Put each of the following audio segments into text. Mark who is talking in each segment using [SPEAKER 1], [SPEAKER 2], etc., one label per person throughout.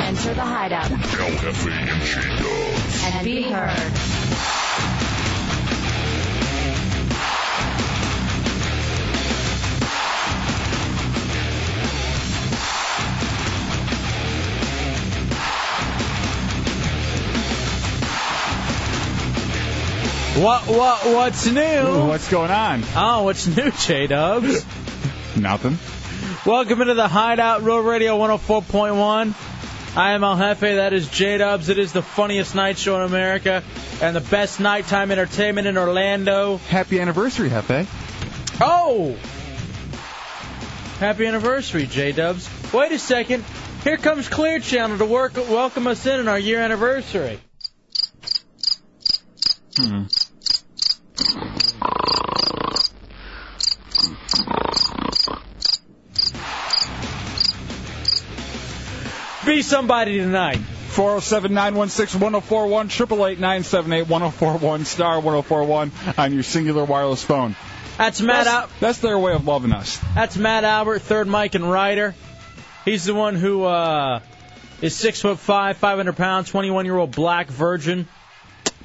[SPEAKER 1] Enter the hideout
[SPEAKER 2] El Jefe and She Dove.
[SPEAKER 1] and be heard.
[SPEAKER 3] What what what's new?
[SPEAKER 4] what's going on?
[SPEAKER 3] Oh, what's new, J Dubs?
[SPEAKER 4] Nothing.
[SPEAKER 3] Welcome into the Hideout Road Radio 104.1. I am El Jefe. That is J Dubs. It is the funniest night show in America and the best nighttime entertainment in Orlando.
[SPEAKER 4] Happy anniversary, Hefe.
[SPEAKER 3] Oh! Happy anniversary, J Dubs. Wait a second. Here comes Clear Channel to work welcome us in on our year anniversary.
[SPEAKER 4] Hmm.
[SPEAKER 5] Mm-hmm.
[SPEAKER 3] Be somebody tonight.
[SPEAKER 4] 407 916 1041 888 978 1041 star 1041 on your singular wireless phone.
[SPEAKER 3] That's Matt
[SPEAKER 4] that's,
[SPEAKER 3] out.
[SPEAKER 4] That's their way of loving us.
[SPEAKER 3] That's Matt Albert, third Mike and Ryder. He's the one who uh, is six foot five, five hundred pounds, twenty one year old black virgin,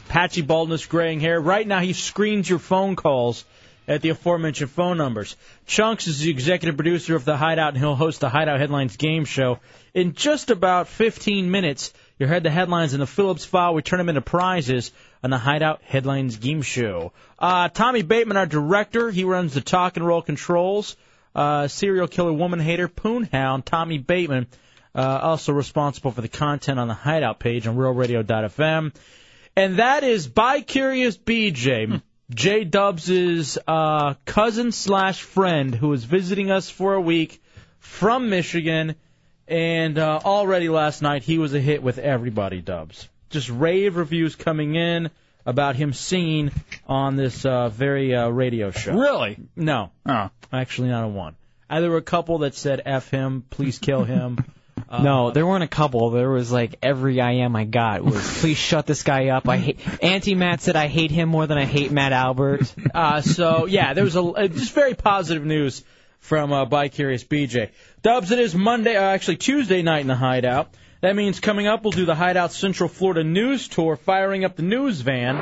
[SPEAKER 3] patchy baldness, graying hair. Right now, he screens your phone calls at the aforementioned phone numbers. Chunks is the executive producer of the Hideout, and he'll host the Hideout Headlines game show in just about fifteen minutes. You head the headlines in the Phillips file. We turn them into prizes on the Hideout Headlines game show. Uh, Tommy Bateman, our director, he runs the talk and roll controls uh, serial killer woman hater Poon Hound, Tommy Bateman, uh, also responsible for the content on the Hideout page on RealRadio.fm. And that is By Curious BJ, J Dubs' uh, cousin slash friend who is visiting us for a week from Michigan. And uh, already last night, he was a hit with everybody, Dubs. Just rave reviews coming in about him singing on this uh, very uh, radio show.
[SPEAKER 4] Really?
[SPEAKER 3] No.
[SPEAKER 4] Oh.
[SPEAKER 3] Actually, not a one. Uh, there were a couple that said "f him," "please kill him." Uh,
[SPEAKER 6] No, there weren't a couple. There was like every I am I got was please shut this guy up. I hate Auntie Matt said I hate him more than I hate Matt Albert.
[SPEAKER 3] Uh, so yeah, there was a uh, just very positive news from uh, by Curious BJ Dubs. It is Monday, uh, actually Tuesday night in the Hideout. That means coming up, we'll do the Hideout Central Florida news tour, firing up the news van.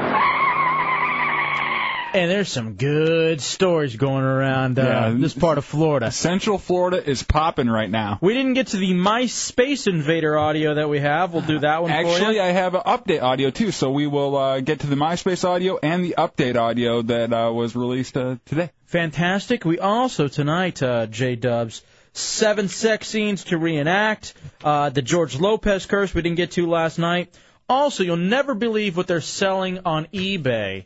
[SPEAKER 3] And there's some good stories going around uh,
[SPEAKER 4] Yeah.
[SPEAKER 3] this part of Florida.
[SPEAKER 4] Central Florida is popping right now.
[SPEAKER 3] We didn't get to the MySpace Invader audio that we have. We'll do that one for you.
[SPEAKER 4] Actually, I have an update audio too, so we will uh, get to the MySpace audio and the update audio that uh, was released uh, today.
[SPEAKER 3] Fantastic. We also tonight, uh, J Dubs, seven sex scenes to reenact. Uh, the George Lopez curse we didn't get to last night. Also, you'll never believe what they're selling on eBay,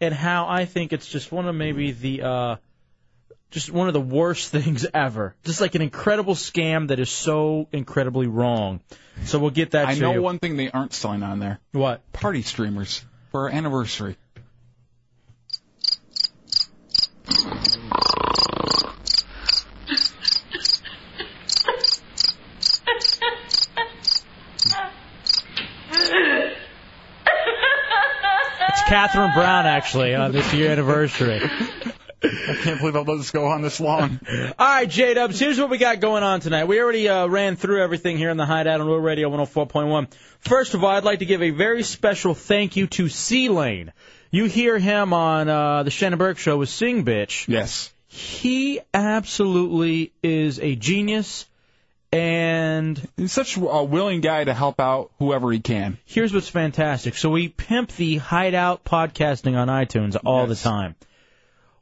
[SPEAKER 3] and how I think it's just one of maybe the uh, just one of the worst things ever. Just like an incredible scam that is so incredibly wrong. So we'll get that
[SPEAKER 4] I
[SPEAKER 3] to
[SPEAKER 4] know
[SPEAKER 3] you.
[SPEAKER 4] one thing they aren't selling on there:
[SPEAKER 3] what?
[SPEAKER 4] party streamers for our anniversary.
[SPEAKER 3] It's Catherine Brown actually on this year anniversary.
[SPEAKER 4] I can't believe I let this go on this long.
[SPEAKER 3] All right, J Dubs, here's what we got going on tonight. We already uh, ran through everything here in the Hideout on Real Radio 104.1. First of all, I'd like to give a very special thank you to C Lane. You hear him on uh, the Shannon Burke Show with Sing Bitch.
[SPEAKER 4] yes.
[SPEAKER 3] He absolutely is a genius. And
[SPEAKER 4] He's such a willing guy to help out whoever he can.
[SPEAKER 3] here's what's fantastic. So we pimp the Hideout podcasting on iTunes all
[SPEAKER 4] Yes.
[SPEAKER 3] the time.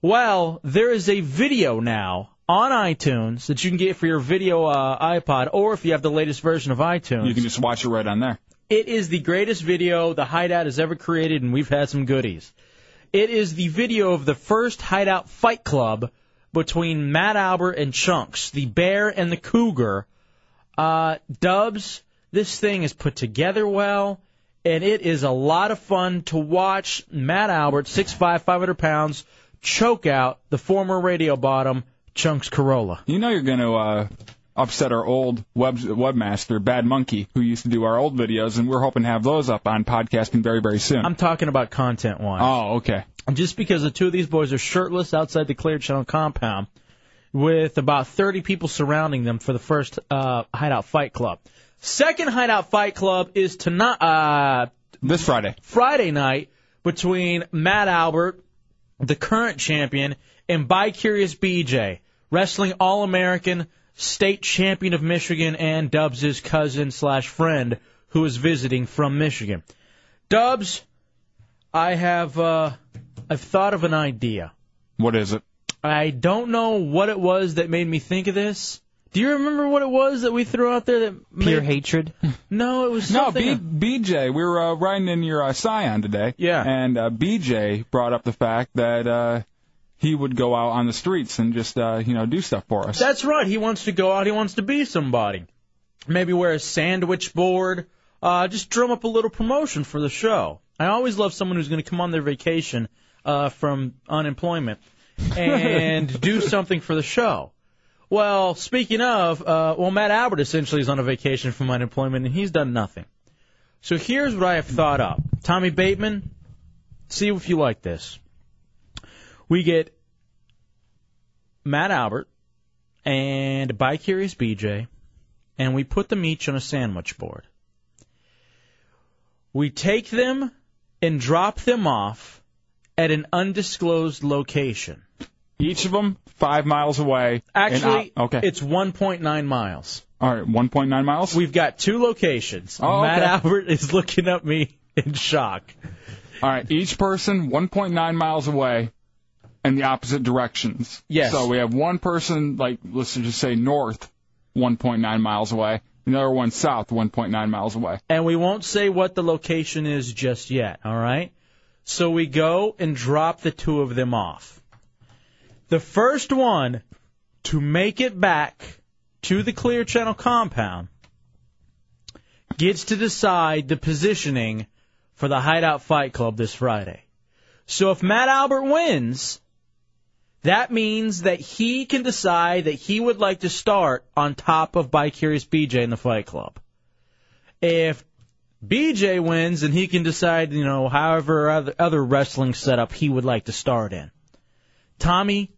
[SPEAKER 3] Well, there is a video now on iTunes that you can get for your video uh, iPod, or if you have the latest version of iTunes,
[SPEAKER 4] You can just watch it right on there.
[SPEAKER 3] it is the greatest video the Hideout has ever created, and we've had some goodies. It is the video of the first Hideout Fight Club between Matt Albert and Chunks, the bear and the cougar, Uh, Dubs, this thing is put together well, and it is a lot of fun to watch Matt Albert, 6'5", 500 pounds, choke out the former radio bottom, Chunks Corolla.
[SPEAKER 4] You know you're going to uh, upset our old web webmaster, Bad Monkey, who used to do our old videos, and we're hoping to have those up on podcasting very, very soon.
[SPEAKER 3] I'm talking about content wise.
[SPEAKER 4] Oh, okay.
[SPEAKER 3] Just because the two of these boys are shirtless outside the Clear Channel compound with about 30 people surrounding them for the first uh, Hideout Fight Club. Second Hideout Fight Club is tonight, uh,
[SPEAKER 4] this Friday.
[SPEAKER 3] Friday night between Matt Albert, the current champion, and By Curious BJ, wrestling All American, state champion of Michigan, and Dubs' cousin slash friend who is visiting from Michigan. Dubs, I have uh, I've thought of an idea.
[SPEAKER 4] What is it?
[SPEAKER 3] I don't know what it was that made me think of this. Do you remember what it was that we threw out there that
[SPEAKER 6] Pure
[SPEAKER 3] made...
[SPEAKER 6] hatred.
[SPEAKER 3] No, it was
[SPEAKER 4] No,
[SPEAKER 3] something.
[SPEAKER 4] B- BJ, we were uh, riding in your uh, Scion today.
[SPEAKER 3] Yeah.
[SPEAKER 4] And uh, BJ brought up the fact that uh, he would go out on the streets and just, uh, you know, do stuff for us.
[SPEAKER 3] That's right. He wants to go out. He wants to be somebody. Maybe wear a sandwich board. Uh, just drum up a little promotion for the show. I always love someone who's going to come on their vacation uh, from unemployment and do something for the show. Well, speaking of, uh, well, Matt Albert essentially is on a vacation from unemployment and he's done nothing. So here's what I have thought up. Tommy Bateman, see if you like this. We get Matt Albert and by Curious BJ, and we put them each on a sandwich board. We take them and drop them off at an undisclosed location.
[SPEAKER 4] Each of them five miles away. and
[SPEAKER 3] Actually,
[SPEAKER 4] out- okay.
[SPEAKER 3] it's 1.9 miles.
[SPEAKER 4] All right, 1.9 miles.
[SPEAKER 3] We've got two locations.
[SPEAKER 4] Oh,
[SPEAKER 3] Matt
[SPEAKER 4] okay.
[SPEAKER 3] Albert is looking at me in shock.
[SPEAKER 4] All right, each person 1.9 miles away in the opposite directions.
[SPEAKER 3] Yes.
[SPEAKER 4] So we have one person, like, let's just say north 1.9 miles away, another one south 1.9 miles away.
[SPEAKER 3] and we won't say what the location is just yet, all right? So we go and drop the two of them off. The first one to make it back to the Clear Channel compound gets to decide the positioning for the Hideout Fight Club this Friday. So if Matt Albert wins, that means that he can decide that he would like to start on top of Bicurious BJ in the Fight Club if BJ wins and he can decide, you know, however other, other wrestling setup he would like to start in. Tommy,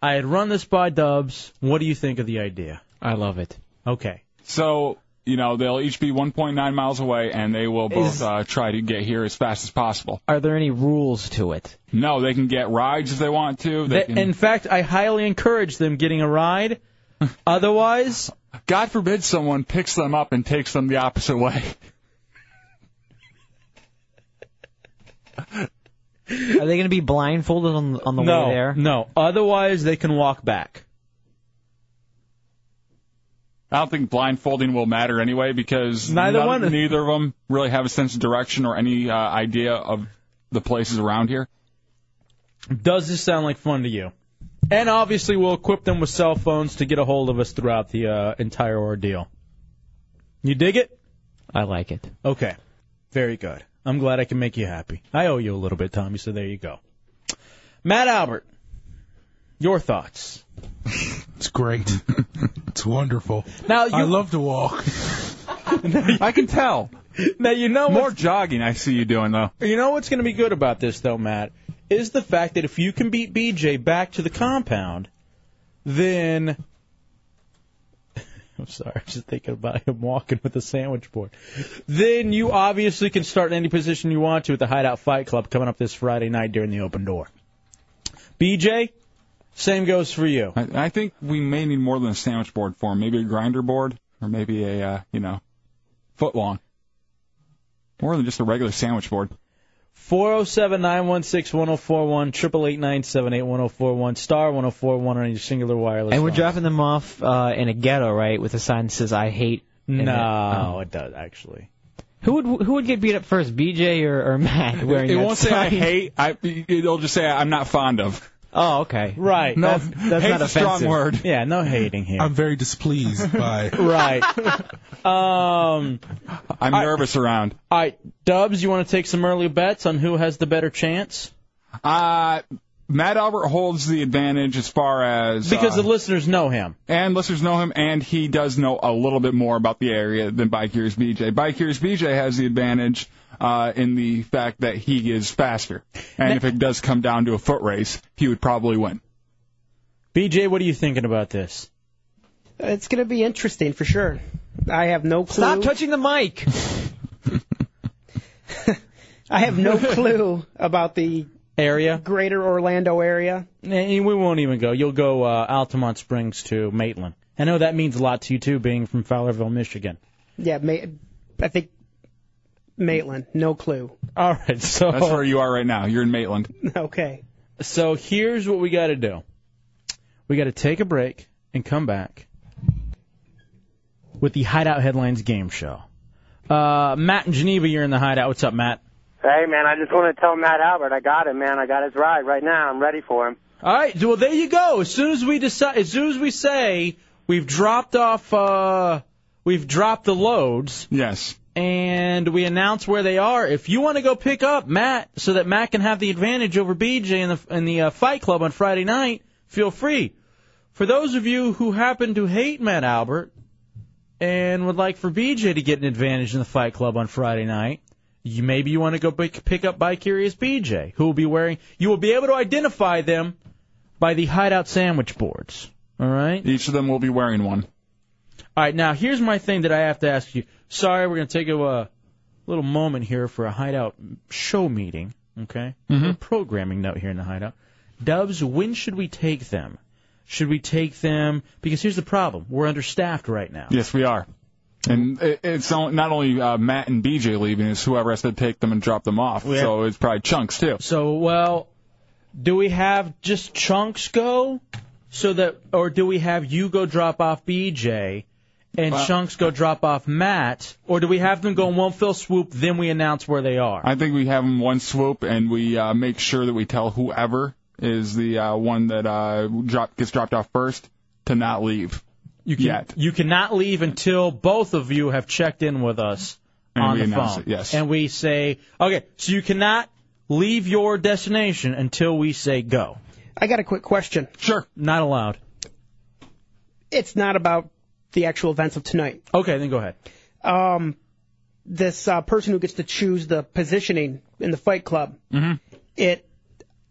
[SPEAKER 3] I had run this by Dubs. What do you think of the idea?
[SPEAKER 6] I love it.
[SPEAKER 3] Okay.
[SPEAKER 4] So, you know, they'll each be 1.9 miles away, and they will both
[SPEAKER 6] Is-
[SPEAKER 4] uh, try to get here as fast as possible.
[SPEAKER 6] Are there any rules to it?
[SPEAKER 4] No, they can get rides if they want to. They
[SPEAKER 3] Th-
[SPEAKER 4] can,
[SPEAKER 3] In fact, I highly encourage them getting a ride. Otherwise,
[SPEAKER 4] God forbid someone picks them up and takes them the opposite way.
[SPEAKER 6] Are they going to be blindfolded on, on the
[SPEAKER 3] no,
[SPEAKER 6] way there?
[SPEAKER 3] no. Otherwise, they can walk back.
[SPEAKER 4] I don't think blindfolding will matter anyway because
[SPEAKER 3] Neither
[SPEAKER 4] none-
[SPEAKER 3] one-
[SPEAKER 4] neither of them really have a sense of direction or any uh, idea of the places around here.
[SPEAKER 3] Does this sound like fun to you? And obviously, we'll equip them with cell phones to get a hold of us throughout the uh, entire ordeal. You dig it?
[SPEAKER 6] I like it.
[SPEAKER 3] Okay. Very good. I'm glad I can make you happy. I owe you a little bit, Tommy, so there you go. Matt Albert, your thoughts.
[SPEAKER 7] It's great. it's wonderful.
[SPEAKER 3] Now you
[SPEAKER 7] I love to walk.
[SPEAKER 4] I can tell.
[SPEAKER 3] now you know
[SPEAKER 4] More
[SPEAKER 3] what's,
[SPEAKER 4] jogging I see you doing though.
[SPEAKER 3] you know what's going to be good about this though, Matt, is the fact that if you can beat BJ back to the compound, then I'm sorry, I'm just thinking about him walking with a sandwich board. Then you obviously can start in any position you want to at the Hideout Fight Club coming up this Friday night during the open door. BJ, same goes for you.
[SPEAKER 4] I, I think we may need more than a sandwich board for 'em. Maybe a grinder board or maybe a uh, you know foot long. More than just a regular sandwich board.
[SPEAKER 3] 407 916 1041, 888 978 1041, star 1041 on your singular wireless.
[SPEAKER 6] And we're
[SPEAKER 3] line.
[SPEAKER 6] dropping them off uh, in a ghetto, right? With a sign that says "I hate." in it. Oh.
[SPEAKER 3] No, it does, actually.
[SPEAKER 6] Who would who would get beat up first, BJ or, or Matt? Wearing
[SPEAKER 4] it
[SPEAKER 6] that
[SPEAKER 4] won't say I
[SPEAKER 6] sign?
[SPEAKER 4] hate. I, it'll just say I'm not fond of.
[SPEAKER 6] Oh, okay.
[SPEAKER 3] Right.
[SPEAKER 6] No,
[SPEAKER 3] that's that's
[SPEAKER 6] hate's
[SPEAKER 3] not
[SPEAKER 6] a strong
[SPEAKER 3] offensive.
[SPEAKER 6] word.
[SPEAKER 3] Yeah, no hating here.
[SPEAKER 7] I'm very displeased by.
[SPEAKER 3] right. Um,
[SPEAKER 4] I'm nervous around.
[SPEAKER 3] all right, Dubs, you want to take some early bets on who has the better chance?
[SPEAKER 4] Uh, Matt Albert holds the advantage as far as
[SPEAKER 3] Because
[SPEAKER 4] uh,
[SPEAKER 3] the listeners know him.
[SPEAKER 4] and listeners know him, and he does know a little bit more about the area than Bikeers BJ. Bikeers BJ has the advantage uh, in the fact that he is faster, and if it does come down to a foot race, he would probably win.
[SPEAKER 3] BJ, what are you thinking about this?
[SPEAKER 8] It's going to be interesting for sure. I have no clue.
[SPEAKER 6] Stop touching the mic.
[SPEAKER 8] I have no clue about the
[SPEAKER 3] Area?
[SPEAKER 8] greater Orlando area.
[SPEAKER 3] Eh, We won't even go. You'll go uh, Altamont Springs to Maitland. I know that means a lot to you, too, being from Fowlerville, Michigan.
[SPEAKER 8] Yeah, May- I think Maitland. No clue.
[SPEAKER 3] All right, so
[SPEAKER 4] That's where you are right now. You're in Maitland.
[SPEAKER 8] Okay.
[SPEAKER 3] so here's what we got to do. We got to take a break and come back with the Hideout Headlines game show. Uh, Matt in Geneva, you're in the Hideout. What's up, Matt?
[SPEAKER 9] Hey, man, I just want to tell Matt Albert I got him, man. I got his ride right now. I'm ready for him.
[SPEAKER 3] All right. Well, there you go. As soon as we decide, as soon as we say we've dropped off, uh, we've dropped the loads,
[SPEAKER 4] Yes.
[SPEAKER 3] and we announce where they are. If you want to go pick up Matt, so that Matt can have the advantage over BJ in the in the uh, Fight Club on Friday night, feel free. For those of you who happen to hate Matt Albert and would like for BJ to get an advantage in the Fight Club on Friday night, you maybe you want to go pick, pick up by Curious BJ, who will be wearing. You will be able to identify them by the hideout sandwich boards. All right.
[SPEAKER 4] Each of them will be wearing one.
[SPEAKER 3] All right, now here's my thing that I have to ask you. Sorry, we're going to take a uh, little moment here for a hideout show meeting, okay? A programming note here in the hideout. Dubs, when should we take them? Should we take them? Because here's the problem we're understaffed right now.
[SPEAKER 4] Yes, we are. And it- it's on- not only uh, Matt and BJ leaving; it's whoever has to take them and drop them off. So it's probably chunks too.
[SPEAKER 3] So, well, do we have just chunks go? So that, or do we have you go drop off BJ and
[SPEAKER 4] Well-
[SPEAKER 3] chunks go drop off Matt? Or do we have them go in one fell swoop, then we announce where they are?
[SPEAKER 4] I think we have them one swoop, and we uh, make sure that we tell whoever is the uh, one that uh, drop, gets dropped off first to not leave.
[SPEAKER 3] You can,
[SPEAKER 4] yet.
[SPEAKER 3] You cannot leave until both of you have checked in with us
[SPEAKER 4] And
[SPEAKER 3] on
[SPEAKER 4] we
[SPEAKER 3] the
[SPEAKER 4] announce
[SPEAKER 3] phone.
[SPEAKER 4] it, yes.
[SPEAKER 3] And we say, okay, so you cannot leave your destination until we say go.
[SPEAKER 8] I got a quick question.
[SPEAKER 4] Sure.
[SPEAKER 3] Not allowed.
[SPEAKER 8] It's not about the actual events of tonight.
[SPEAKER 3] Okay, then go ahead.
[SPEAKER 8] Um, this uh, person who gets to choose the positioning in the Fight Club.
[SPEAKER 4] Mm-hmm.
[SPEAKER 3] Mm.
[SPEAKER 8] It,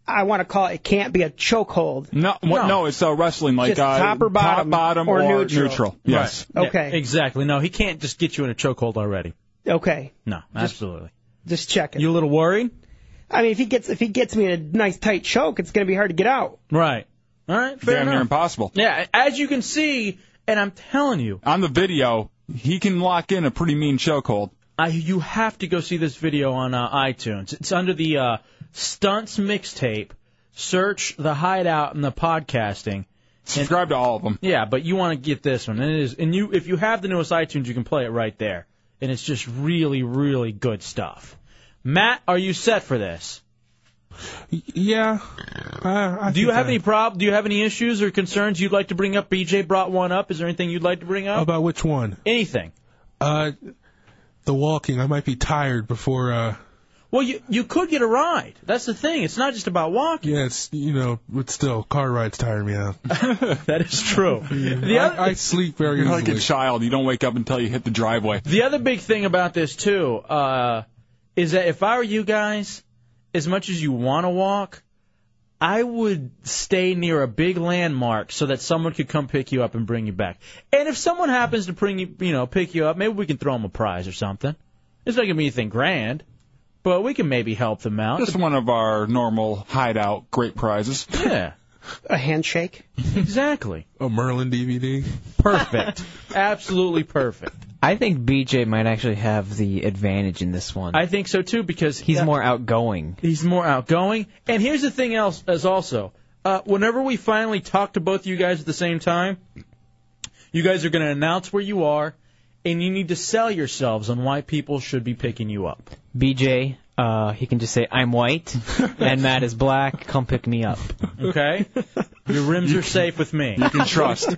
[SPEAKER 8] I want to call it. It can't be a chokehold.
[SPEAKER 4] No, what,
[SPEAKER 3] No.
[SPEAKER 4] no. it's uh, wrestling like
[SPEAKER 8] Just
[SPEAKER 4] uh,
[SPEAKER 8] top or bottom
[SPEAKER 4] bottom
[SPEAKER 8] or
[SPEAKER 4] or,
[SPEAKER 8] neutral.
[SPEAKER 4] Yes.
[SPEAKER 3] Yeah,
[SPEAKER 8] Okay.
[SPEAKER 3] exactly. No, he can't just get you in a chokehold already.
[SPEAKER 8] Okay,
[SPEAKER 3] No, absolutely.
[SPEAKER 8] just checking.
[SPEAKER 3] You a little worried?
[SPEAKER 8] I mean, if he gets if he gets me in a nice tight choke, it's going to be hard to get out.
[SPEAKER 3] Right. All right, fair
[SPEAKER 4] Damn near
[SPEAKER 3] enough.
[SPEAKER 4] impossible.
[SPEAKER 3] Yeah, as you can see, and I'm telling you,
[SPEAKER 4] On the video, he can lock in a pretty mean chokehold.
[SPEAKER 3] I, you have to go see this video on uh, iTunes. It's under the uh, Stunts mixtape. Search the Hideout and the podcasting.
[SPEAKER 4] Subscribe to all of them.
[SPEAKER 3] Yeah, but you want to get this one, and it is. And you, if you have the newest iTunes, you can play it right there, and it's just really, really good stuff. Matt, are you set for this?
[SPEAKER 7] Yeah. Uh, I
[SPEAKER 3] Do you
[SPEAKER 7] think
[SPEAKER 3] have
[SPEAKER 7] I-
[SPEAKER 3] any prob? Do you have any issues or concerns you'd like to bring up? BJ brought one up. Is there anything you'd like to bring up?
[SPEAKER 7] About which one?
[SPEAKER 3] Anything?
[SPEAKER 7] Uh, the walking. I might be tired before. Uh,
[SPEAKER 3] Well, you you could get a ride. That's the thing. It's not just about walking.
[SPEAKER 7] yeah, it's you know, but still, car rides tire me out.
[SPEAKER 3] That is true. The other-
[SPEAKER 7] I, I sleep very
[SPEAKER 4] You're like
[SPEAKER 7] easily.
[SPEAKER 4] a child. You don't wake up until you hit the driveway.
[SPEAKER 3] The other big thing about this too uh, is that if I were you guys, as much as you want to walk, I would stay near a big landmark so that someone could come pick you up and bring you back. And if someone happens to bring you, you know, pick you up, maybe we can throw them a prize or something. It's not gonna be anything grand, but we can maybe help them out.
[SPEAKER 4] Just one of our normal hideout great prizes.
[SPEAKER 3] yeah,
[SPEAKER 8] A handshake.
[SPEAKER 3] exactly.
[SPEAKER 7] a Merlin DVD.
[SPEAKER 3] Perfect. Absolutely perfect.
[SPEAKER 6] I think BJ might actually have the advantage in this one.
[SPEAKER 3] I think so too because
[SPEAKER 6] He's more outgoing.
[SPEAKER 3] He's more outgoing. And here's the thing else as also. Uh, whenever we finally talk to both you guys at the same time, you guys are going to announce where you are, and you need to sell yourselves on why people should be picking you up.
[SPEAKER 6] BJ, uh, he can just say, I'm white, and Matt is black, come pick me up.
[SPEAKER 3] Okay? Your rims are safe with me.
[SPEAKER 6] you can trust.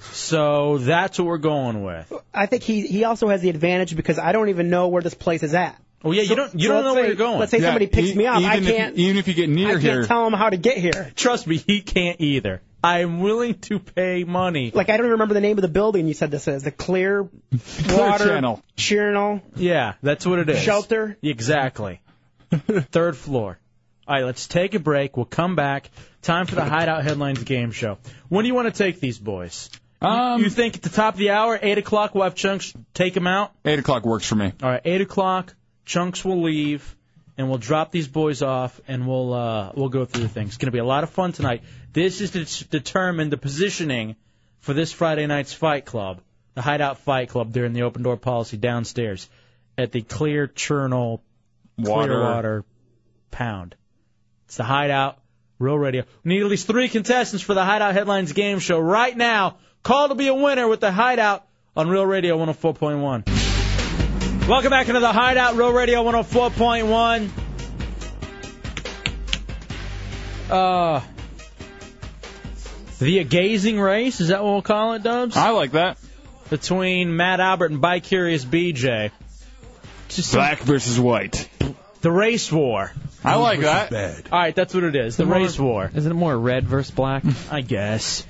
[SPEAKER 3] So that's what we're going with.
[SPEAKER 8] I think he he also has the advantage because I don't even know where this place is at.
[SPEAKER 3] Oh yeah, you don't- you don't know
[SPEAKER 8] let's
[SPEAKER 3] where
[SPEAKER 8] say-
[SPEAKER 3] you're going.
[SPEAKER 8] Let's say
[SPEAKER 3] Yeah,
[SPEAKER 8] somebody picks
[SPEAKER 3] e-
[SPEAKER 8] me up. I
[SPEAKER 3] even if-
[SPEAKER 8] can't.
[SPEAKER 3] even if you get near
[SPEAKER 8] I
[SPEAKER 3] here-
[SPEAKER 8] can't tell him how to get here.
[SPEAKER 3] Trust me, he can't either. I am willing to pay money.
[SPEAKER 8] Like I don't even remember the name of the building you said this is. The Clear, Water
[SPEAKER 3] Channel.
[SPEAKER 8] Channel.
[SPEAKER 3] Yeah, that's what it is.
[SPEAKER 8] Shelter?
[SPEAKER 3] Exactly. Third floor. All right, let's take a break. We'll come back. Time for the Hideout Headlines game show. When do you want to take these boys? Um, you, you think at the top of the hour, 8 o'clock, we'll have Chunks take them out?
[SPEAKER 4] 8 o'clock works for me.
[SPEAKER 3] All right, 8 o'clock, Chunks will leave, and we'll drop these boys off, and we'll, uh, we'll go through the thing. It's going to be a lot of fun tonight. This is to t- determine the positioning for this Friday night's Fight Club, the Hideout Fight Club during the open door policy downstairs at the Clear Chernal
[SPEAKER 4] Water.
[SPEAKER 3] Clearwater Pound. It's the Hideout Real Radio. We need at least three contestants for the Hideout Headlines game show right now. Call to be a winner with the Hideout on Real Radio 104.1. Welcome back into the Hideout Real Radio 104.1. Uh, the agazing race is that what we'll call it, Dubs? I
[SPEAKER 4] like that.
[SPEAKER 3] Between Matt Albert and Bi Curious BJ. Just some-
[SPEAKER 4] Black versus white.
[SPEAKER 3] the race war.
[SPEAKER 4] I like that.
[SPEAKER 3] All right, that's what it is. The
[SPEAKER 6] More-
[SPEAKER 3] race war.
[SPEAKER 6] Isn't it more red versus black?
[SPEAKER 3] I guess.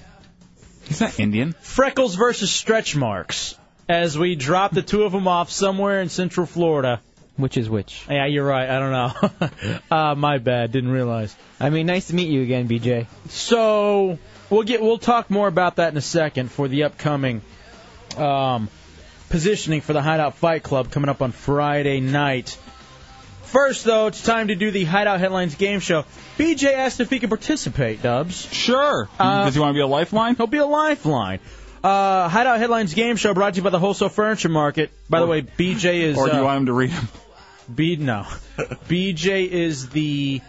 [SPEAKER 4] He's not Indian.
[SPEAKER 3] Freckles versus stretch marks. As we drop the two of them off somewhere in Central Florida.
[SPEAKER 6] Which is which?
[SPEAKER 3] Yeah, you're right. I don't know. uh, my bad. Didn't realize.
[SPEAKER 6] I mean, nice to meet you again, BJ.
[SPEAKER 3] So we'll get we'll talk more about that in a second for the upcoming um, positioning for the Hideout Fight Club coming up on Friday night. First, though, it's time to do the Hideout Headlines game show. BJ asked if he could participate, Dubs. Uh,
[SPEAKER 4] Sure. Does he want to be a lifeline?
[SPEAKER 3] He'll be a lifeline. Uh, Hideout Headlines game show brought to you by the Wholesale Furniture Market. By the way, BJ is.
[SPEAKER 4] or do you
[SPEAKER 3] uh,
[SPEAKER 4] want him to read him?
[SPEAKER 3] B no. BJ is the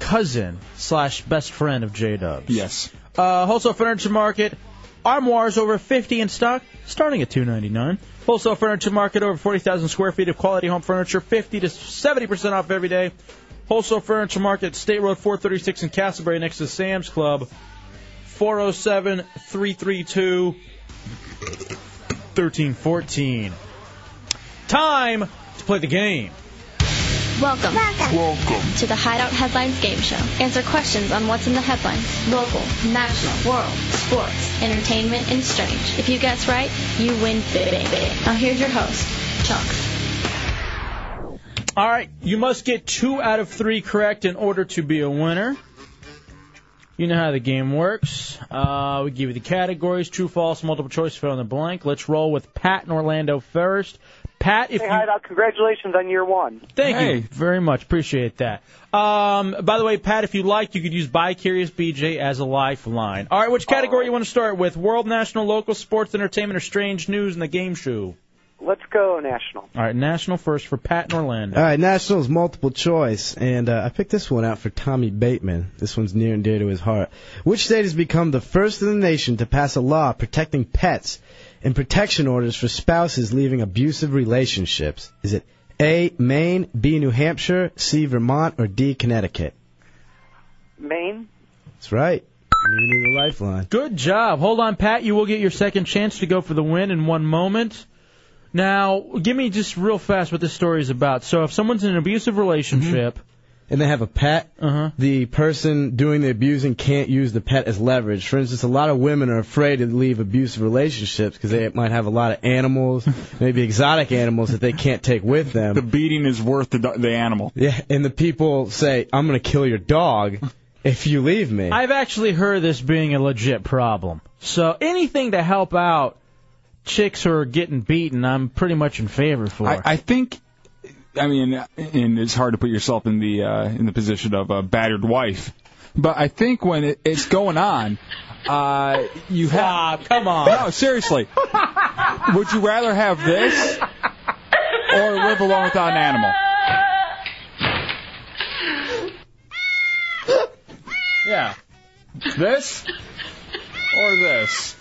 [SPEAKER 3] cousin slash best friend of J Dubs.
[SPEAKER 4] Yes.
[SPEAKER 3] Uh, wholesale furniture market. Armoires over 50 in stock, starting at 2.99. Wholesale furniture market over 40,000 square feet of quality home furniture, 50 to 70 percent off every day. Wholesale furniture market, State Road 436 in Castleberry, next to Sam's Club. 407 332 1314. Time to play the game.
[SPEAKER 10] Welcome. Welcome to the Hideout Headlines Game Show. Answer questions on what's in the headlines local, national, world, sports, entertainment, and strange. If you guess right, you win big. Now here's your host, Chunks.
[SPEAKER 3] All right, you must get two out of three correct in order to be a winner. You know how the game works. Uh, we give you the categories: true, false, multiple choice, fill in the blank. Let's roll with Pat in Orlando first. Pat, if
[SPEAKER 11] hey,
[SPEAKER 3] you
[SPEAKER 9] uh,
[SPEAKER 11] Hideout, congratulations on year one.
[SPEAKER 3] Thank you very much. Appreciate that. Um, by the way, Pat, if you like, you could use By Curious BJ as a lifeline. All right, which category you want to start with? World, national, local, sports, entertainment, or strange news in the game show?
[SPEAKER 11] Let's go national.
[SPEAKER 3] All right, national first for Pat in Orlando.
[SPEAKER 1] All right, Nationals multiple choice, and uh, I picked this one out for Tommy Bateman. This one's near and dear to his heart. Which state has become the first in the nation to pass a law protecting pets and protection orders for spouses leaving abusive relationships? Is it A. Maine, B. New Hampshire, C. Vermont, or D. Connecticut?
[SPEAKER 11] Maine.
[SPEAKER 1] That's right. You need a lifeline.
[SPEAKER 3] Good job. Hold on, Pat. You will get your second chance to go for the win in one moment. Now, give me just real fast what this story is about. So, if someone's in an abusive relationship,
[SPEAKER 1] and they have a pet,
[SPEAKER 3] Uh-huh.
[SPEAKER 1] the person doing the abusing can't use the pet as leverage. For instance, a lot of women are afraid to leave abusive relationships because they might have a lot of animals, maybe exotic animals that they can't take with them. The
[SPEAKER 4] beating is worth the, the animal.
[SPEAKER 1] Yeah, and the people say, I'm going to kill your dog if you leave me.
[SPEAKER 3] I've actually heard this being a legit problem. So, anything to help out chicks who are getting beaten, I'm pretty much in favor for.
[SPEAKER 4] I, I think. I mean, and it's hard to put yourself in the uh, in the position of a battered wife, but I think when it, it's going on, uh, you have.
[SPEAKER 3] come on.
[SPEAKER 4] No, seriously. Would you rather have this or live alone without an animal?
[SPEAKER 3] Yeah.
[SPEAKER 4] This or this?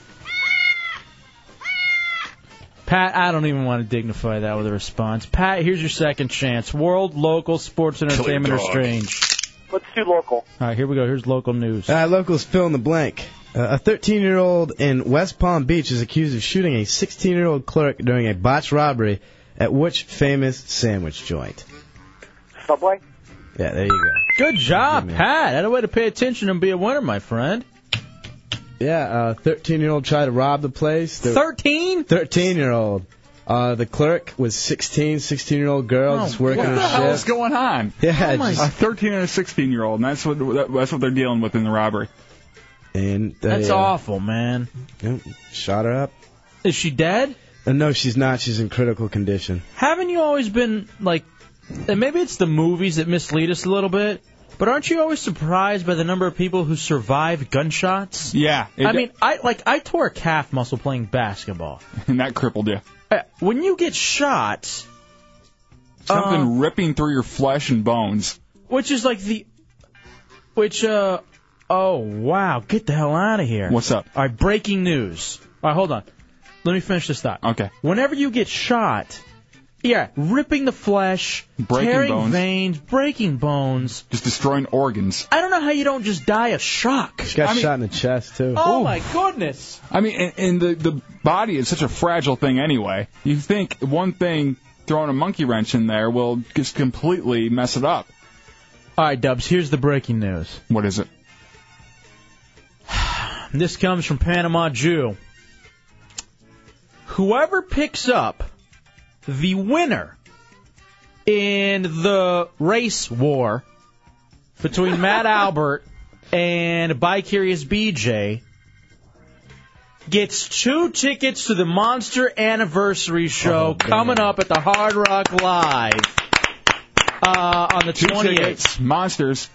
[SPEAKER 3] Pat, I don't even want to dignify that with a response. Pat, here's your second chance. World, local, sports, entertainment, or
[SPEAKER 1] dog.
[SPEAKER 3] strange.
[SPEAKER 11] Let's do local.
[SPEAKER 3] All right, here we go. Here's local news.
[SPEAKER 1] Uh, locals fill in the blank. Uh, a 13 year old in West Palm Beach is accused of shooting a 16 year old clerk during a botched robbery at which famous sandwich joint?
[SPEAKER 11] Subway.
[SPEAKER 1] Yeah, there you go.
[SPEAKER 3] Good job, Pat. Had a way to pay attention and be a winner, my friend.
[SPEAKER 1] Yeah, 13 year old tried to rob the place.
[SPEAKER 3] 13?
[SPEAKER 1] 13 year old. Uh, the clerk was 16, 16 year old girl
[SPEAKER 3] Oh,
[SPEAKER 1] just working
[SPEAKER 4] what
[SPEAKER 1] her
[SPEAKER 4] the
[SPEAKER 1] shift.
[SPEAKER 4] hell's going on?
[SPEAKER 1] Yeah,
[SPEAKER 4] a
[SPEAKER 1] just-
[SPEAKER 4] 13 and a 16 year old, and that's what that, that's what they're dealing with in the robbery.
[SPEAKER 1] And they,
[SPEAKER 4] That's
[SPEAKER 1] uh,
[SPEAKER 3] awful, man.
[SPEAKER 1] Yep, shot her up.
[SPEAKER 3] Is she dead?
[SPEAKER 1] Uh, no, she's not. She's in critical condition.
[SPEAKER 3] Haven't you always been like, and maybe it's the movies that mislead us a little bit, but aren't you always surprised by the number of people who survive gunshots?
[SPEAKER 4] Yeah, it-
[SPEAKER 3] I mean, I like I tore a calf muscle playing basketball.
[SPEAKER 4] and that crippled you.
[SPEAKER 3] Uh, When you get shot,
[SPEAKER 4] Something ripping through your flesh and bones.
[SPEAKER 3] Um, which is like the, which uh, oh wow, get the hell out of here.
[SPEAKER 4] What's up?
[SPEAKER 3] All right, breaking news. All right, hold on. Let me finish this thought.
[SPEAKER 4] Okay.
[SPEAKER 3] Whenever you get shot, yeah, ripping the flesh,
[SPEAKER 4] Breaking
[SPEAKER 3] tearing
[SPEAKER 4] bones.
[SPEAKER 3] veins, breaking bones.
[SPEAKER 4] Just destroying organs.
[SPEAKER 3] I don't know how you don't just die of shock.
[SPEAKER 1] She got
[SPEAKER 4] I mean-
[SPEAKER 1] shot in the chest too.
[SPEAKER 3] Oh my goodness.
[SPEAKER 4] I mean, and, and the the body is such a fragile thing anyway. You think one thing throwing a monkey wrench in there will just completely mess it up.
[SPEAKER 3] All right, Dubs. Here's the breaking news.
[SPEAKER 4] What is it?
[SPEAKER 3] This comes from Panama Jew. Whoever picks up the winner in the race war between Matt Albert and By Curious BJ gets two tickets to the Monster
[SPEAKER 4] Oh,
[SPEAKER 3] Anniversary Show coming up at the Hard Rock Live uh, on the
[SPEAKER 4] Two
[SPEAKER 3] 28th.
[SPEAKER 4] tickets, monsters.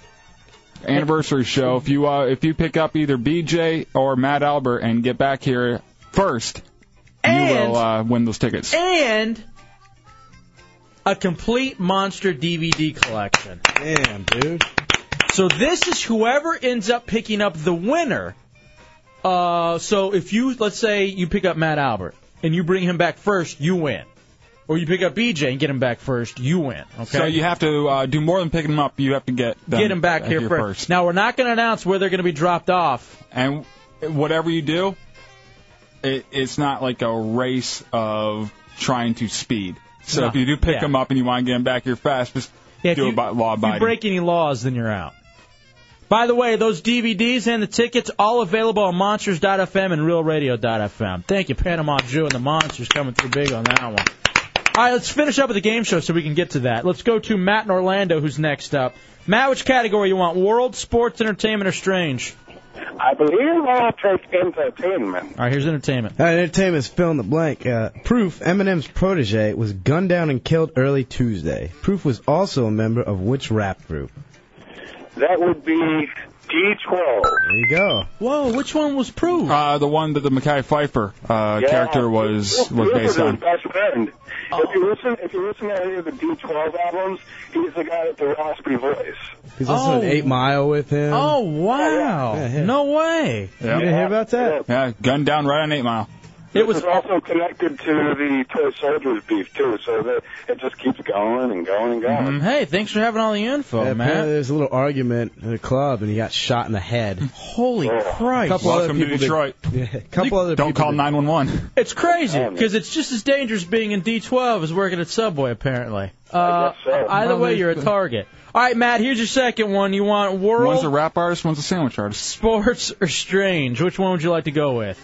[SPEAKER 4] Anniversary show. If you uh, if you pick up either BJ or Matt Albert and get back here first, you
[SPEAKER 3] And-
[SPEAKER 4] will uh, win those tickets.
[SPEAKER 3] and a complete monster DVD collection.
[SPEAKER 1] Damn, dude.
[SPEAKER 3] So this is whoever ends up picking up the winner. Uh, so if you let's say you pick up Matt Albert and you bring him back first, you win. Or you pick up BJ and get him back first, you win. Okay.
[SPEAKER 4] So you have to uh, do more than pick them up. You have to get them
[SPEAKER 3] get him back here, first. Now we're not going to announce where they're going to be dropped off.
[SPEAKER 4] And whatever you do, it, it's not like a race of trying to speed. So
[SPEAKER 3] No.
[SPEAKER 4] if you do pick
[SPEAKER 3] Yeah.
[SPEAKER 4] them up and you want to get them back here fast, just
[SPEAKER 3] Yeah, if
[SPEAKER 4] do
[SPEAKER 3] you-
[SPEAKER 4] about law
[SPEAKER 3] If you
[SPEAKER 4] abiding.
[SPEAKER 3] break any laws, then you're out. By the way, those DVDs and the tickets all available on Monsters.fm and RealRadio.fm. Thank you, Panama Jew and the Monsters coming through big on that one. All right, let's finish up with the game show so we can get to that. Let's go to Matt in Orlando, who's next up. Matt, which category you want? World, sports, entertainment, or strange?
[SPEAKER 11] I believe I'll take entertainment.
[SPEAKER 3] All right, here's entertainment.
[SPEAKER 1] All right, entertainment's fill in the blank. Uh, Proof, Eminem's protege, was gunned down and killed early Tuesday. Proof was also a member of which rap group?
[SPEAKER 11] That would be D12.
[SPEAKER 1] There you go.
[SPEAKER 3] Whoa, which one was proved?
[SPEAKER 4] Uh, the one that the Mackay Pfeiffer uh,
[SPEAKER 11] Yeah.
[SPEAKER 4] character was was based on.
[SPEAKER 11] Best friend.
[SPEAKER 3] Oh.
[SPEAKER 11] If you listen, if you listen to any of the D12 albums, he's the guy with the raspy voice.
[SPEAKER 1] He's also
[SPEAKER 3] Oh.
[SPEAKER 1] an Eight Mile with him.
[SPEAKER 3] Oh, wow. No way.
[SPEAKER 1] You didn't hear about that?
[SPEAKER 4] Yeah, gunned down right on Eight Mile.
[SPEAKER 3] It
[SPEAKER 11] was also connected to the toy soldiers beef too, so that it just keeps going and going and going.
[SPEAKER 3] Mm-hmm. Hey, thanks for having all the info,
[SPEAKER 1] Yeah,
[SPEAKER 3] Matt.
[SPEAKER 1] apparently there's a little argument at a club, and he got shot in the head.
[SPEAKER 3] Holy
[SPEAKER 1] A
[SPEAKER 3] Christ.
[SPEAKER 1] couple other
[SPEAKER 4] Welcome to
[SPEAKER 1] people did-
[SPEAKER 4] Detroit.
[SPEAKER 1] Yeah, a couple other
[SPEAKER 4] Don't
[SPEAKER 1] people
[SPEAKER 4] call
[SPEAKER 1] did-
[SPEAKER 4] 911.
[SPEAKER 3] It's crazy because it's just as dangerous being in D12 as working at Subway, apparently. Uh, Either way, you're a target. All right, Matt. Here's your second one. You want
[SPEAKER 4] One's
[SPEAKER 3] world,
[SPEAKER 4] a rap artist, one's a sandwich artist.
[SPEAKER 3] sports, or strange? Which one would you like to go with?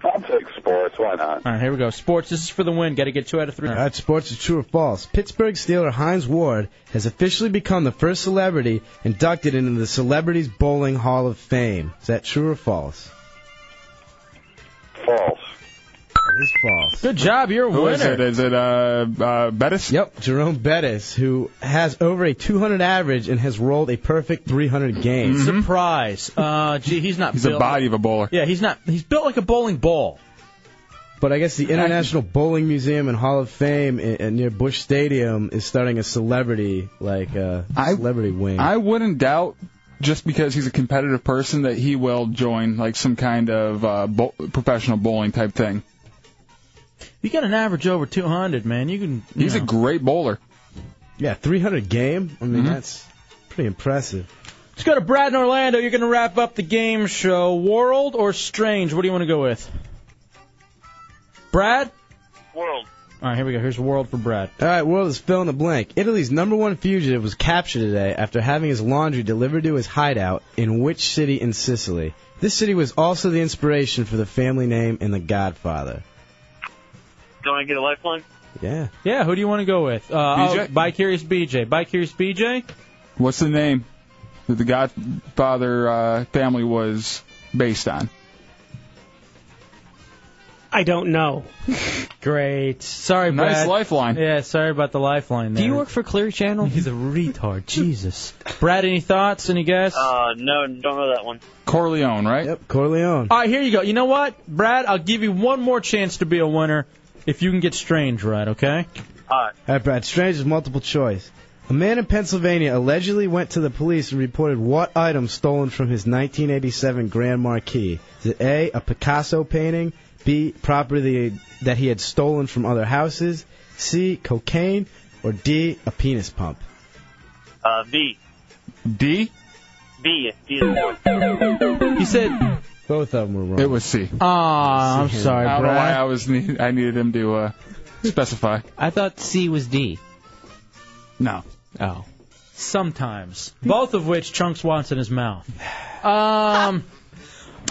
[SPEAKER 11] I'll take sports. Why not?
[SPEAKER 3] All right, here we go. Sports. This is for the win. Got to get two out of three.
[SPEAKER 1] All right, sports is true or false. Pittsburgh Steeler Heinz Ward has officially become the first celebrity inducted into the Celebrities Bowling Hall of Fame. Is that true or false?
[SPEAKER 11] False.
[SPEAKER 1] It is false.
[SPEAKER 3] Good job. You're a
[SPEAKER 4] Who
[SPEAKER 3] winner.
[SPEAKER 4] is it? Is it uh, uh, Bettis?
[SPEAKER 1] Yep, Jerome Bettis, who has over a 200 average and has rolled a perfect 300 games.
[SPEAKER 4] Mm-hmm.
[SPEAKER 3] Surprise. Uh, gee, he's not.
[SPEAKER 4] He's
[SPEAKER 3] built.
[SPEAKER 4] a body of a bowler.
[SPEAKER 3] Yeah, he's not. He's built like a bowling ball.
[SPEAKER 1] But I guess the International Bowling Museum and Hall of Fame i- i- near Bush Stadium is starting a celebrity like uh, celebrity wing.
[SPEAKER 4] I wouldn't doubt just because he's a competitive person that he will join like some kind of uh, bo- professional bowling type thing.
[SPEAKER 3] You got an average over 200, man. You can. You
[SPEAKER 4] He's a
[SPEAKER 3] know.
[SPEAKER 4] great bowler.
[SPEAKER 1] Yeah, 300 game. I
[SPEAKER 4] Mm-hmm.
[SPEAKER 1] mean, that's pretty impressive.
[SPEAKER 3] Let's go to Brad in Orlando. You're going to wrap up the game show. World or Strange? What do you want to go with? Brad?
[SPEAKER 12] World.
[SPEAKER 3] All right, here we go. Here's World for Brad.
[SPEAKER 1] All right, world is fill in the blank. Italy's number one fugitive was captured today after having his laundry delivered to his hideout in which city in Sicily? This city was also the inspiration for the family name in The Godfather.
[SPEAKER 12] Do I get a lifeline?
[SPEAKER 1] Yeah.
[SPEAKER 3] Yeah, who do you want to go with? Uh,
[SPEAKER 4] BJ?
[SPEAKER 3] Oh, By Curious BJ. By Curious BJ?
[SPEAKER 4] What's the name that the Godfather uh, family was based on?
[SPEAKER 8] I don't know.
[SPEAKER 3] Great. Sorry,
[SPEAKER 4] Nice
[SPEAKER 3] Brad.
[SPEAKER 4] lifeline.
[SPEAKER 3] Yeah, sorry about the lifeline there. Do you work
[SPEAKER 13] for Clear Channel?
[SPEAKER 3] He's a retard. Jesus. Brad, any thoughts? Any guess?
[SPEAKER 12] Uh, no, don't know that one.
[SPEAKER 4] Corleone, right?
[SPEAKER 1] Yep, Corleone.
[SPEAKER 3] All right, here you go. You know what, Brad? I'll give you one more chance to be a winner if you can get Strange right, okay?
[SPEAKER 1] All right, Brad. Strange is multiple choice. A man in Pennsylvania allegedly went to the police and reported what item stolen from his 1987 Grand Marquis. Is it A, a Picasso painting, B, property that he had stolen from other houses, C, cocaine, or D, a penis pump?
[SPEAKER 12] Uh, B.
[SPEAKER 4] D?
[SPEAKER 12] B. B is boy.
[SPEAKER 3] You said
[SPEAKER 1] both of them were wrong.
[SPEAKER 4] It was C.
[SPEAKER 3] Ah, I'm
[SPEAKER 4] I
[SPEAKER 3] sorry,
[SPEAKER 4] don't know why
[SPEAKER 3] Brad.
[SPEAKER 4] I was need- I needed him to uh, specify.
[SPEAKER 13] I thought C was D.
[SPEAKER 4] No.
[SPEAKER 13] Oh.
[SPEAKER 3] Sometimes. Both of which Chunks wants in his mouth. Um,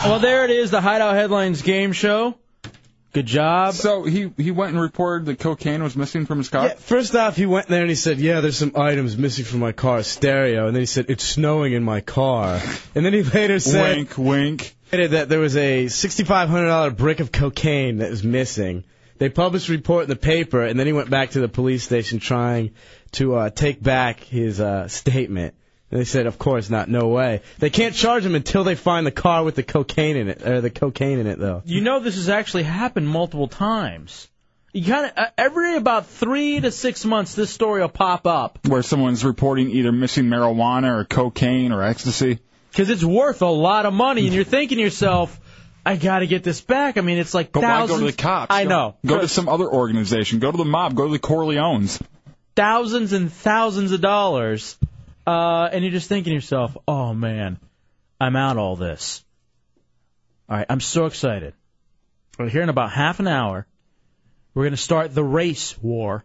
[SPEAKER 3] well, there it is, the Hideout Headlines game show. Good job.
[SPEAKER 4] So he he went and reported that cocaine was missing from his car.
[SPEAKER 1] Yeah, first off, he went there and he said, "Yeah, there's some items missing from my car stereo," and then he said, "It's snowing in my car," and then he later said,
[SPEAKER 4] Wink, wink.
[SPEAKER 1] Stated that there was a $6,500 brick of cocaine that was missing. They published a report in the paper, and then he went back to the police station trying to uh, take back his uh, statement. And they said, "Of course not, no way." They can't charge him until they find the car with the cocaine in it, or the cocaine in it, though.
[SPEAKER 3] You know this has actually happened multiple times. You kind of every about three to six months, this story will pop up
[SPEAKER 4] Where someone's reporting either missing marijuana or cocaine or ecstasy.
[SPEAKER 3] because it's worth a lot of money, and you're thinking to yourself, "I got to get this back." I mean, it's like
[SPEAKER 4] But why
[SPEAKER 3] thousands.
[SPEAKER 4] go to the cops?
[SPEAKER 3] I
[SPEAKER 4] Go-
[SPEAKER 3] know
[SPEAKER 4] Go to some other organization. Go to the mob. Go to the Corleones.
[SPEAKER 3] thousands and thousands of dollars, uh, and you're just thinking to yourself, "Oh man, I'm out all this." All right, I'm so excited. Well, here in about half an hour, we're going to start the race war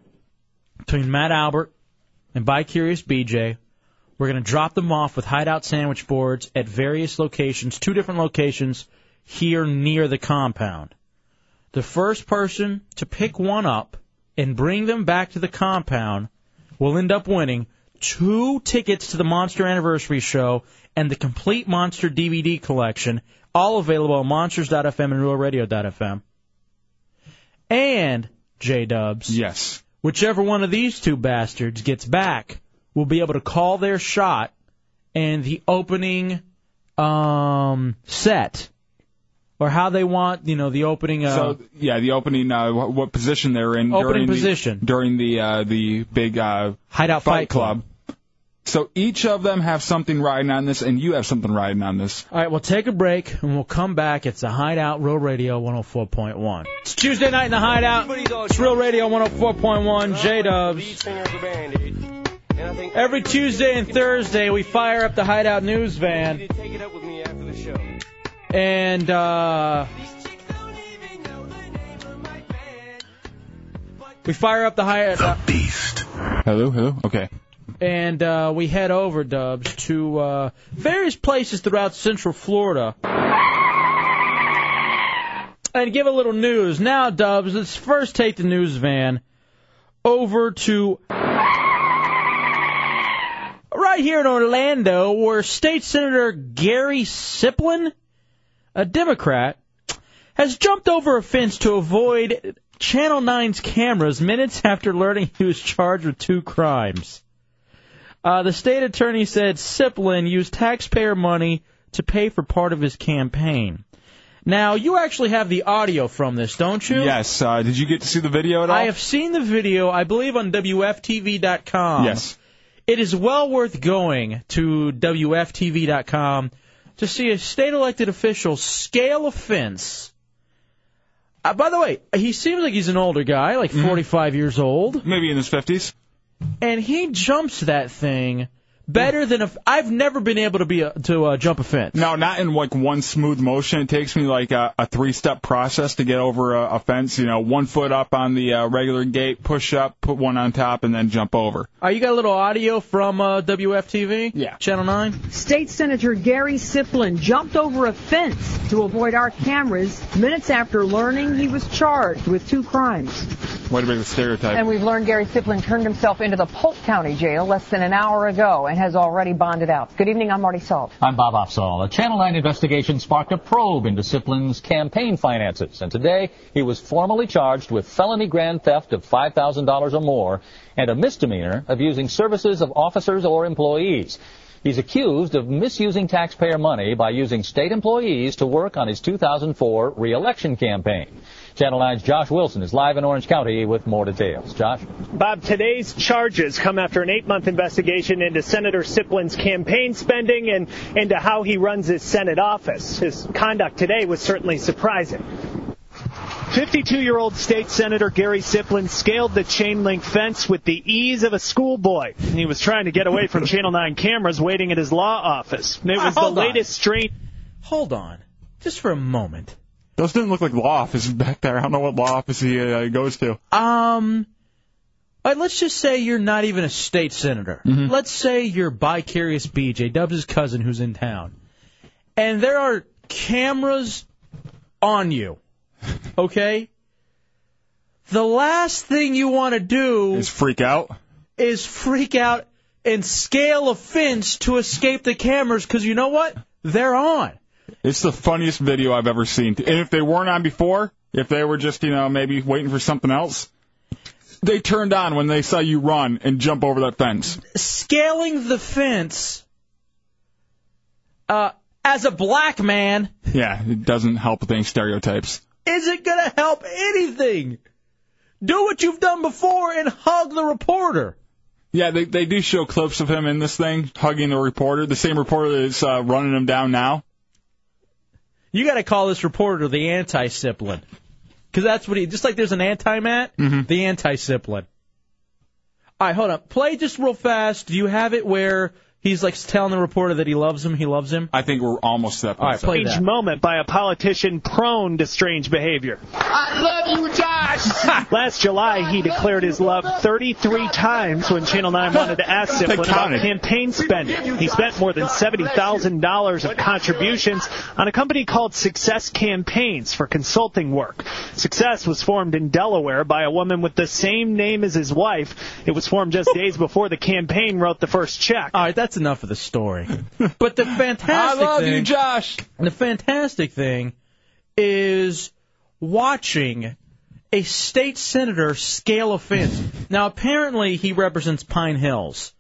[SPEAKER 3] between Matt Albert and By Curious BJ. We're going to drop them off with hideout sandwich boards at various locations, two different locations here near the compound. The first person to pick one up and bring them back to the compound will end up winning two tickets to the Monster Anniversary Show and the complete Monster DVD collection, all available on Monsters.fm and RealRadio.fm. And J Dubs.
[SPEAKER 4] Yes.
[SPEAKER 3] Whichever one of these two bastards gets back will be able to call their shot and the opening um, set or how they want, you know, the opening. Uh,
[SPEAKER 4] So yeah, the opening. Uh, what, what position they're in?
[SPEAKER 3] Opening
[SPEAKER 4] during
[SPEAKER 3] position.
[SPEAKER 4] the, during the uh, the big uh,
[SPEAKER 3] Hideout Fight
[SPEAKER 4] club. So each of them have something riding on this, and you have something riding on this.
[SPEAKER 3] All right, we'll take a break and we'll come back. It's the Hideout Real Radio 104.1. It's Tuesday night in the Hideout. It's Real Radio 104.1. J Dubs. Every Tuesday and Thursday, we fire up the Hideout News Van and uh, we fire up the uh, Hideout.
[SPEAKER 4] Hello, hello. Okay.
[SPEAKER 3] and uh, we head over dubs to uh, various places throughout Central Florida. And give a little news. Now, Dubs, let's first take the news van over to right here in Orlando, where State Senator Gary Siplin, a Democrat, has jumped over a fence to avoid Channel 9's cameras minutes after learning he was charged with two crimes. Uh, the state attorney said Siplin used taxpayer money to pay for part of his campaign. Now, you actually have the audio from this, don't you?
[SPEAKER 4] Yes. Uh, did you get to see the video at all?
[SPEAKER 3] I have seen the video, I believe, on WFTV.com.
[SPEAKER 4] Yes.
[SPEAKER 3] It is well worth going to WFTV.com to see a state elected official scale a fence Uh, by the way, he seems like he's an older guy, like 45 years old.
[SPEAKER 4] Mm-hmm. Maybe in his 50s.
[SPEAKER 3] And he jumps that thing better than a. f- I've never been able to be a, to uh, jump a fence.
[SPEAKER 4] No, not in like one smooth motion. It takes me like a, a three-step process to get over a, a fence. You know, one foot up on the uh, regular gate, push up, put one on top, and then jump over.
[SPEAKER 3] Uh, you got a little audio from uh, WFTV?
[SPEAKER 4] Yeah.
[SPEAKER 3] Channel 9?
[SPEAKER 14] State Senator Gary Siplin jumped over a fence to avoid our cameras minutes after learning he was charged with two crimes.
[SPEAKER 4] Way to make the stereotype.
[SPEAKER 14] And we've learned Gary Siplin turned himself into the Polk County Jail less than an hour ago and has already bonded out. Good evening, I'm Marty Salt.
[SPEAKER 15] I'm Bob Opsahl. A Channel 9 investigation sparked a probe into Siplin's campaign finances, and today he was formally charged with felony grand theft of $5,000 or more and a misdemeanor of using services of officers or employees. He's accused of misusing taxpayer money by using state employees to work on his 2004 reelection campaign. Channel 9's Josh Wilson is live in Orange County with more details. Josh?
[SPEAKER 12] Bob, today's charges come after an eight-month investigation into Senator Siplin's campaign spending and into how he runs his Senate office. His conduct today was certainly surprising. 52-year-old state senator Gary Siplin scaled the chain link fence with the ease of a schoolboy. He was trying to get away from Channel 9 cameras waiting at his law office. It was the
[SPEAKER 3] Hold on.
[SPEAKER 12] latest strain.
[SPEAKER 3] Hold on. Just for a moment.
[SPEAKER 4] Those didn't look like law offices back there. I don't know what law office he uh, goes to.
[SPEAKER 3] Um, all right, let's just say you're not even a state senator.
[SPEAKER 4] Mm-hmm.
[SPEAKER 3] Let's say you're Vicarious BJ, Dubs' cousin who's in town. And there are cameras on you. Okay? The last thing you want to do is
[SPEAKER 4] freak out.
[SPEAKER 3] Is freak out and scale a fence to escape the cameras because you know what? They're on.
[SPEAKER 4] It's the funniest video I've ever seen. And if they weren't on before, if they were just, you know, maybe waiting for something else, they turned on when they saw you run and jump over that fence.
[SPEAKER 3] Scaling the fence uh, as a black man
[SPEAKER 4] Yeah, it doesn't help with any stereotypes.
[SPEAKER 3] isn't going to help anything. Do what you've done before and hug the reporter.
[SPEAKER 4] Yeah, they they do show clips of him in this thing hugging the reporter, the same reporter that's uh, running him down now.
[SPEAKER 3] You got to call this reporter the anti Siplin. Because that's what he, just like there's an anti Matt,
[SPEAKER 4] Mm-hmm.
[SPEAKER 3] the anti Siplin. All right, hold up. Play just real fast. Do you have it where he's like telling the reporter that he loves him? He loves him?
[SPEAKER 4] I think we're almost to that point.
[SPEAKER 3] play that.
[SPEAKER 12] moment by a politician prone to strange behavior.
[SPEAKER 2] I love you, Josh.
[SPEAKER 12] Last July, he declared his love 33 times when Channel 9 wanted to ask him
[SPEAKER 2] They
[SPEAKER 12] about
[SPEAKER 2] counted.
[SPEAKER 12] campaign spending. He spent more than $70,000 of contributions on a company called Success Campaigns for consulting work. Success was formed in Delaware by a woman with the same name as his wife. It was formed just days before the campaign wrote the first check.
[SPEAKER 3] All right, that's enough of the story. But the fantastic
[SPEAKER 12] I love
[SPEAKER 3] thing,
[SPEAKER 12] you,
[SPEAKER 4] Josh.
[SPEAKER 3] The fantastic thing is watching a state senator scale a fence. now, apparently, he represents Pine Hills.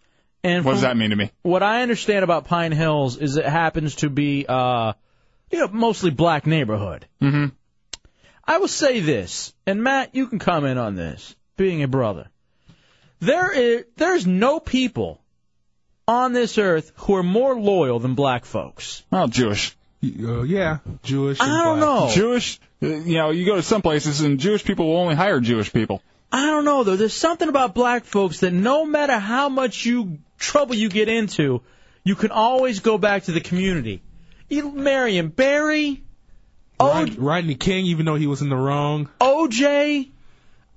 [SPEAKER 3] And
[SPEAKER 4] What does
[SPEAKER 3] from
[SPEAKER 4] that mean to me?
[SPEAKER 3] What I understand about Pine Hills is it happens to be, uh, you know, mostly black neighborhood.
[SPEAKER 4] Mm-hmm.
[SPEAKER 3] I will say this, and Matt, you can comment on this, being a brother. There is there's no people on this earth who are more loyal than black folks.
[SPEAKER 4] Well, Jewish.
[SPEAKER 7] Uh, yeah, Jewish. and
[SPEAKER 3] I don't
[SPEAKER 7] black.
[SPEAKER 3] know.
[SPEAKER 4] Jewish, uh, you know, you go to some places and Jewish people will only hire Jewish people.
[SPEAKER 3] I don't know though. There's something about black folks that no matter how much you trouble you get into, you can always go back to the community. You Marion Barry,
[SPEAKER 7] Rod- Rodney King, even though he was in the wrong.
[SPEAKER 3] OJ,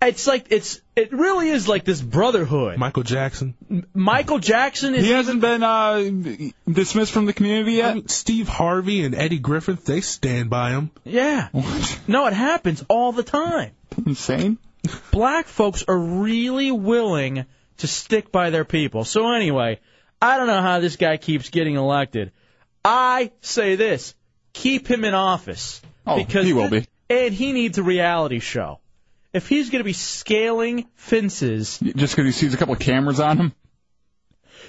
[SPEAKER 3] it's like it's it really is like this brotherhood.
[SPEAKER 7] Michael Jackson.
[SPEAKER 3] M- Michael Jackson is
[SPEAKER 4] He hasn't been uh, dismissed from the community yet.
[SPEAKER 7] Um, Steve Harvey and Eddie Griffith, they stand by him.
[SPEAKER 3] Yeah. No, it happens all the time.
[SPEAKER 4] Insane.
[SPEAKER 3] Black folks are really willing to stick by their people. So anyway, I don't know how this guy keeps getting elected. I say this: keep him in office
[SPEAKER 4] Oh,
[SPEAKER 3] because
[SPEAKER 4] he will be.
[SPEAKER 3] and he needs a reality show. If he's going to be scaling fences,
[SPEAKER 4] Just because he sees a couple of cameras on him.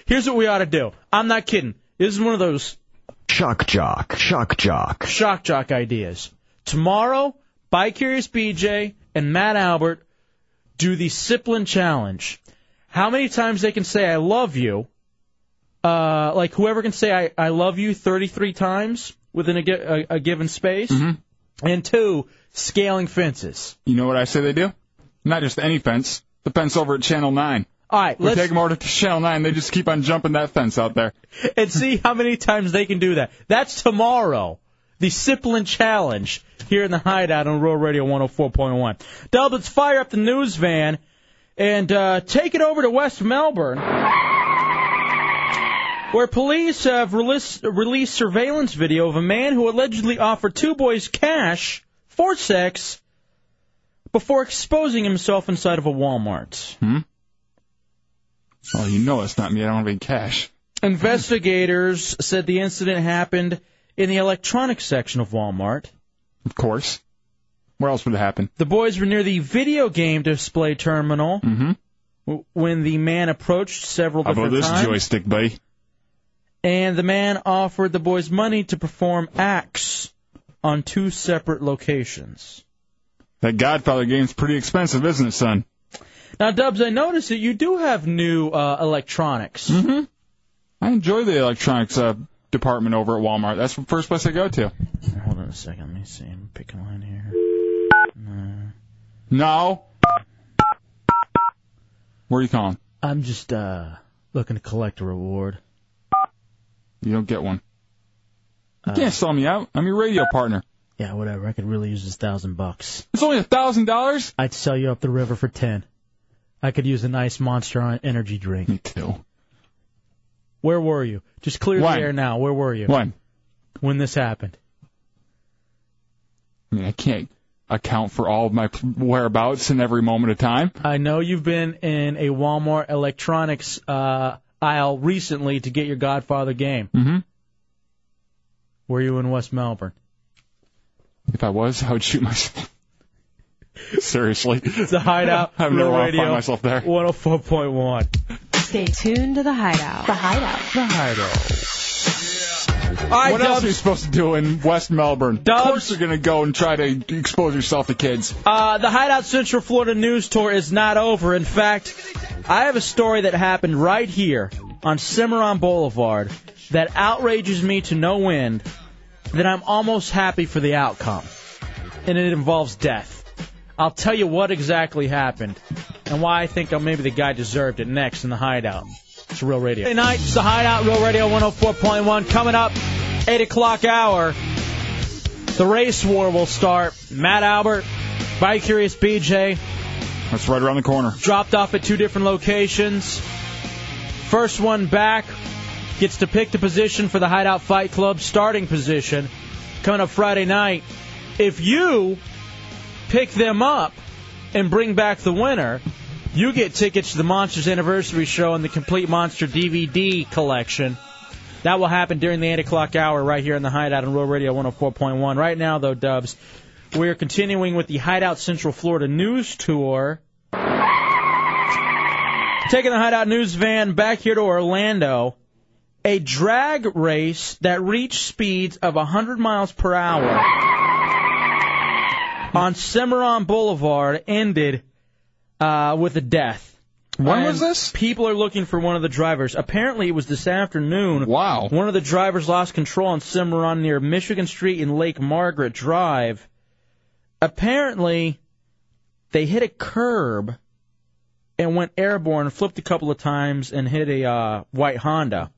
[SPEAKER 3] here's what we ought to do. I'm not kidding. This is one of those
[SPEAKER 15] Shock jock. Shock jock.
[SPEAKER 3] shock jock ideas. Tomorrow, by Curious BJ and Matt Albert do the Siplin challenge. How many times they can say I love you? Uh,
[SPEAKER 4] Mm.
[SPEAKER 3] like whoever can say I, I love you 33 times within a, gi- a, a given space,
[SPEAKER 4] Mm-hmm.
[SPEAKER 3] And two, scaling fences.
[SPEAKER 4] You know what I say they do? Not just any fence, the fence over at Channel 9.
[SPEAKER 3] All right,
[SPEAKER 4] we
[SPEAKER 3] let's-
[SPEAKER 4] take them over to Channel 9, they just keep on jumping that fence out there.
[SPEAKER 3] and see how many times they can do that. That's tomorrow. The Siplin Challenge here in the hideout on Rural Radio 104.1. Dub, let's fire up the news van and uh, take it over to West Melbourne, where police have released, released surveillance video of a man who allegedly offered two boys cash for sex before exposing himself inside of a Walmart.
[SPEAKER 4] Hmm? Oh, you know it's not me. I don't have any cash.
[SPEAKER 3] Investigators said the incident happened in the electronics section of Walmart.
[SPEAKER 4] Of course. Where else would it happen?
[SPEAKER 3] The boys were near the video game display terminal w- when the man approached several
[SPEAKER 4] Mm-hmm. How about
[SPEAKER 3] different
[SPEAKER 4] this
[SPEAKER 3] times,
[SPEAKER 4] joystick, buddy?
[SPEAKER 3] and the man offered the boys money to perform acts on two separate locations.
[SPEAKER 4] That Godfather game's pretty expensive, isn't it, son?
[SPEAKER 3] Now, Dubs, I noticed that you do have new uh, electronics. Mm-hmm.
[SPEAKER 4] I enjoy the electronics uh, department over at Walmart. That's the first place I go to.
[SPEAKER 3] Hold on a second. Let me see. I'm picking line here.
[SPEAKER 4] No. Where are you calling?
[SPEAKER 3] I'm just uh, looking to collect a reward.
[SPEAKER 4] You don't get one. You
[SPEAKER 3] Uh,
[SPEAKER 4] can't sell me out. I'm your radio partner.
[SPEAKER 3] Yeah, whatever. I could really use this thousand bucks.
[SPEAKER 4] It's only a thousand dollars.
[SPEAKER 3] I'd sell you up the river for ten. I could use a nice Monster Energy drink. Me
[SPEAKER 4] too.
[SPEAKER 3] Where were you? Just clear
[SPEAKER 4] When?
[SPEAKER 3] the air now. Where were you?
[SPEAKER 4] When?
[SPEAKER 3] When this happened.
[SPEAKER 4] I mean, I can't account for all of my whereabouts in every moment of time.
[SPEAKER 3] I know you've been in a Walmart electronics uh, aisle recently to get your Godfather game.
[SPEAKER 4] Mm-hmm.
[SPEAKER 3] Were you in West Melbourne?
[SPEAKER 4] If I was, I would shoot myself. Seriously.
[SPEAKER 3] It's the Hideout.
[SPEAKER 4] I've never
[SPEAKER 3] Real
[SPEAKER 4] wanna
[SPEAKER 3] radio.
[SPEAKER 4] find myself there.
[SPEAKER 3] 104.1.
[SPEAKER 16] Stay tuned to the Hideout. The Hideout.
[SPEAKER 3] The Hideout.
[SPEAKER 4] what else are you supposed to do in West Melbourne? Of course you're going to go and try to expose yourself to kids.
[SPEAKER 3] Uh, the Hideout Central Florida news tour is not over. In fact, I have a story that happened right here on Cimarron Boulevard that outrages me to no end that I'm almost happy for the outcome. And it involves death. I'll tell you what exactly happened and why I think uh, maybe the guy deserved it next in the Hideout. It's real radio. Hey, night, it's the Hideout, Real Radio 104.1. Coming up, 8 o'clock hour. The race war will start. Matt Albert, Bike Curious BJ,
[SPEAKER 4] That's right around the corner.
[SPEAKER 3] dropped off at two different locations. First one back gets to pick the position for the Hideout Fight Club starting position coming up Friday night. If you pick them up and bring back the winner, you get tickets to the Monsters Anniversary Show and the Complete Monster DVD collection. That will happen during the 8 o'clock hour right here in the Hideout on Real Radio 104.1. Right now, though, Dubs, we are continuing with the Hideout Central Florida News Tour. Taking the Hideout News van back here to Orlando. A drag race that reached speeds of 100 miles per hour on Cimarron Boulevard ended uh, with a death.
[SPEAKER 4] When was this?
[SPEAKER 3] People are looking for one of the drivers. Apparently, it was this afternoon.
[SPEAKER 4] Wow.
[SPEAKER 3] One of the drivers lost control on Cimarron near Michigan Street and Lake Margaret Drive. Apparently, they hit a curb and went airborne, flipped a couple of times, and hit a uh, white Honda.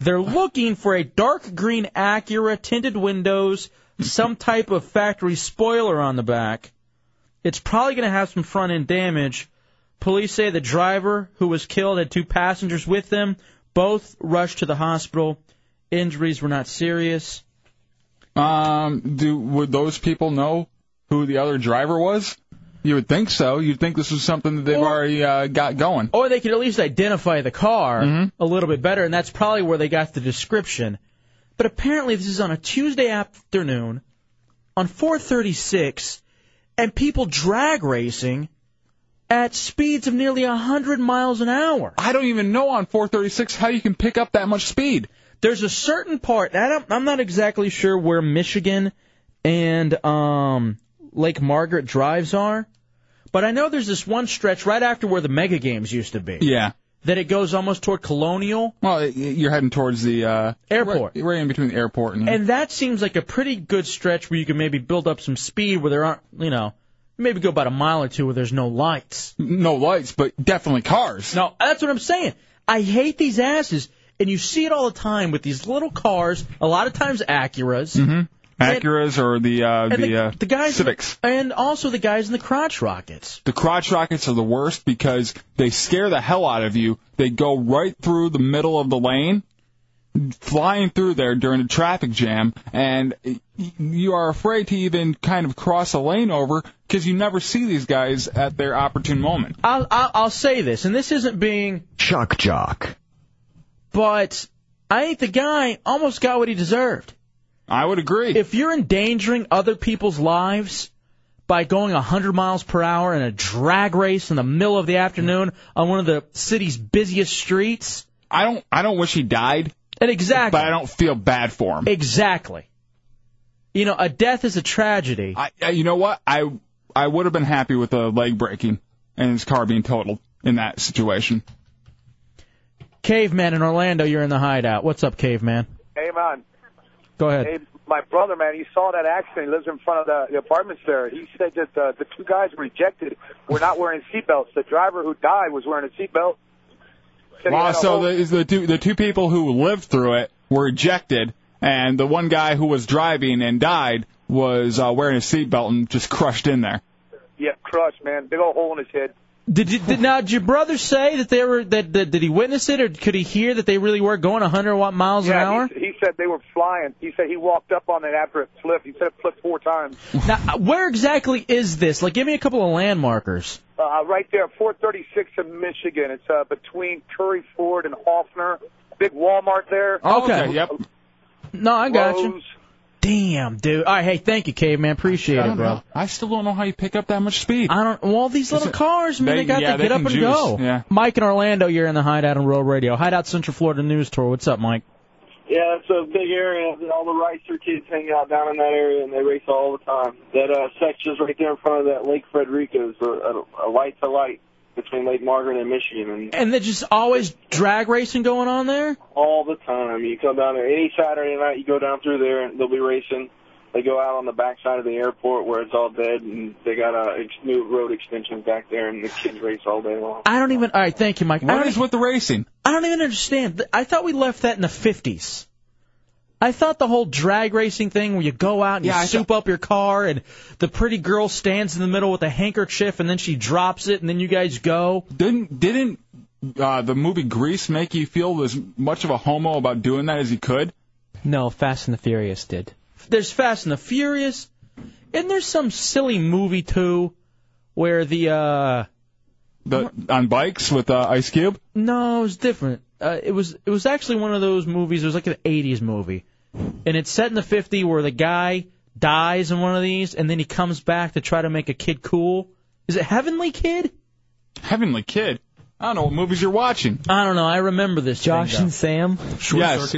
[SPEAKER 3] They're looking for a dark green Acura, tinted windows, some type of factory spoiler on the back. It's probably going to have some front end damage. Police say the driver who was killed had two passengers with them. Both rushed to the hospital. Injuries were not serious.
[SPEAKER 4] Um, do would those people know who the other driver was? You would think so. You'd think this was something that they've already uh, got going.
[SPEAKER 3] Or they could at least identify the car a little bit better, and that's probably where they got the description. But apparently, this is on a Tuesday afternoon, on 4:36, and people drag racing at speeds of nearly 100 miles an hour.
[SPEAKER 4] I don't even know on 436 how you can pick up that much speed.
[SPEAKER 3] There's a certain part. I don't, I'm not exactly sure where Michigan and um, Lake Margaret drives are, but I know there's this one stretch right after where the Mega Games used to be.
[SPEAKER 4] Yeah.
[SPEAKER 3] that it goes almost toward Colonial.
[SPEAKER 4] Well, you're heading towards the uh,
[SPEAKER 3] airport,
[SPEAKER 4] right, right in between the airport and.
[SPEAKER 3] And that seems like a pretty good stretch where you can maybe build up some speed where there aren't, you know, maybe go about a mile or two where there's no lights.
[SPEAKER 4] No lights, but definitely cars.
[SPEAKER 3] No, that's what I'm saying. I hate these asses, and you see it all the time with these little cars. A lot of times Acuras.
[SPEAKER 4] hmm Acuras or the uh, the,
[SPEAKER 3] And the,
[SPEAKER 4] uh,
[SPEAKER 3] the guys,
[SPEAKER 4] Civics.
[SPEAKER 3] and also the guys in the crotch rockets.
[SPEAKER 4] The crotch rockets are the worst because they scare the hell out of you. They go right through the middle of the lane, flying through there during a traffic jam, and you are afraid to even kind of cross a lane over because you never see these guys at their opportune moment.
[SPEAKER 3] I'll, I'll I'll say this, and this isn't being
[SPEAKER 4] shock jock.
[SPEAKER 3] but I think the guy almost got what he deserved.
[SPEAKER 4] I would agree.
[SPEAKER 3] If you're endangering other people's lives by going 100 miles per hour in a drag race in the middle of the afternoon on one of the city's busiest streets,
[SPEAKER 4] I don't I don't wish he died.
[SPEAKER 3] And exactly.
[SPEAKER 4] But I don't feel bad for him.
[SPEAKER 3] Exactly. You know, a death is a tragedy.
[SPEAKER 4] I, I- you know what? I I would have been happy with a leg breaking and his car being totaled in that situation.
[SPEAKER 3] Caveman in Orlando, you're in the hideout. What's up, Caveman?
[SPEAKER 17] Hey, man.
[SPEAKER 3] Go ahead.
[SPEAKER 17] Hey, my brother, man, he saw that accident. He lives in front of the, the apartments there. He said that uh, the two guys rejected were not wearing seatbelts. The driver who died was wearing a seatbelt. Said he
[SPEAKER 4] Wow,
[SPEAKER 17] had a
[SPEAKER 4] so
[SPEAKER 17] whole-
[SPEAKER 4] the, the two the two people who lived through it were ejected, and the one guy who was driving and died was uh, wearing a seatbelt and just crushed in there.
[SPEAKER 17] yeah, crushed, man. Big old hole in his head.
[SPEAKER 3] Did, you, did now did your brother say that they were that, that did he witness it or could he hear that they really were going 100 watt miles an hour?
[SPEAKER 17] He, he said they were flying. He said he walked up on it after it flipped. He said it flipped four times.
[SPEAKER 3] Now, uh, where exactly is this? Like, give me a couple of landmarkers.
[SPEAKER 17] Uh, right there, 436 in Michigan. It's uh, between Curry Ford and Hoffner. Big Walmart there.
[SPEAKER 3] Okay. Yep. No, I got you.
[SPEAKER 17] Lowe's.
[SPEAKER 3] Damn, dude. All right, hey, thank you, caveman. Appreciate
[SPEAKER 4] I
[SPEAKER 3] it,
[SPEAKER 4] don't
[SPEAKER 3] bro.
[SPEAKER 4] know. I still don't know how you pick up that much speed.
[SPEAKER 3] I don't. Well, these little cars, I mean, they, got
[SPEAKER 4] yeah,
[SPEAKER 3] to
[SPEAKER 4] they
[SPEAKER 3] get up
[SPEAKER 4] can
[SPEAKER 3] and
[SPEAKER 4] juice.
[SPEAKER 3] go.
[SPEAKER 4] Yeah.
[SPEAKER 3] Mike in Orlando, you're in the Hideout on Road Radio. Hideout Central Florida News Tour. What's up, Mike?
[SPEAKER 18] Yeah, it's a big area. All the Ricer kids hang out down in that area, and they race all the time. That uh, section's right there in front of that Lake Frederica is a, a, a light to light between Lake Margaret and Michigan, and
[SPEAKER 3] And there's just always drag racing going on there.
[SPEAKER 18] all the time. You come down there any Saturday night, you go down through there, and they'll be racing. They go out on the backside of the airport where it's all dead, and they got a ex- new road extension back there, and the kids race all day long.
[SPEAKER 3] I don't even. All right, thank you, Mike. I
[SPEAKER 4] What
[SPEAKER 3] don't
[SPEAKER 4] is with the racing?
[SPEAKER 3] I don't even understand. Th- I thought we left that in the 50s. I thought the whole drag racing thing where you go out and
[SPEAKER 4] Yeah,
[SPEAKER 3] you
[SPEAKER 4] I
[SPEAKER 3] soup up your car and the pretty girl stands in the middle with a handkerchief and then she drops it and then you guys go.
[SPEAKER 4] Didn't didn't uh, the movie Grease make you feel as much of a homo about doing that as you could?
[SPEAKER 6] No, Fast and the Furious did.
[SPEAKER 3] There's Fast and the Furious. And there's some silly movie too where the uh
[SPEAKER 4] the on bikes with uh, Ice Cube?
[SPEAKER 3] No, it was different. Uh, it was it was actually one of those movies. It was like an '80s movie, and it's set in the '50s where the guy dies in one of these, and then he comes back to try to make a kid cool. Is it Heavenly Kid?
[SPEAKER 4] Heavenly Kid. I don't know what movies you're watching.
[SPEAKER 3] I don't know. I remember this.
[SPEAKER 4] Josh
[SPEAKER 3] thing, though.
[SPEAKER 4] and
[SPEAKER 6] Sam.
[SPEAKER 4] yes.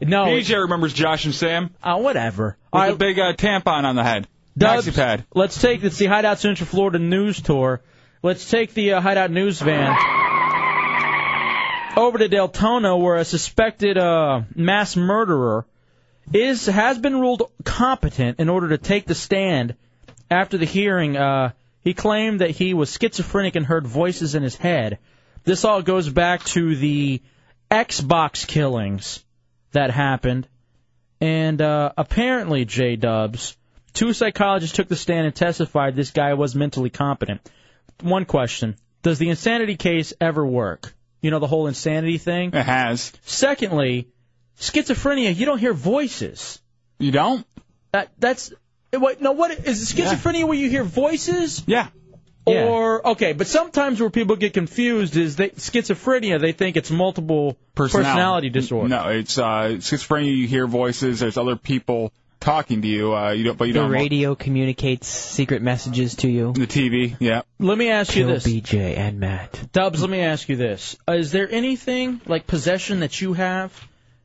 [SPEAKER 3] No.
[SPEAKER 4] PJ remembers Josh and Sam.
[SPEAKER 3] Oh, whatever.
[SPEAKER 4] With a big uh, tampon on the head.
[SPEAKER 3] Dubs,
[SPEAKER 4] Maxi pad.
[SPEAKER 3] Let's take it's the Hideout Central Florida news tour. Let's take the uh, Hideout news van over to Deltona, where a suspected uh, mass murderer is has been ruled competent in order to take the stand. After the hearing, uh, he claimed that he was schizophrenic and heard voices in his head. This all goes back to the Xbox killings that happened. And uh, apparently, J Dubs, two psychologists took the stand and testified this guy was mentally competent. One question Does the insanity case ever work? You know, the whole insanity thing? It
[SPEAKER 4] has.
[SPEAKER 3] Secondly, schizophrenia, you don't hear voices.
[SPEAKER 4] You don't?
[SPEAKER 3] That That's. What, no, what is it schizophrenia where you hear voices?
[SPEAKER 4] Yeah.
[SPEAKER 3] Or okay, but sometimes where people get confused is they schizophrenia. They think it's multiple personality disorder.
[SPEAKER 4] No, it's uh, schizophrenia. You hear voices. There's other people talking to you. Uh, you don't, but you
[SPEAKER 6] the
[SPEAKER 4] don't.
[SPEAKER 6] radio communicates secret messages to you.
[SPEAKER 4] The TV, yeah.
[SPEAKER 3] Let me ask you
[SPEAKER 6] Kill
[SPEAKER 3] this.
[SPEAKER 6] BJ and Matt.
[SPEAKER 3] Dubs, let me ask you this: uh, Is there anything like possession that you have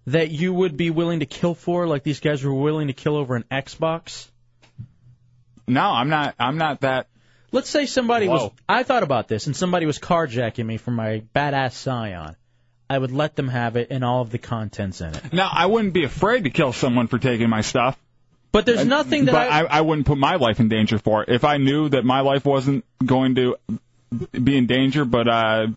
[SPEAKER 3] that you would be willing to kill for, like these guys were willing to kill over an Xbox?
[SPEAKER 4] No, I'm not. I'm not that
[SPEAKER 3] Let's say somebody was. I thought about this, and somebody was carjacking me for my badass Scion. I would let them have it and all of the contents in it.
[SPEAKER 4] Now, I wouldn't be afraid to kill someone for taking my stuff. Uh,
[SPEAKER 3] But there's nothing that
[SPEAKER 4] But
[SPEAKER 3] I-
[SPEAKER 4] I, I wouldn't put my life in danger for it. If I knew that my life wasn't going to be in danger, but uh,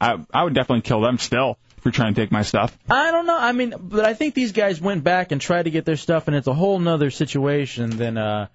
[SPEAKER 4] I, I would definitely kill them still for trying to take my stuff.
[SPEAKER 3] I don't know. I mean, but I think these guys went back and tried to get their stuff, and it's a whole nother situation than uh,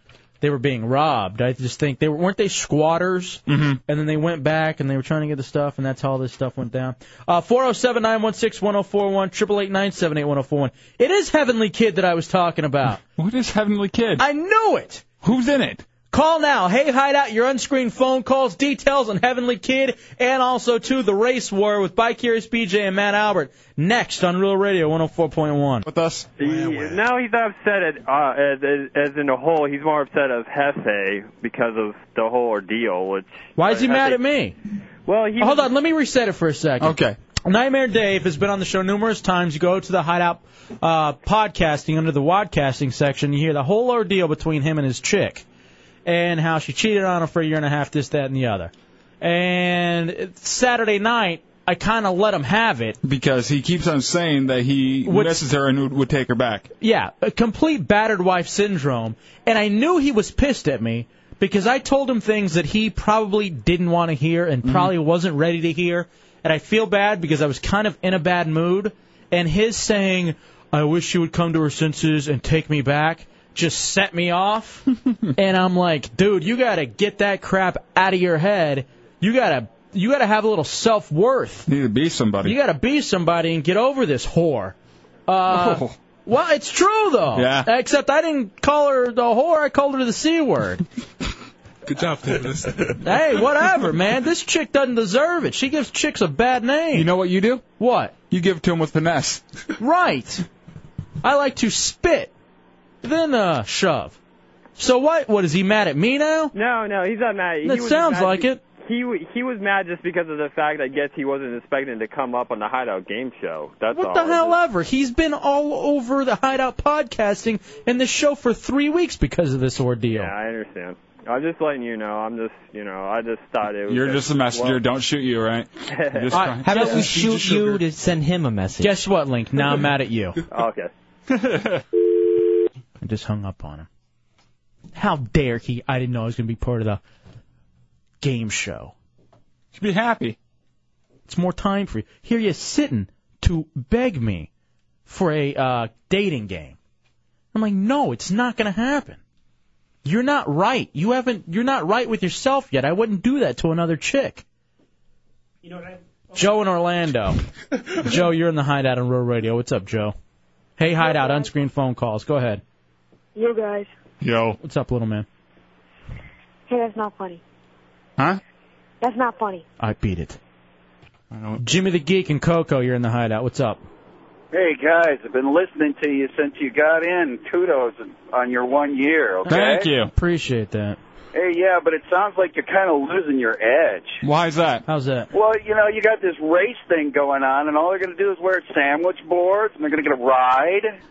[SPEAKER 3] they were being robbed. I just think they were, weren't they squatters, mm-hmm. and then they went back and they were trying to get the stuff, and that's how all this stuff went down. Uh, Four zero seven nine one six one zero four one triple eight nine seven eight one zero four one. It is Heavenly Kid that I was talking about.
[SPEAKER 4] What is Heavenly Kid?
[SPEAKER 3] I knew it.
[SPEAKER 4] Who's in it?
[SPEAKER 3] Call now. Hey, Hideout, your unscreened phone calls, details on Heavenly Kid, and also, to the race war with Bike Curious BJ and Matt Albert. Next on Real Radio 104.1.
[SPEAKER 4] With us.
[SPEAKER 19] He, now he's not upset at, uh, as, as, as in a whole. He's more upset of Hefe because of the whole ordeal. Which uh,
[SPEAKER 3] Why is he mad at me?
[SPEAKER 19] Well, he
[SPEAKER 3] hold on. Let me reset it for a second.
[SPEAKER 4] Okay.
[SPEAKER 3] Nightmare Dave has been on the show numerous times. You go to the Hideout uh, podcasting under the Wadcasting section. You hear the whole ordeal between him and his chick, and how she cheated on him for a year and a half, this, that, and the other. And it's Saturday night, I kind of let him have it.
[SPEAKER 4] Because he keeps on saying that he
[SPEAKER 3] What's-
[SPEAKER 4] misses her and would, would take her back.
[SPEAKER 3] Yeah, a complete battered wife syndrome. And I knew he was pissed at me because I told him things that he probably didn't want to hear and probably wasn't ready to hear. And I feel bad because I was kind of in a bad mood. And his saying, I wish she would come to her senses and take me back, just set me off. and I'm like, dude, you got to get that crap out of your head. You got to. You got to have a little self worth.
[SPEAKER 4] Need to be somebody.
[SPEAKER 3] You got to be somebody and get over this whore. Uh,
[SPEAKER 4] Oh.
[SPEAKER 3] Well, it's true though.
[SPEAKER 4] Yeah.
[SPEAKER 3] Except I didn't call her the whore. I called her the c word.
[SPEAKER 7] Good job, Davis.
[SPEAKER 3] hey, whatever, man. This chick doesn't deserve it. She gives chicks a bad name. You
[SPEAKER 4] know what you do?
[SPEAKER 3] What?
[SPEAKER 4] You give it to him with finesse.
[SPEAKER 3] Right. I like to spit, then uh shove. So what? What is he mad at me now?
[SPEAKER 19] No, no, he's not mad. He
[SPEAKER 3] That
[SPEAKER 19] was
[SPEAKER 3] sounds
[SPEAKER 19] mad
[SPEAKER 3] like
[SPEAKER 19] be-
[SPEAKER 3] it.
[SPEAKER 19] He w- he was mad just because of the fact I guess he wasn't expecting to come up on the Hideout game show. That's
[SPEAKER 3] What
[SPEAKER 19] all.
[SPEAKER 3] the hell ever? He's been all over the hideout podcasting and this show for three weeks because of this ordeal.
[SPEAKER 19] I understand. I'm just letting you know. I'm just you know I just thought it was.
[SPEAKER 4] You're just a messenger. Don't shoot you, right? You're just
[SPEAKER 19] I-
[SPEAKER 4] trying-
[SPEAKER 6] How about we
[SPEAKER 4] just feed you
[SPEAKER 6] shoot you
[SPEAKER 4] sugar.
[SPEAKER 6] to send him a message?
[SPEAKER 3] Guess what, Link? Now I'm mad at you.
[SPEAKER 19] okay.
[SPEAKER 3] I just hung up on him. How dare he? I didn't know I was going to be part of the game show.
[SPEAKER 4] Should be happy.
[SPEAKER 3] It's more time for you. Here you're sitting to beg me for a uh, dating game. I'm like, no, it's not going to happen. You're not right. You haven't. You're not right with yourself yet. I wouldn't do that to another chick.
[SPEAKER 8] You know what I?
[SPEAKER 3] Joe in Orlando. Joe, you're in the hideout on Real Radio. What's up, Joe? Hey, hideout, unscreened phone calls. Go ahead.
[SPEAKER 20] You guys.
[SPEAKER 4] Yo.
[SPEAKER 3] What's up, little man?
[SPEAKER 20] Hey, that's not funny.
[SPEAKER 4] Huh?
[SPEAKER 20] That's not funny.
[SPEAKER 3] I beat it. Jimmy the Geek and Coco, you're in the hideout. What's up?
[SPEAKER 21] Hey guys, I've been listening to you since you got in. Kudos on your one year. Okay.
[SPEAKER 3] Appreciate that.
[SPEAKER 21] Hey, yeah, but it sounds like you're kind of losing your edge.
[SPEAKER 4] Why is that?
[SPEAKER 3] How's that?
[SPEAKER 21] Well, you know, you got this race thing going on, and all they're going to do is wear sandwich boards, and they're going to get a ride.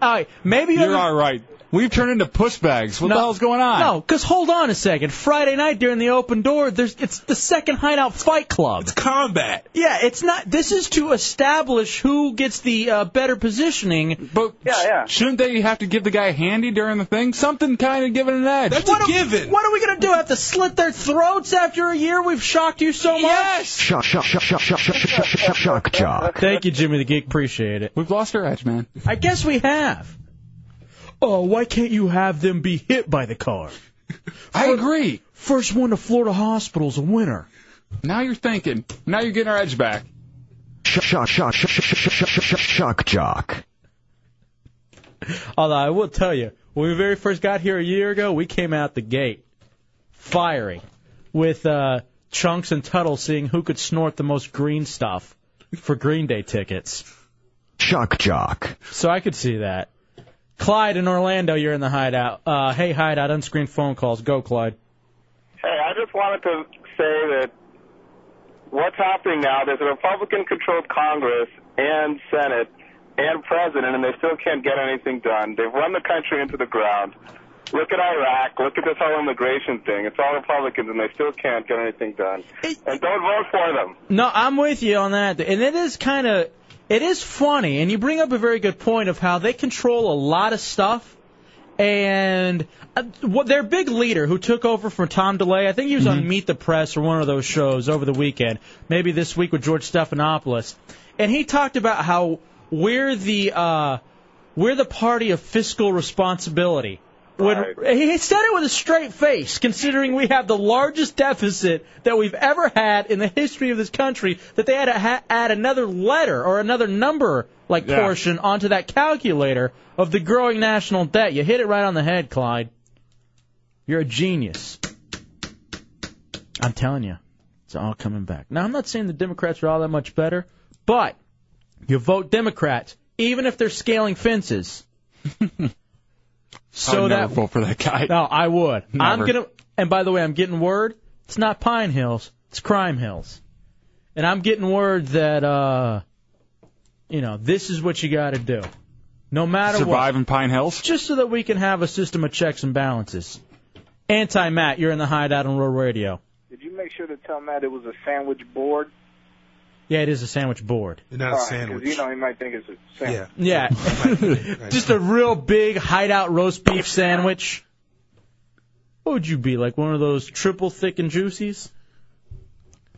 [SPEAKER 3] All right, maybe
[SPEAKER 4] you're all right. We've turned into push bags. What the hell's going on?
[SPEAKER 3] No, because hold on a second. Friday night during the open door, there's it's the second hideout fight club. It's
[SPEAKER 7] combat.
[SPEAKER 3] Yeah, it's not. This is to establish who gets the uh, better positioning.
[SPEAKER 4] But
[SPEAKER 3] yeah,
[SPEAKER 21] yeah.
[SPEAKER 4] Shouldn't they have to give the guy a handy during the thing? Something kind of giving an edge. That's
[SPEAKER 3] what given. What are we gonna do? Have to slit their throats after a year? We've shocked you so much. Yes.
[SPEAKER 11] Shock, shock, shock, shock, shock, shock, shock, shock, shock, jock.
[SPEAKER 3] Thank you, Jimmy the Geek. Appreciate it.
[SPEAKER 4] We've lost our edge, man.
[SPEAKER 3] I guess we have. Oh, why can't you have them be hit by the car?
[SPEAKER 4] I agree.
[SPEAKER 3] First one to Florida hospital's a winner.
[SPEAKER 4] Now you're thinking. Now you're getting our edge back.
[SPEAKER 11] Shock, shock, shock, shock, shock, shock, shock, shock, jock.
[SPEAKER 3] Although I will tell you, when we very first got here a year ago, we came out the gate firing with uh, Chunks and Tuttle seeing who could snort the most green stuff for Green Day tickets.
[SPEAKER 11] Shock, jock.
[SPEAKER 3] So I could see that. Clyde in Orlando, you're in the hideout. Uh, hey, hideout, unscreened phone calls. Go, Clyde.
[SPEAKER 18] Hey, I just wanted to say that what's happening now, there's a Republican controlled Congress and Senate and President, and they still can't get anything done. They've run the country into the ground.
[SPEAKER 9] Look at Iraq. Look at this whole immigration thing. It's all Republicans, and they still can't get anything done. And don't vote for them.
[SPEAKER 3] No, I'm with you on that. And it is kind of, it is funny. And you bring up a very good point of how they control a lot of stuff. And uh, what their big leader who took over from Tom DeLay, I think he was on Meet the Press or one of those shows over the weekend, maybe this week with George Stephanopoulos. And he talked about how we're the, uh, we're the party of fiscal responsibility. When he said it with a straight face, considering we have the largest deficit that we've ever had in the history of this country, that they had to ha- add another letter or another number like
[SPEAKER 4] Yeah.
[SPEAKER 3] portion onto that calculator of the growing national debt. You hit it right on the head, Clyde. You're a genius. I'm telling you, it's all coming back. Now, I'm not saying the Democrats are all that much better, but you vote Democrat, even if they're scaling fences.
[SPEAKER 4] I
[SPEAKER 3] so
[SPEAKER 4] would
[SPEAKER 3] that
[SPEAKER 4] never vote for that guy.
[SPEAKER 3] No, I would. I'm
[SPEAKER 4] Never.
[SPEAKER 3] gonna. And by the way, I'm getting word. It's not Pine Hills. It's Crime Hills. And I'm getting word that uh, you know, this is what you got to do, no matter what.
[SPEAKER 4] Survive in Pine Hills.
[SPEAKER 3] Just so that we can have a system of checks and balances. Anti Matt, you're in the hideout on Rural Radio.
[SPEAKER 17] Did you make sure to tell Matt it was a sandwich board?
[SPEAKER 3] Yeah, it is a sandwich board.
[SPEAKER 17] All right, 'cause, you know, he might think it's a sandwich.
[SPEAKER 3] Yeah. Just a real big hideout roast beef sandwich. What would you be like? One of those triple thick and juicies?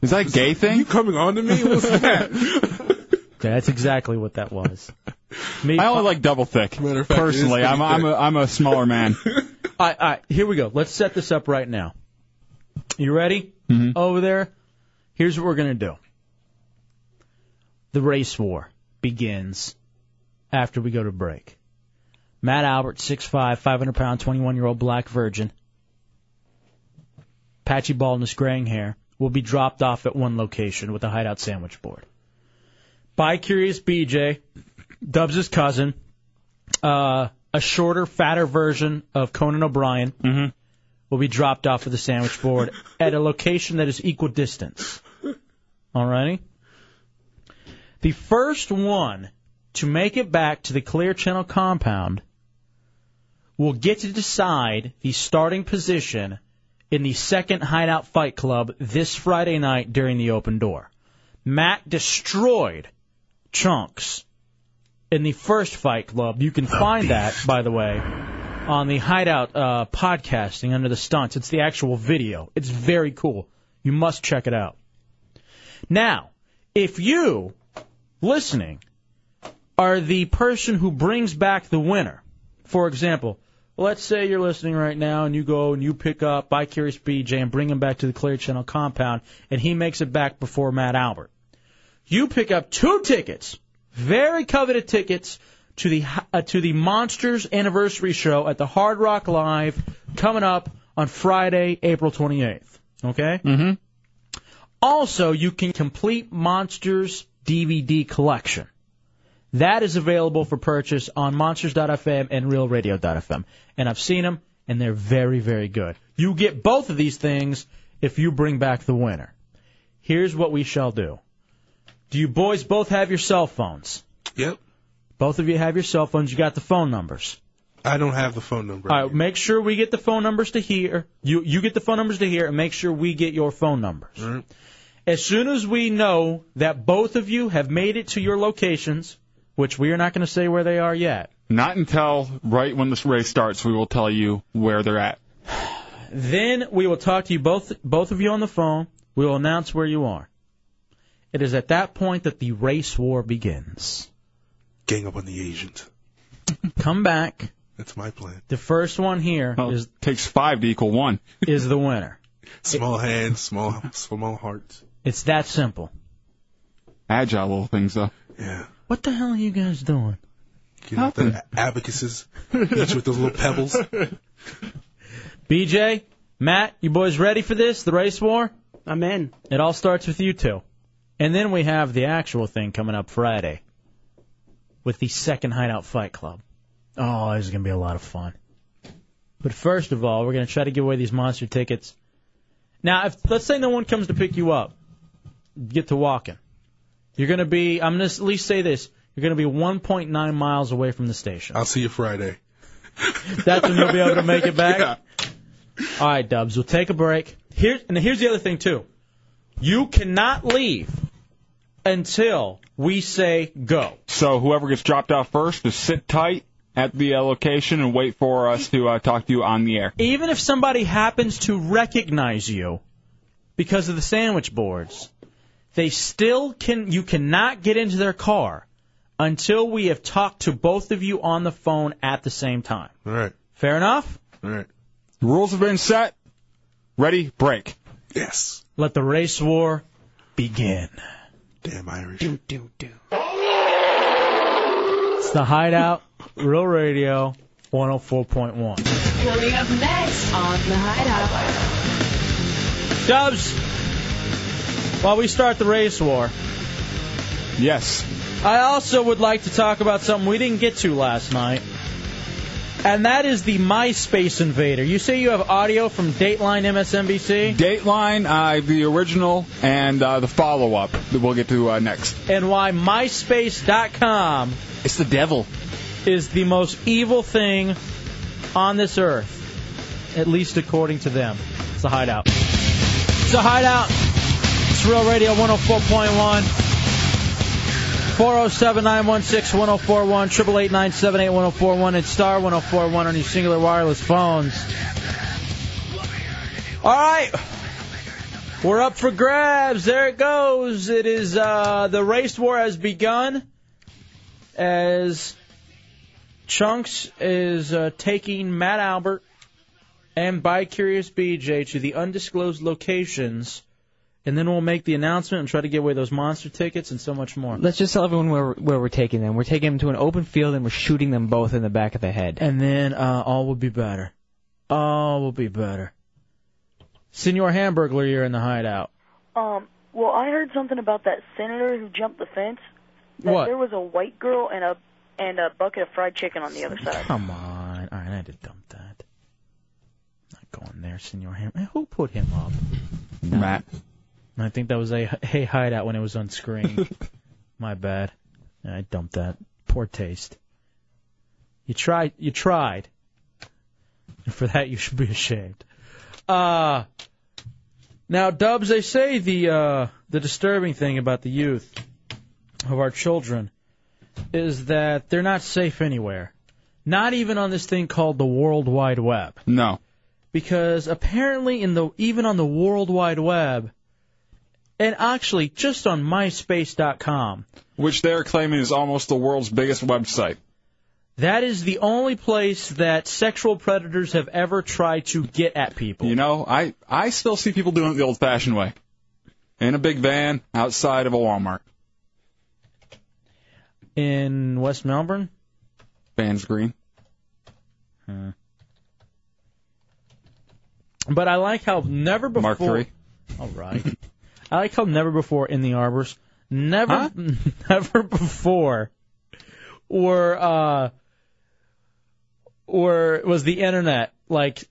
[SPEAKER 4] Is that a gay thing? You
[SPEAKER 3] coming on to
[SPEAKER 4] me? What's that?
[SPEAKER 3] That's exactly what that was. Me,
[SPEAKER 4] I only like double thick.
[SPEAKER 3] fact, it is
[SPEAKER 4] Personally, I'm
[SPEAKER 3] pretty
[SPEAKER 4] I'm a, I'm a smaller man.
[SPEAKER 3] All right, all right, here we go. Let's set this up right now. You ready? Mm-hmm. Over there. Here's what we're gonna do. The race war begins after we go to break. Matt Albert, 6'5", 500 pound, 21 year old black virgin, patchy baldness, graying hair, will be dropped off at one location with a hideout sandwich board. By Curious BJ, Dubs' his cousin, uh, a shorter, fatter version of Conan O'Brien will be dropped off at the sandwich board at a location that is equal distance. Alrighty? The first one to make it back to the Clear Channel compound will get to decide the starting position in the second Hideout Fight Club this Friday night during the open door. Matt destroyed Chunks in the first Fight Club. You can find that, by the way, on the Hideout uh, podcasting under the stunts. It's the actual video. It's very cool. You must check it out. Now, if you listening are the person who brings back the winner, for example, let's say you're listening right now and you go and you pick up by Curious BJ and bring him back to the Clear Channel compound, and he makes it back before Matt Albert. You pick up two tickets, very coveted tickets to the uh, to the Monsters anniversary show at the Hard Rock Live coming up on Friday, April 28th. Okay. Mm-hmm. Also, you can complete Monsters DVD collection. That is available for purchase on Monsters.fm and RealRadio.fm. And I've seen them, and they're very, very good. You get both of these things if you bring back the winner. Here's what we shall do. Do you boys both have your cell phones?
[SPEAKER 7] Yep.
[SPEAKER 3] Both of you have your cell phones. You got the phone numbers.
[SPEAKER 7] I don't have the phone number.
[SPEAKER 3] All right, make sure we get the phone numbers to here. You you get the phone numbers to here, and make sure we get your phone numbers. As soon as we know that both of you have made it to your locations, which we are not going to say where they are yet,
[SPEAKER 4] Not until right when this race starts, we will tell you where they're at.
[SPEAKER 3] then we will talk to you both both of you on the phone. We will announce where you are. It is at that point that the race war begins.
[SPEAKER 7] Gang up on the Asians.
[SPEAKER 3] Come back.
[SPEAKER 7] That's my plan.
[SPEAKER 3] The first one here is
[SPEAKER 4] Well, takes five to equal one.
[SPEAKER 3] is the winner.
[SPEAKER 7] Small hands, small, small hearts.
[SPEAKER 3] It's that simple.
[SPEAKER 4] Agile little things though.
[SPEAKER 3] What the hell are you guys doing?
[SPEAKER 7] Get out the abacuses, each with those little pebbles.
[SPEAKER 3] BJ, Matt, you boys ready for this? The race war? I'm in. It all starts with you two. And then we have the actual thing coming up Friday with the second Hideout Fight Club. Oh, this is going to be a lot of fun. But first of all, we're going to try to give away these monster tickets. Now, if let's say no one comes to pick you up, get to walking. You're going to be, I'm going to at least say this, you're going to be 1.9 miles away from the station.
[SPEAKER 7] I'll see you Friday.
[SPEAKER 3] That's when you'll be able to make it back. All right, Dubs. We'll take a break. Here and here's the other thing too. You cannot leave until we say go.
[SPEAKER 4] So whoever gets dropped off first, just sit tight at the uh, location and wait for us to uh, talk to you on the air.
[SPEAKER 3] Even if somebody happens to recognize you because of the sandwich boards, they still can. You cannot get into their car until we have talked to both of you on the phone at the same time.
[SPEAKER 4] All right.
[SPEAKER 3] Fair enough.
[SPEAKER 4] All right. The rules have been set. Ready? Break. Yes.
[SPEAKER 3] Let the race war begin.
[SPEAKER 7] Damn Irish.
[SPEAKER 3] Do, do, do. It's the Hideout, Real Radio 104.1.
[SPEAKER 16] Coming up next on the Hideout.
[SPEAKER 3] Dubs, while we start the race war.
[SPEAKER 4] Yes.
[SPEAKER 3] I also would like to talk about something we didn't get to last night. And that is the MySpace Invader. You say you have audio from Dateline MSNBC?
[SPEAKER 4] Dateline, uh, the original, and uh, the follow-up that we'll get to uh, next.
[SPEAKER 3] and why MySpace.com.
[SPEAKER 4] It's the devil.
[SPEAKER 3] Is the most evil thing on this earth, at least according to them. It's the hideout. It's the hideout. It's Real Radio 104.1. 407 916 1041, 888 978 1041, and star 1041 on your singular wireless phones. All right. We're up for grabs. There it goes. It is uh, the race war has begun. As Chunks is uh, taking Matt Albert and by Curious BJ to the undisclosed locations, and then we'll make the announcement and try to give away those monster tickets and so much more.
[SPEAKER 6] Let's just tell everyone where where we're taking them. We're taking them to an open field and we're shooting them both in the back of the head.
[SPEAKER 3] And then uh, all will be better. All will Oh, be better. Senor Hamburglar, you're in the hideout.
[SPEAKER 22] Um, well, I heard something about that senator who jumped the fence. That
[SPEAKER 3] What?
[SPEAKER 22] There was a white girl and a and a bucket of fried chicken on the other side.
[SPEAKER 3] Come on. All right, I had to dump that. Not going there, Senor Ham. Who put him up?
[SPEAKER 4] Matt.
[SPEAKER 3] I think that was a hey hideout when it was on screen. My bad. I dumped that. Poor taste. You tried. You tried. And for that, you should be ashamed. Uh, now, Dubs, they say the uh, the disturbing thing about the youth of our children is that they're not safe anywhere. Not even on this thing called the World Wide Web.
[SPEAKER 4] No.
[SPEAKER 3] Because apparently, in the even on the World Wide Web, and actually just on MySpace.com,
[SPEAKER 4] Which they're claiming is almost the world's biggest website.
[SPEAKER 3] That is the only place that sexual predators have ever tried to get at people.
[SPEAKER 4] You know, I, I still see people doing it the old-fashioned way. In a big van outside of a Walmart.
[SPEAKER 3] In West Melbourne?
[SPEAKER 4] Van's green. Uh,
[SPEAKER 3] But I like how never before.
[SPEAKER 4] Mark three.
[SPEAKER 3] All right. I like how never before in the arbors, never, never before were uh were was the internet like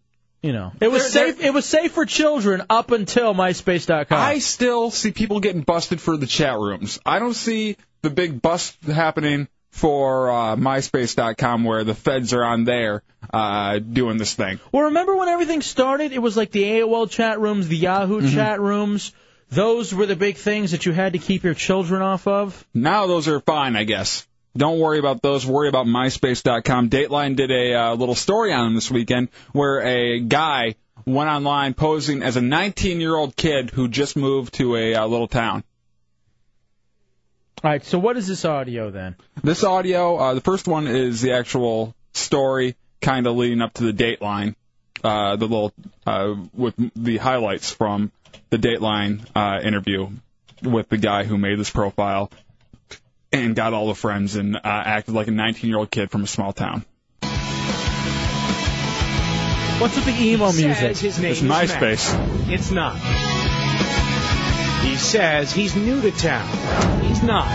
[SPEAKER 3] you know it was
[SPEAKER 4] They're-
[SPEAKER 3] safe it was safe for children up until MySpace.com.
[SPEAKER 4] I still see people getting busted for the chat rooms. I don't see the big bust happening for uh, MySpace.com where the feds are on there uh, doing this thing.
[SPEAKER 3] Well, remember when everything started? It was like the AOL chat rooms, the Yahoo chat rooms. Those were the big things that you had to keep your children off of.
[SPEAKER 4] Now those are fine, I guess. Don't worry about those. Worry about MySpace.com. Dateline did a uh, little story on them this weekend where a guy went online posing as a 19-year-old kid who just moved to a uh, little town.
[SPEAKER 3] All right, so what is this audio then?
[SPEAKER 4] This audio, uh, the first one is the actual story, kind of leading up to the Dateline, uh, the little uh, with the highlights from the Dateline uh, interview with the guy who made this profile and got all the friends and uh, acted like a 19-year-old kid from a small town.
[SPEAKER 3] What's with the emo
[SPEAKER 5] He says
[SPEAKER 3] music?
[SPEAKER 5] His name is Matt. It's not. He says he's new to town. He's not.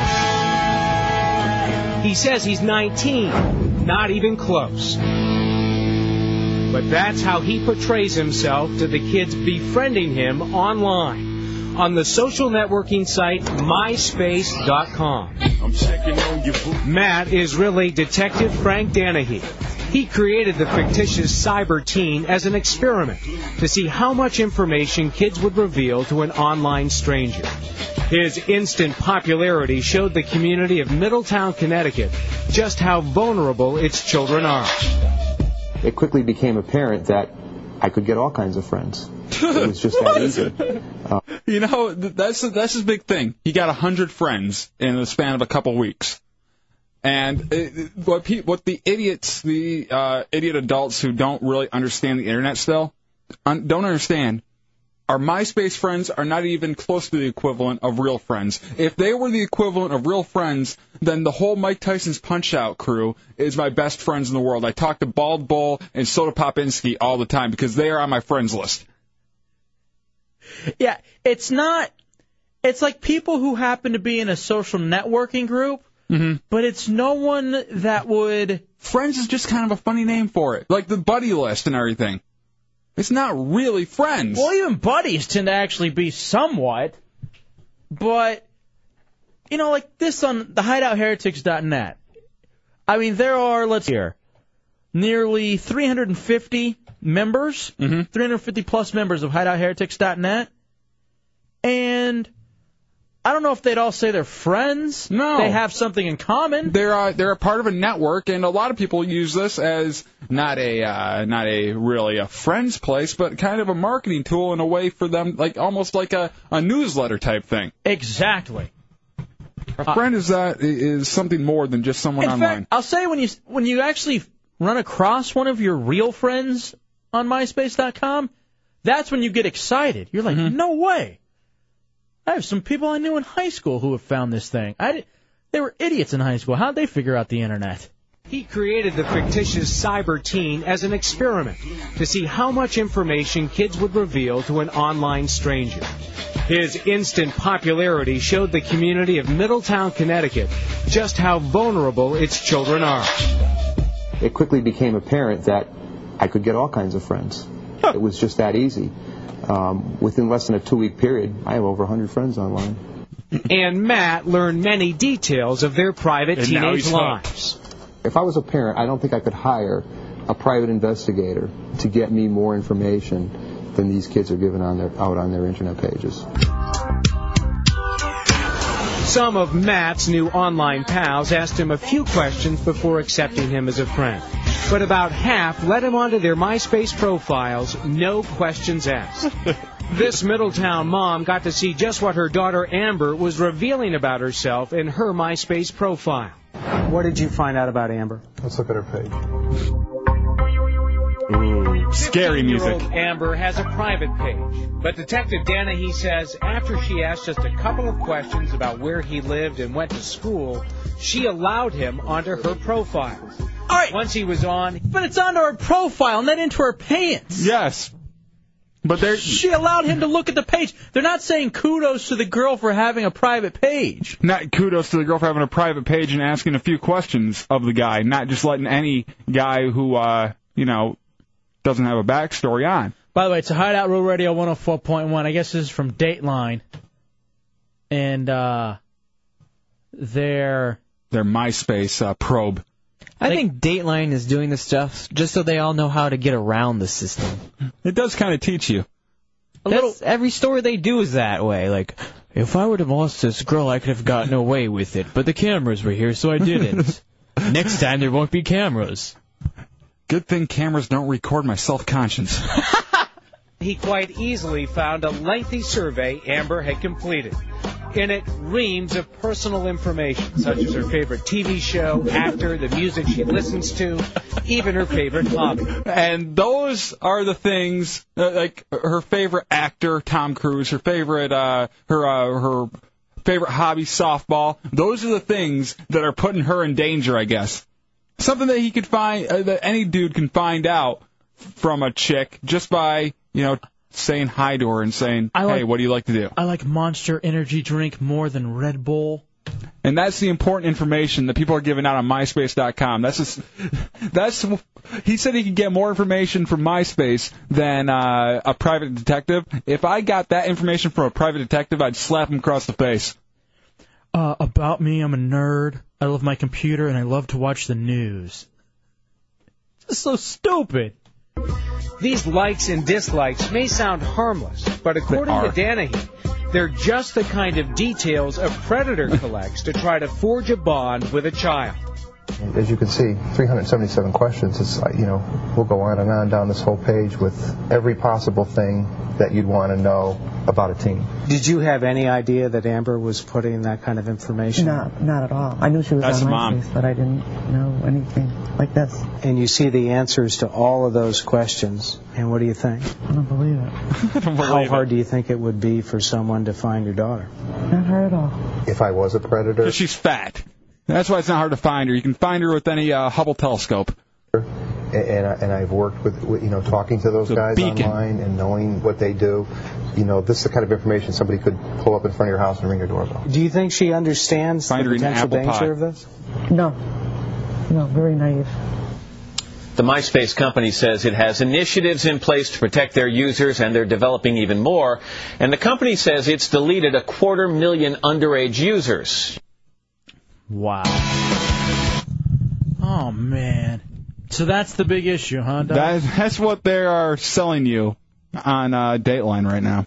[SPEAKER 5] He says he's 19. Not even close. But that's how he portrays himself to the kids befriending him online on the social networking site MySpace.com. I'm checking on you. Matt is really Detective Frank Danahy, He created the fictitious cyber teen as an experiment to see how much information kids would reveal to an online stranger. His instant popularity showed the community of Middletown, Connecticut, just how vulnerable its children are.
[SPEAKER 1] It quickly became apparent that I could get all kinds of friends. It was just that easy. Uh,
[SPEAKER 4] You know, th- that's that's his big thing. He got a hundred friends in the span of a couple weeks. And it, it- what pe- what the idiots, the uh, idiot adults who don't really understand the internet still, un- don't understand. Our MySpace friends are not even close to the equivalent of real friends. If they were the equivalent of real friends, then the whole Mike Tyson's Punch Out crew is my best friends in the world. I talk to Bald Bull and Soda Popinski all the time because they are on my friends list.
[SPEAKER 3] Yeah, it's not. It's like people who happen to be in a social networking group, but it's no one that would.
[SPEAKER 4] Friends is just kind of a funny name for it, like the buddy list and everything. It's not really friends.
[SPEAKER 3] Well, even buddies tend to actually be somewhat, but you know, like this on the hideoutheretics.net. I mean, there are let's hear nearly 350 members, 350 plus members of hideoutheretics.net, and I don't know if they'd all say they're friends.
[SPEAKER 4] No.
[SPEAKER 3] they have something in common.
[SPEAKER 4] They're uh, they're a part of a network, and a lot of people use this as not a uh, not a really a friends place, but kind of a marketing tool in a way for them, like almost like a, a newsletter type thing.
[SPEAKER 3] Exactly.
[SPEAKER 4] A friend is that is something more than just someone
[SPEAKER 3] In
[SPEAKER 4] online.
[SPEAKER 3] fact, I'll say when you when you actually run across one of your real friends on MySpace.com, that's when you get excited. You're like,
[SPEAKER 4] Mm-hmm.
[SPEAKER 3] no way! I have some people I knew in high school who have found this thing. I di- they were idiots in high school. How'd they figure out the internet?
[SPEAKER 5] He created the fictitious cyber teen as an experiment to see how much information kids would reveal to an online stranger. His instant popularity showed the community of Middletown, Connecticut, just how vulnerable its children are.
[SPEAKER 1] It quickly became apparent that I could get all kinds of friends. It was just that easy. Um, within less than a two-week period, I have over 100 friends online.
[SPEAKER 5] And Matt learned many details of their private
[SPEAKER 1] And now
[SPEAKER 5] teenage
[SPEAKER 1] he's hooked.
[SPEAKER 5] lives.
[SPEAKER 1] If I was a parent, I don't think I could hire a private investigator to get me more information than these kids are given on their out on their internet pages.
[SPEAKER 5] Some of Matt's new online pals asked him a few questions before accepting him as a friend. But about half led him onto their MySpace profiles, no questions asked. this Middletown mom got to see just what her daughter Amber was revealing about herself in her MySpace profile. What did you find out about Amber?
[SPEAKER 23] Let's look at her page.
[SPEAKER 4] Scary music.
[SPEAKER 5] Old Amber has a private page, but Detective Danahy says after she asked just a couple of questions about where he lived and went to school, she allowed him onto her profile.
[SPEAKER 3] All right.
[SPEAKER 5] Once he was on,
[SPEAKER 3] But it's onto her profile, not into her pants.
[SPEAKER 4] Yes. But there,
[SPEAKER 3] she allowed him to look at the page. They're not saying kudos to the girl for having a private page.
[SPEAKER 4] Not kudos to the girl for having a private page and asking a few questions of the guy, not just letting any guy who uh you know doesn't have a backstory on.
[SPEAKER 3] By the way, it's a Hideout Rule Radio 104.1. I guess this is from Dateline. And uh their
[SPEAKER 4] their MySpace uh, probe.
[SPEAKER 6] I think Dateline is doing this stuff just so they all know how to get around the system.
[SPEAKER 4] It does kind of teach you.
[SPEAKER 6] That's, every story they do is that way. Like, if I would have lost this girl, I could have gotten away with it, but the cameras were here, so I didn't. Next time there won't be cameras.
[SPEAKER 4] Good thing cameras don't record my self conscience.
[SPEAKER 5] he quite easily found a lengthy survey Amber had completed. In it, reams of personal information, such as her favorite TV show, actor, the music she listens to, even her favorite hobby.
[SPEAKER 4] and those are the things uh, like her favorite actor Tom Cruise, her favorite uh her uh, her favorite hobby softball. Those are the things that are putting her in danger, I guess. Something that he could find uh, that any dude can find out from a chick just by, you know, saying hi to her and saying,
[SPEAKER 3] like-
[SPEAKER 4] "Hey, what do you like to do?"
[SPEAKER 3] I like Monster Energy drink more than Red Bull.
[SPEAKER 4] And that's the important information that people are giving out on MySpace.com. That's just, that's he said he could get more information from MySpace than uh, a private detective. If I got that information from a private detective, I'd slap him across the face.
[SPEAKER 3] Uh about me, I'm a nerd. I love my computer and I love to watch the news.
[SPEAKER 5] This is so stupid. These likes and dislikes may sound harmless, but according to Danahy, they're just the kind of details a predator collects to try to forge a bond with a child.
[SPEAKER 1] As you can see, 377 questions. It's like, you know, we'll go on and on down this whole page with every possible thing that you'd want to know about a team.
[SPEAKER 5] Did you have any idea that Amber was putting that kind of information?
[SPEAKER 23] No, not at all. I knew she was
[SPEAKER 5] That's
[SPEAKER 23] on
[SPEAKER 5] mom.
[SPEAKER 23] MySpace, but I didn't know anything like this.
[SPEAKER 5] And you see the answers to all of those questions, and what do you think?
[SPEAKER 23] I don't believe it.
[SPEAKER 5] How hard do you think it would be for someone to find your daughter?
[SPEAKER 23] Not her at all.
[SPEAKER 1] If I was a predator,
[SPEAKER 4] Because she's fat. That's why it's not hard to find her. You can find her with any uh, Hubble telescope.
[SPEAKER 1] a- and, I, and I've worked with, with, you know, talking to those guys
[SPEAKER 4] beacon.
[SPEAKER 1] online and knowing what they do, you know, this is the kind of information somebody could pull up in front of your house and ring your doorbell.
[SPEAKER 5] Do you think she understands
[SPEAKER 1] Find
[SPEAKER 5] the
[SPEAKER 1] her in
[SPEAKER 5] potential
[SPEAKER 1] apple
[SPEAKER 5] danger
[SPEAKER 1] pie.
[SPEAKER 5] of this?
[SPEAKER 23] No. No, very naive.
[SPEAKER 24] The MySpace company says it has initiatives in place to protect their users and they're developing even more. And the company says it's deleted a quarter million underage users.
[SPEAKER 3] Wow. Oh man. So that's the big issue, huh? Doc?
[SPEAKER 4] That, that's what they are selling you on uh, Dateline right now.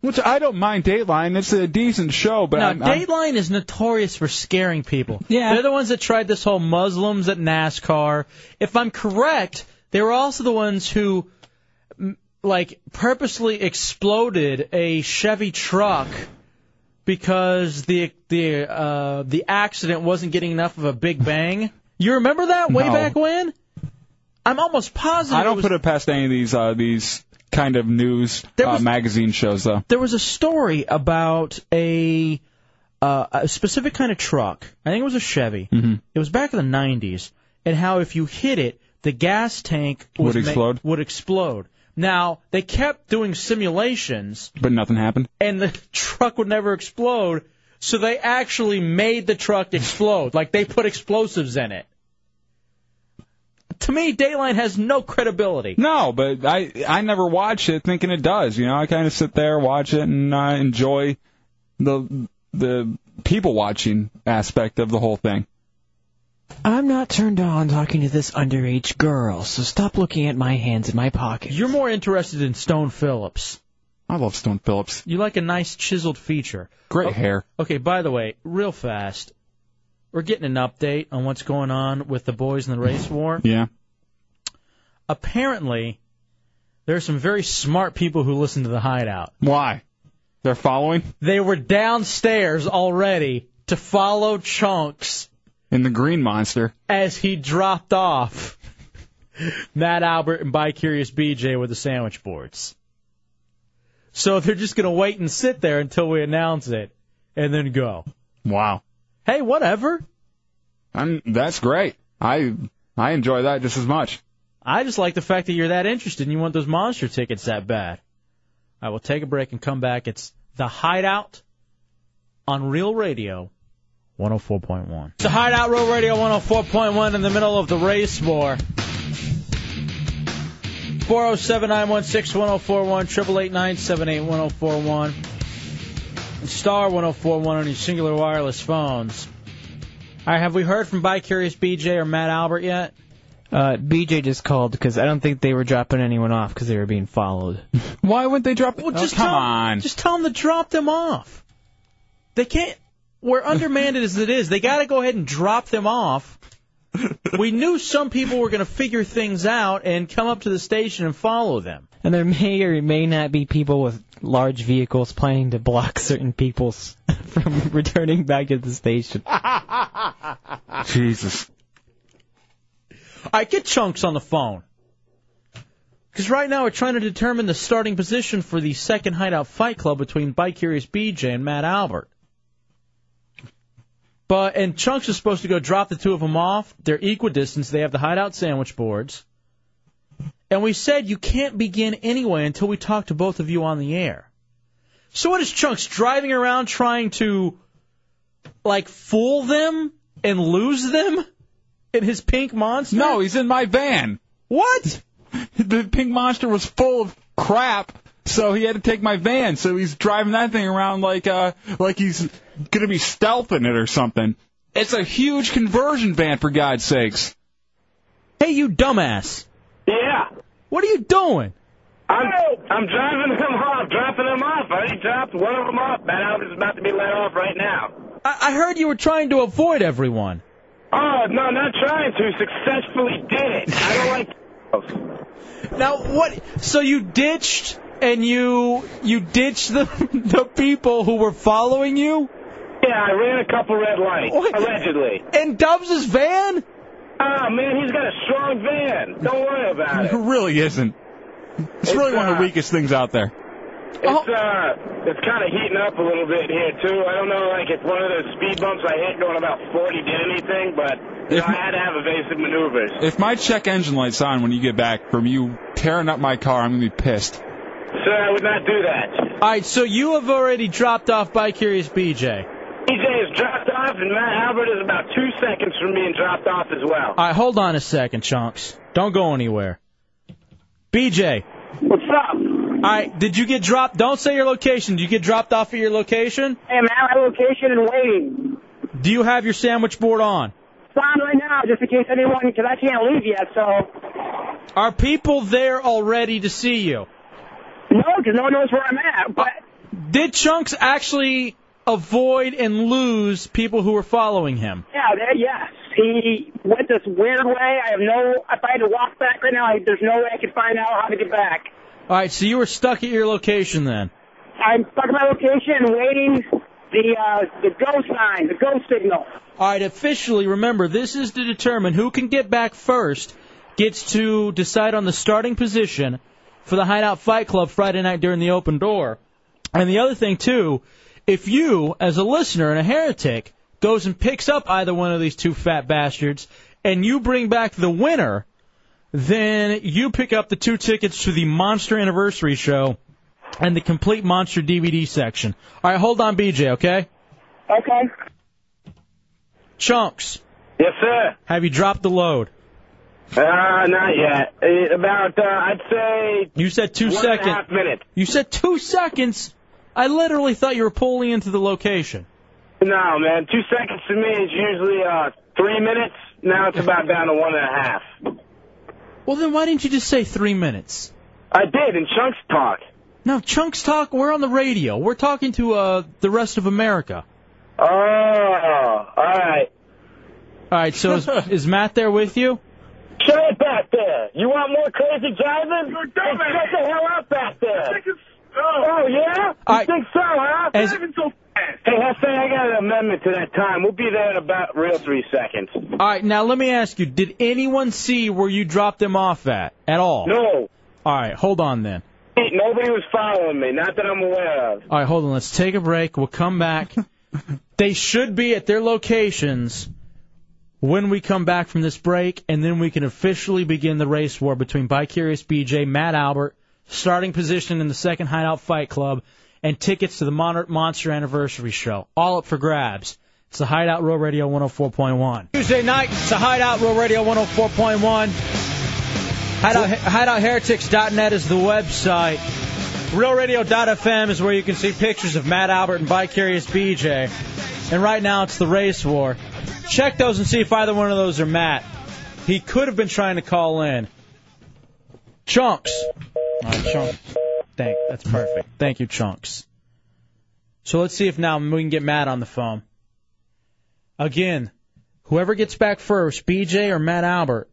[SPEAKER 4] Which I don't mind Dateline. It's a decent show, but
[SPEAKER 3] no,
[SPEAKER 4] I'm, I'm-
[SPEAKER 3] Dateline is notorious for scaring people.
[SPEAKER 6] Yeah.
[SPEAKER 3] They're the ones that tried this whole Muslims at NASCAR. If I'm correct, they were also the ones who, m- like, purposely exploded a Chevy truck because the the uh, the accident wasn't getting enough of a big bang. You remember that way
[SPEAKER 4] No.
[SPEAKER 3] back when? I'm almost positive.
[SPEAKER 4] I
[SPEAKER 3] it
[SPEAKER 4] don't
[SPEAKER 3] was
[SPEAKER 4] put it past any of these uh, these kind of news uh, magazine shows though.
[SPEAKER 3] there was a story about a uh, a specific kind of truck. I think it was a Chevy.
[SPEAKER 4] Mm-hmm.
[SPEAKER 3] It was back in the 90s, and how if you hit it, the gas tank was
[SPEAKER 4] Would
[SPEAKER 3] ma-
[SPEAKER 4] explode?
[SPEAKER 3] would explode. Now they kept doing simulations,
[SPEAKER 4] But nothing happened.
[SPEAKER 3] and the truck would never explode. So they actually made the truck explode. like they put explosives in it. To me, Dayline has no credibility.
[SPEAKER 4] No, but I I never watch it thinking it does. You know, I kind of sit there watch it and uh, enjoy the the people watching aspect of the whole thing.
[SPEAKER 6] I'm not turned on talking to this underage girl, so stop looking at my hands in my pocket.
[SPEAKER 3] You're more interested in Stone Phillips.
[SPEAKER 4] I love Stone Phillips.
[SPEAKER 3] You like a nice chiseled feature.
[SPEAKER 4] Great
[SPEAKER 3] Oh,
[SPEAKER 4] hair.
[SPEAKER 3] Okay, by the way, real fast, we're getting an update on what's going on with the boys in the race war.
[SPEAKER 4] Yeah.
[SPEAKER 3] Apparently, there are some very smart people who listen to the hideout.
[SPEAKER 4] Why? They're following?
[SPEAKER 3] They were downstairs already to follow Chunks
[SPEAKER 4] In the Green Monster.
[SPEAKER 3] as he dropped off. Matt Albert and By Curious BJ with the sandwich boards. So they're just going to wait and sit there until we announce it and then go.
[SPEAKER 4] Wow.
[SPEAKER 3] Hey, whatever.
[SPEAKER 4] I'm, that's great. I I enjoy that just as much.
[SPEAKER 3] I just like the fact that you're that interested and you want those monster tickets that bad. I will take a break and come back. It's The Hideout on Real Radio 104.1. It's The Hideout Real Radio 104.1 in the middle of the race war. 407 916 1041, 888 978 1041, and star 1041 on your singular wireless phones. All right, have we heard from By Curious BJ or Matt Albert yet?
[SPEAKER 6] Uh, BJ just called because I don't think they were dropping anyone off because they were being followed.
[SPEAKER 4] Why wouldn't they drop?
[SPEAKER 3] Well,
[SPEAKER 6] Oh,
[SPEAKER 3] just
[SPEAKER 6] come
[SPEAKER 3] tell,
[SPEAKER 6] on.
[SPEAKER 3] Just tell them to drop them off. They can't. We're undermanned as it is. They got to go ahead and drop them off. we knew some people were going to figure things out and come up to the station and follow them.
[SPEAKER 6] And there may or may not be people with large vehicles planning to block certain people s- from returning back to the station.
[SPEAKER 4] Jesus.
[SPEAKER 3] I get chunks on the phone. Because right now we're trying to determine the starting position for the second hideout fight club between Bike Curious BJ and Matt Albert. But and chunks is supposed to go drop the two of them off. They're equidistant. They have the hideout sandwich boards. And we said you can't begin anyway until we talk to both of you on the air. So what is chunks driving around trying to like fool them and lose them in his pink monster?
[SPEAKER 4] No, he's in my van.
[SPEAKER 3] What?
[SPEAKER 4] The pink monster was full of crap, so he had to take my van. So he's driving that thing around like uh like he's gonna be stealthing it or something. It's a huge conversion van for God's sakes.
[SPEAKER 3] Hey, you dumbass.
[SPEAKER 9] Yeah.
[SPEAKER 3] What are you doing?
[SPEAKER 9] I'm I'm driving him off, dropping him off. I already dropped one of them off. Matt Albert's about to be let off right now.
[SPEAKER 3] I, I heard you were trying to avoid everyone.
[SPEAKER 9] Oh no, not trying to. Successfully did it. I don't like.
[SPEAKER 3] Now what? So you ditched and you you ditched the the people who were following you?
[SPEAKER 9] Yeah, I ran a couple red lights allegedly.
[SPEAKER 3] In Dubs' van?
[SPEAKER 9] Ah man, he's got a strong van. Don't worry about
[SPEAKER 4] It
[SPEAKER 9] it.
[SPEAKER 4] really isn't. It's uh, really one of the weakest things out there.
[SPEAKER 9] It's uh, it's kind of heating up a little bit here too. I don't know, like if one of those speed bumps I hit going about 40 did anything, but you know, I had to have evasive maneuvers.
[SPEAKER 4] If my check engine light's on when you get back from you tearing up my car, I'm gonna be pissed.
[SPEAKER 9] Sir, I would not do that.
[SPEAKER 3] All right, so you have already dropped off by Curious BJ.
[SPEAKER 9] DJ is dropped off, and Matt Albert is about two seconds from being dropped off as well.
[SPEAKER 3] All right, hold on a second, Chunks. Don't go anywhere. BJ.
[SPEAKER 9] What's up?
[SPEAKER 3] All right, did you get dropped? Don't say your location. Did you get dropped off at your location?
[SPEAKER 2] I am at my location and waiting.
[SPEAKER 3] Do you have your sandwich board on?
[SPEAKER 2] It's on right now, just in case anyone, because I can't leave yet. So
[SPEAKER 3] Are people there already to see you?
[SPEAKER 2] no, because no one knows where I'm at. But
[SPEAKER 3] Did Chunks actually avoid and lose people who were following him?
[SPEAKER 2] yeah, there, yes, he went this weird way. I have no. If I had to walk back right now, I, there's no way I could find out how to get back.
[SPEAKER 3] All right, so you were stuck at your location then.
[SPEAKER 2] I'm stuck at my location and waiting the uh, the go sign, the go signal.
[SPEAKER 3] All right, officially, remember, this is to determine who can get back first gets to decide on the starting position for the Hideout Fight Club Friday night during the open door. And the other thing, too, if you, as a listener and a heretic, goes and picks up either one of these two fat bastards and you bring back the winner, then you pick up the two tickets to the Monster Anniversary Show and the complete Monster DVD section. All right, hold on, BJ, okay?
[SPEAKER 2] Okay.
[SPEAKER 3] Chunks.
[SPEAKER 9] Yes, sir.
[SPEAKER 3] Have you dropped the load?
[SPEAKER 9] Uh, not yet. Eh, about, uh, I'd say
[SPEAKER 3] You said two
[SPEAKER 9] One and a
[SPEAKER 3] seconds.
[SPEAKER 9] half minutes.
[SPEAKER 3] You said two seconds. I literally thought you were pulling into the location.
[SPEAKER 9] no, man. Two seconds to me is usually uh three minutes. Now it's about down to one and a half.
[SPEAKER 3] Well, then why didn't you just say three minutes?
[SPEAKER 9] I did in chunks talk.
[SPEAKER 3] No, chunks talk. We're on the radio. We're talking to uh, the rest of America.
[SPEAKER 9] Oh, all right.
[SPEAKER 3] All right. So is, is Matt there with you?
[SPEAKER 9] Shut up back there. You want more crazy driving? You're dumb. Shut the hell up back there. Oh, yeah? You
[SPEAKER 3] I-
[SPEAKER 9] think so, huh?
[SPEAKER 3] As-
[SPEAKER 9] Hey, Hefe, I got an amendment to that time. We'll be there in about real three seconds.
[SPEAKER 3] All right. Now let me ask you: Did anyone see where you dropped them off at at all?
[SPEAKER 9] No.
[SPEAKER 3] All right. Hold on then.
[SPEAKER 9] Hey, Nobody was following me, not that I'm aware of.
[SPEAKER 3] All right, hold on. Let's take a break. We'll come back. they should be at their locations when we come back from this break, and then we can officially begin the race war between Bicurious BJ, Matt Albert, starting position in the second Hideout Fight Club, and tickets to the Mon- Monster Anniversary Show. All up for grabs. It's the Hideout Row Radio 104.1. Tuesday night, it's the Hideout Row Radio 104.1. Hideout, hideoutheretics.net is the website. RealRadio.fm is where you can see pictures of Matt Albert and Vicarious BJ. And right now it's the race war. Check those and see if either one of those are Matt. He could have been trying to call in. Chunks. All right, Chunks. Thank, that's perfect. Thank you, Chunks. So let's see if now we can get Matt on the phone. Again, whoever gets back first, BJ or Matt Albert,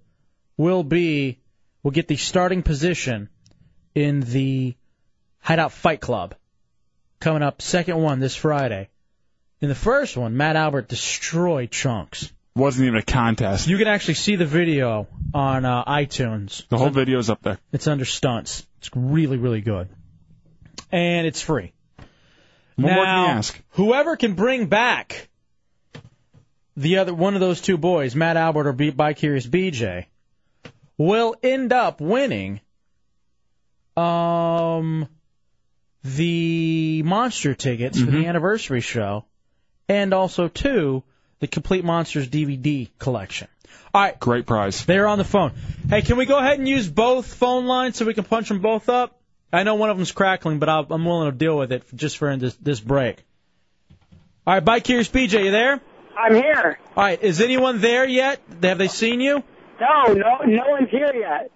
[SPEAKER 3] will be will get the starting position in the Hideout Fight Club coming up second one this Friday. In the first one, Matt Albert destroyed Chunks.
[SPEAKER 4] Wasn't even a contest.
[SPEAKER 3] You can actually see the video on uh, iTunes.
[SPEAKER 4] The whole video's up there.
[SPEAKER 3] It's under stunts. It's really really good, and it's free.
[SPEAKER 4] What
[SPEAKER 3] now,
[SPEAKER 4] more can you ask?
[SPEAKER 3] whoever can bring back the other one of those two boys, Matt Albert or Beat by Curious BJ, will end up winning um the monster tickets for
[SPEAKER 4] Mm-hmm.
[SPEAKER 3] the anniversary show, and also two the complete monsters DVD collection. All right,
[SPEAKER 4] great prize.
[SPEAKER 3] They're on the phone. Hey, can we go ahead and use both phone lines so we can punch them both up? I know one of them's crackling, but I'll, I'm willing to deal with it just for this, this break. All right, bye, Curious BJ. You there?
[SPEAKER 2] I'm here.
[SPEAKER 3] All right, is anyone there yet? Have they seen you?
[SPEAKER 2] No, no, no one's here yet.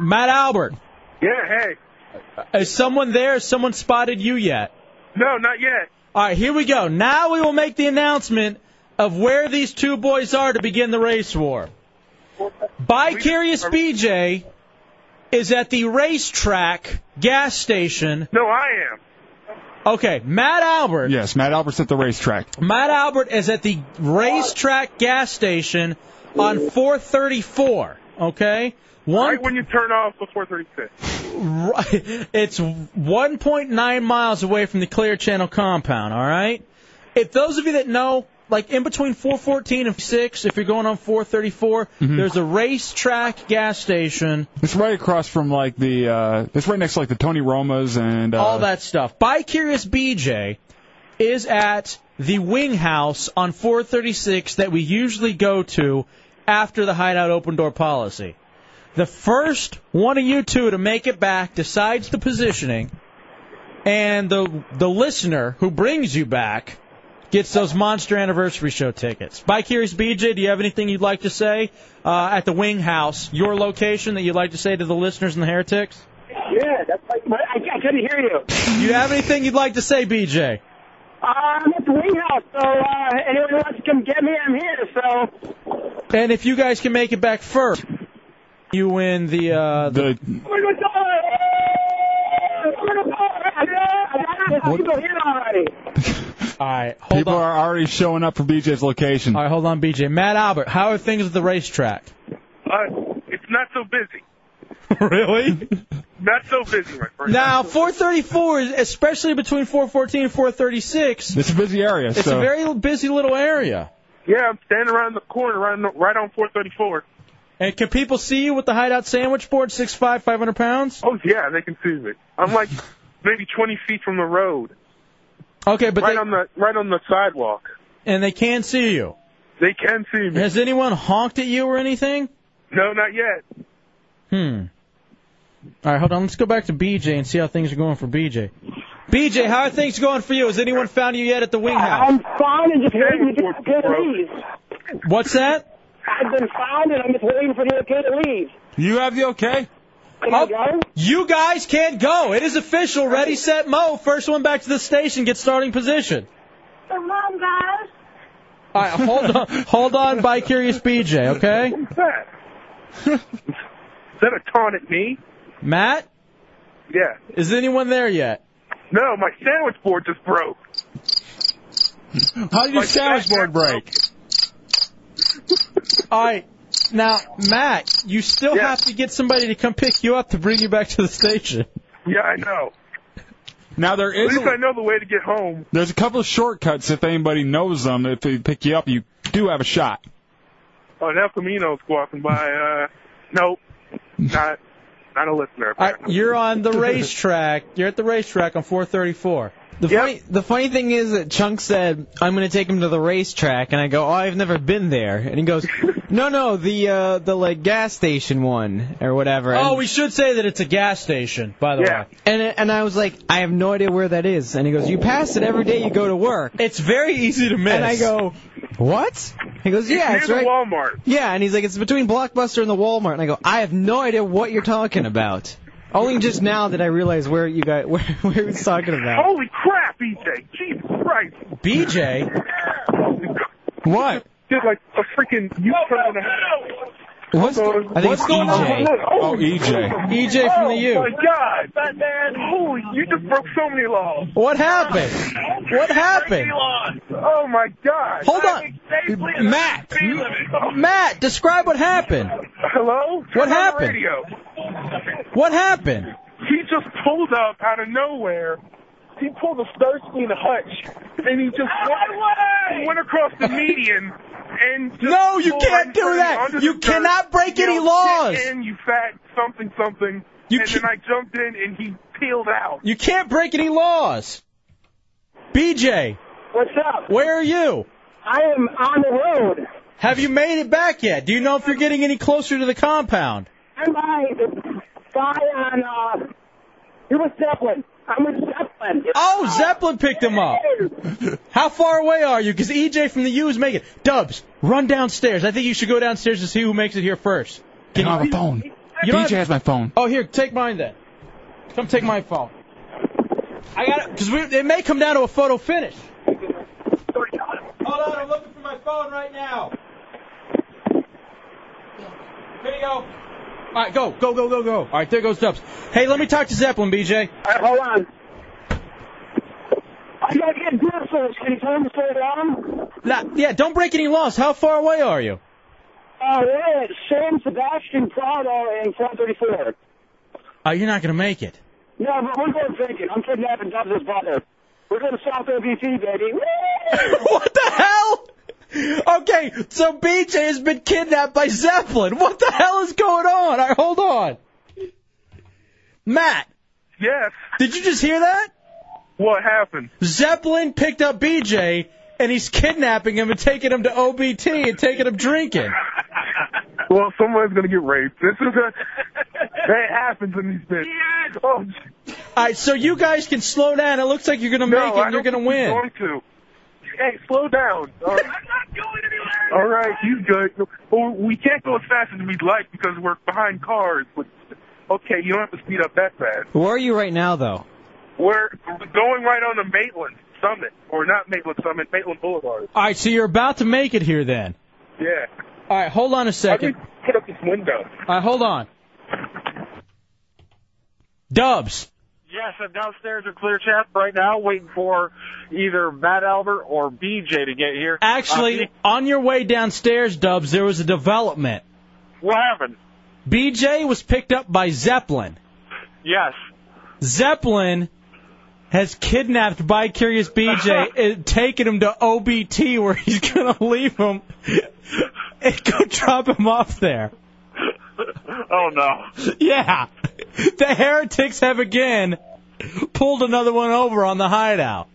[SPEAKER 3] Matt Albert,
[SPEAKER 17] Yeah, hey.
[SPEAKER 3] is someone there? Has someone spotted you yet?
[SPEAKER 17] No, not yet.
[SPEAKER 3] All right, here we go. Now we will make the announcement of where these two boys are to begin the race war. Bicurious BJ is at the racetrack gas station.
[SPEAKER 17] No, I am.
[SPEAKER 3] Okay, Matt Albert.
[SPEAKER 4] Yes, Matt Albert's at the racetrack.
[SPEAKER 3] Matt Albert is at the racetrack gas station on 434. Okay, one.
[SPEAKER 17] Right when you turn off the 436.
[SPEAKER 3] Right. It's 1.9 miles away from the Clear Channel compound, all right? If those of you that know, like in between 414 and 6, if you're going on 434, there's a racetrack gas station,
[SPEAKER 4] It's right across from like the. Uh, it's right next to like the Tony Romas and. Uh,
[SPEAKER 3] all that stuff. By Curious BJ is at the wing house on 436 that we usually go to after the hideout open door policy. The first one of you two to make it back decides the positioning, and the the listener who brings you back gets those monster anniversary show tickets. By Curious BJ, do you have anything you'd like to say uh, at the Wing House, your location that you'd like to say to the listeners and the heretics?
[SPEAKER 2] Yeah, that's like, but I, I couldn't hear you.
[SPEAKER 3] Do you have anything you'd like to say, BJ?
[SPEAKER 2] Uh, I'm at the wing house, so uh, anyone who wants to come get me, I'm here. So
[SPEAKER 3] And if you guys can make it back first, you win the uh, the
[SPEAKER 2] people here already.
[SPEAKER 3] All right,
[SPEAKER 4] People are already showing up for BJ's location.
[SPEAKER 3] All right, hold on, BJ. Matt Albert, how are things at the racetrack?
[SPEAKER 17] Uh, it's not so busy.
[SPEAKER 3] really?
[SPEAKER 17] Not so busy, my friend.
[SPEAKER 3] Now, 434, is especially between 414 and 436,
[SPEAKER 4] It's a busy area.
[SPEAKER 3] it's
[SPEAKER 4] so.
[SPEAKER 3] a very busy little area.
[SPEAKER 17] Yeah, I'm standing around the corner, right on, the- right on 434.
[SPEAKER 3] And can people see you with the hideout sandwich board, 6'5", 500 pounds?
[SPEAKER 17] Oh yeah, they can see me. I'm like maybe 20 feet from the road,
[SPEAKER 3] Okay, but
[SPEAKER 17] right
[SPEAKER 3] they,
[SPEAKER 17] on the right on the sidewalk.
[SPEAKER 3] and they can see you.
[SPEAKER 17] They can see me.
[SPEAKER 3] Has anyone honked at you or anything?
[SPEAKER 17] No, not yet.
[SPEAKER 3] Hmm. All right, hold on. Let's go back to BJ and see how things are going for BJ. BJ, how are things going for you? Has anyone found you yet at the wing house?
[SPEAKER 2] I'm fine and just waiting to get the kid to leave.
[SPEAKER 3] What's that?
[SPEAKER 2] I've been found and I'm just waiting for the okay to leave.
[SPEAKER 4] You have the okay?
[SPEAKER 2] Can I go?
[SPEAKER 3] Oh, You guys can't go. It is official. Ready, set, mo. First one back to the station gets starting position.
[SPEAKER 20] Come on, guys.
[SPEAKER 3] All right, hold on. hold on, by curious BJ. Okay,
[SPEAKER 17] What's that? Ah, Is that a taunt at me?
[SPEAKER 3] Matt,
[SPEAKER 17] Yeah.
[SPEAKER 3] is anyone there yet?
[SPEAKER 17] No, my sandwich board just broke.
[SPEAKER 4] How did your
[SPEAKER 17] My
[SPEAKER 4] sandwich board break?
[SPEAKER 3] All right. Now, Matt, you still have to get somebody to come pick you up to bring you back to the station.
[SPEAKER 17] Yeah, I know.
[SPEAKER 4] Now there
[SPEAKER 17] At
[SPEAKER 4] is
[SPEAKER 17] least I
[SPEAKER 4] a,
[SPEAKER 17] know the way to get home.
[SPEAKER 4] there's a couple of shortcuts if anybody knows them. If they pick you up, you do have a shot.
[SPEAKER 17] Oh, now Camino's walking by. Uh, nope, not not a listener.
[SPEAKER 3] All right, you're on the racetrack. You're at the racetrack on 434.
[SPEAKER 6] The funny, the funny thing is that Chunk said, "I'm going to take him to the racetrack," and I go, "Oh, I've never been there." And he goes, "No, no, the uh, the like gas station one or whatever."
[SPEAKER 3] Oh,
[SPEAKER 6] and,
[SPEAKER 3] we should say that it's a gas station, by the way.
[SPEAKER 6] and and I was like, "I have no idea where that is." And he goes, "You pass it every day you go to work."
[SPEAKER 3] It's very easy to miss.
[SPEAKER 6] And I go, "What?" He goes, "Yeah, it's
[SPEAKER 17] near
[SPEAKER 6] right."
[SPEAKER 17] the Walmart.
[SPEAKER 6] Yeah, and he's like, "It's between Blockbuster and the Walmart." And I go, "I have no idea what you're talking about." Only just now did I realize where you guys where where he was talking about.
[SPEAKER 17] Holy crap, EJ! Jesus Christ!
[SPEAKER 3] BJ,
[SPEAKER 4] What?
[SPEAKER 17] Did like a freaking you turn on
[SPEAKER 6] What's, I think it's
[SPEAKER 3] E
[SPEAKER 6] EJ.
[SPEAKER 4] Oh, EJ.
[SPEAKER 3] EJ E from the
[SPEAKER 17] Oh my
[SPEAKER 3] U.
[SPEAKER 17] God! Holy, you just broke so many laws.
[SPEAKER 3] What happened? What happened?
[SPEAKER 17] Oh my God!
[SPEAKER 3] Hold on. Matt, Matt, describe what happened.
[SPEAKER 17] Hello? Turn on the
[SPEAKER 3] happened?
[SPEAKER 17] Radio.
[SPEAKER 3] What happened?
[SPEAKER 17] He just pulled up out of nowhere. He pulled a thirsty in a hutch, and he just went, he went across the median. And just
[SPEAKER 3] No, you
[SPEAKER 17] pulled
[SPEAKER 3] can't
[SPEAKER 17] on-
[SPEAKER 3] do that.
[SPEAKER 17] onto the
[SPEAKER 3] You
[SPEAKER 17] dirt,
[SPEAKER 3] cannot break any
[SPEAKER 17] yelled,
[SPEAKER 3] laws.
[SPEAKER 17] "Get In, you fat something something.
[SPEAKER 3] You
[SPEAKER 17] and
[SPEAKER 3] ca-
[SPEAKER 17] then I jumped in, and he peeled out.
[SPEAKER 3] You can't break any laws. BJ,
[SPEAKER 2] What's up?
[SPEAKER 3] where are you?
[SPEAKER 2] I am on the road.
[SPEAKER 3] Have you made it back yet? Do you know if you're getting any closer to the compound?
[SPEAKER 2] I'm by the guy on uh, he was Zeppelin. I'm with Zeppelin.
[SPEAKER 3] Oh, Zeppelin picked him up. How far away are you? Because EJ from the U is making Dubs, run downstairs. I think you should go downstairs to see who makes it here first.
[SPEAKER 4] Can I have a phone?
[SPEAKER 3] You don't
[SPEAKER 4] DJ has my phone.
[SPEAKER 3] Oh, here, take mine then. Come take my phone. I got it because it may come down to a photo finish. Hold on, I'm looking for my phone right now. Here you go. All right, go, go, go, go, go. All right, there goes Dubs. Hey, let me talk to Zeppelin, BJ.
[SPEAKER 2] All right, hold on. I gotta get bristles. Can you tell me to slow down?
[SPEAKER 3] Nah, yeah, don't break any laws. How far away are you?
[SPEAKER 2] Uh, we're at San Sebastian Prado and 434.
[SPEAKER 3] Oh, you're not gonna make it.
[SPEAKER 2] No, but we're going drinking. I'm kidnapping Dubs' brother. We're going to South OBT, baby. Woo!
[SPEAKER 3] what the hell? Okay, so BJ has been kidnapped by Zeppelin. What the hell is going on? All right, hold on. Matt.
[SPEAKER 14] Yes.
[SPEAKER 3] Did you just hear that?
[SPEAKER 14] What happened?
[SPEAKER 3] Zeppelin picked up BJ and he's kidnapping him and taking him to OBT and taking him drinking.
[SPEAKER 14] Well, someone's gonna get raped. This is a that happens in these bits. Oh,
[SPEAKER 3] All right, so you guys can slow down. It looks like you're going to
[SPEAKER 14] no,
[SPEAKER 3] make it
[SPEAKER 14] I
[SPEAKER 3] and you're
[SPEAKER 14] don't
[SPEAKER 3] going to
[SPEAKER 14] think he's
[SPEAKER 3] win.
[SPEAKER 14] Going to. Hey, slow down. All right. All right, he's good. Well, we can't go as fast as we'd like because we're behind cars. But okay, you don't have to speed up that fast.
[SPEAKER 6] Where are you right now, though?
[SPEAKER 14] We're going right on to Maitland Summit, or not Maitland Summit, Maitland Boulevard.
[SPEAKER 3] All right, so you're about to make it here then.
[SPEAKER 14] Yeah.
[SPEAKER 3] All right, hold on a second.
[SPEAKER 14] Put up this window.
[SPEAKER 3] All right, hold on. Dubs.
[SPEAKER 12] Yes, I'm downstairs in Clear Channel right now, waiting for either Matt Albert or BJ to get here.
[SPEAKER 3] Actually,
[SPEAKER 12] Uh,
[SPEAKER 3] on your way downstairs, Dubs, there was a development.
[SPEAKER 12] what happened?
[SPEAKER 3] BJ was picked up by Zeppelin.
[SPEAKER 12] Yes.
[SPEAKER 3] Zeppelin has kidnapped by Curious BJ and taken him to OBT where he's going to leave him and go drop him off there.
[SPEAKER 12] Oh no.
[SPEAKER 3] Yeah. The heretics have again pulled another one over on the hideout.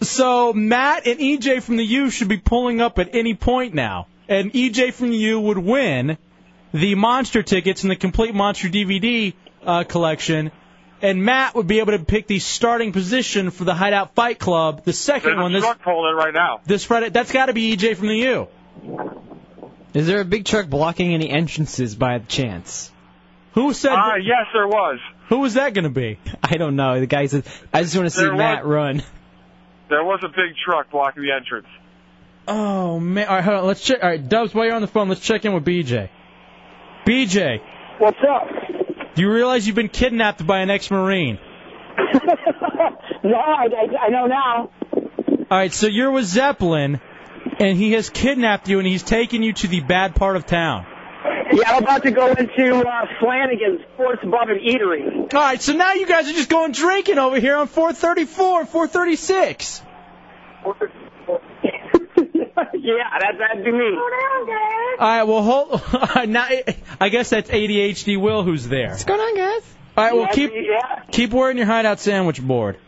[SPEAKER 3] So Matt and EJ from the U should be pulling up at any point now. And EJ from the U would win the monster tickets and the complete monster DVD uh, collection. And Matt would be able to pick the starting position for the Hideout Fight Club, the second
[SPEAKER 12] There's
[SPEAKER 3] one
[SPEAKER 12] a
[SPEAKER 3] this
[SPEAKER 12] truck pulling right now.
[SPEAKER 3] this Friday. That's got to be EJ from the U.
[SPEAKER 6] Is there a big truck blocking any entrances by chance?
[SPEAKER 3] Who said?
[SPEAKER 17] Uh,
[SPEAKER 12] Ah, yes, there was.
[SPEAKER 3] Who was that going to be?
[SPEAKER 6] I don't know. The guy said, "I just want to see
[SPEAKER 12] There was-
[SPEAKER 6] Matt run."
[SPEAKER 12] There was a big truck blocking the entrance.
[SPEAKER 3] Oh man! All right, hold on. Let's check. All right, Dubs, while you're on the phone, let's check in with BJ. BJ,
[SPEAKER 2] What's up?
[SPEAKER 3] do you realize you've been kidnapped by an ex-marine?
[SPEAKER 2] no, I, I, I know now.
[SPEAKER 3] All right, so you're with Zeppelin, and he has kidnapped you, and he's taken you to the bad part of town.
[SPEAKER 2] Yeah, I'm about to go into uh, Flanagan's Sports Bar and Eatery.
[SPEAKER 3] All right, so now you guys are just going drinking over here on 434 and 436.
[SPEAKER 2] yeah, that, that'd be me.
[SPEAKER 3] All right, well, hold. now, I guess that's ADHD Will who's there. What's
[SPEAKER 6] going on, guys?
[SPEAKER 3] All right, well,
[SPEAKER 2] Yeah,
[SPEAKER 3] keep
[SPEAKER 2] yeah.
[SPEAKER 3] keep wearing your hideout sandwich board.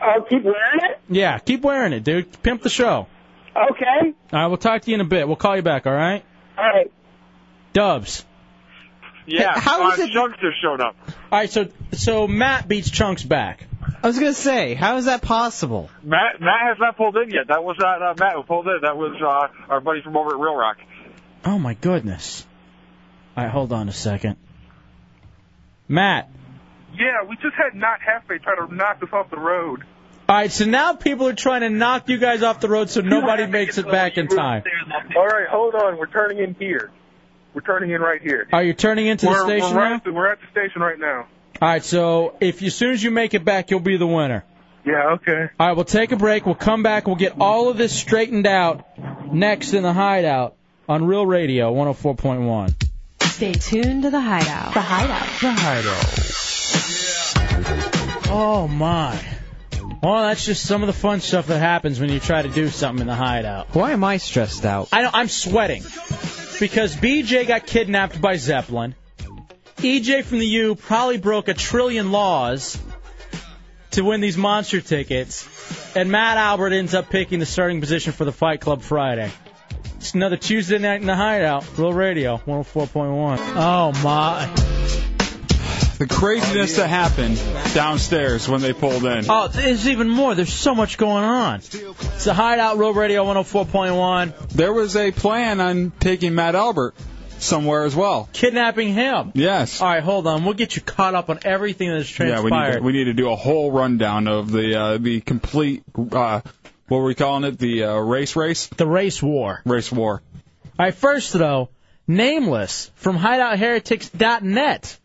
[SPEAKER 2] I'll keep wearing it.
[SPEAKER 3] Yeah, keep wearing it, dude. Pimp the show.
[SPEAKER 2] Okay.
[SPEAKER 3] All right, we'll talk to you in a bit. We'll call you back, all right?
[SPEAKER 2] All right.
[SPEAKER 3] Dubs.
[SPEAKER 12] Yeah.
[SPEAKER 3] Hey, how is
[SPEAKER 12] uh,
[SPEAKER 3] it-
[SPEAKER 12] Chunks have shown up.
[SPEAKER 3] All right, so so Matt beats Chunks back.
[SPEAKER 6] I was gonna say, how is that possible?
[SPEAKER 12] Matt Matt has not pulled in yet. That was not uh, Matt who pulled in. That was uh, our buddy from over at Real Rock.
[SPEAKER 3] Oh my goodness. All right, hold on a second. Matt.
[SPEAKER 14] Yeah, we just had not halfway try to knock us off the road.
[SPEAKER 3] All right, so now people are trying to knock you guys off the road so nobody makes it back in time.
[SPEAKER 14] All right, hold on. We're turning in here. We're turning in right here.
[SPEAKER 3] Are you turning into the
[SPEAKER 14] we're, we're,
[SPEAKER 3] station now?
[SPEAKER 14] right at the- we're at the station right now.
[SPEAKER 3] All right, so if you, as soon as you make it back, you'll be the winner.
[SPEAKER 14] Yeah, okay.
[SPEAKER 3] All right, we'll take a break. We'll come back. We'll get all of this straightened out next in the hideout on Real Radio 104.1.
[SPEAKER 16] Stay tuned to the hideout. The hideout.
[SPEAKER 3] The hideout. Oh my. Well, that's just some of the fun stuff that happens when you try to do something in the hideout.
[SPEAKER 6] Why am I stressed out?
[SPEAKER 3] I don't, I'm sweating because BJ got kidnapped by Zeppelin. EJ from the U probably broke a trillion laws to win these monster tickets, and Matt Albert ends up picking the starting position for the Fight Club Friday. It's another Tuesday night in the hideout, Real Radio 104.1. Oh my.
[SPEAKER 4] The the craziness that happened downstairs when they pulled in.
[SPEAKER 3] Oh, there's even more. There's so much going on. It's the Hideout Road Radio 104.1.
[SPEAKER 4] There was a plan on taking Matt Albert somewhere as well.
[SPEAKER 3] Kidnapping him.
[SPEAKER 4] Yes.
[SPEAKER 3] All right, hold on. We'll get you caught up on everything that's
[SPEAKER 4] Yeah,
[SPEAKER 3] transpired.
[SPEAKER 4] we need, to, we need to do a whole rundown of the uh, the complete uh, what were we calling it? The uh, race race.
[SPEAKER 3] The race war.
[SPEAKER 4] Race war.
[SPEAKER 3] All right, first though, Nameless from HideoutHeretics.net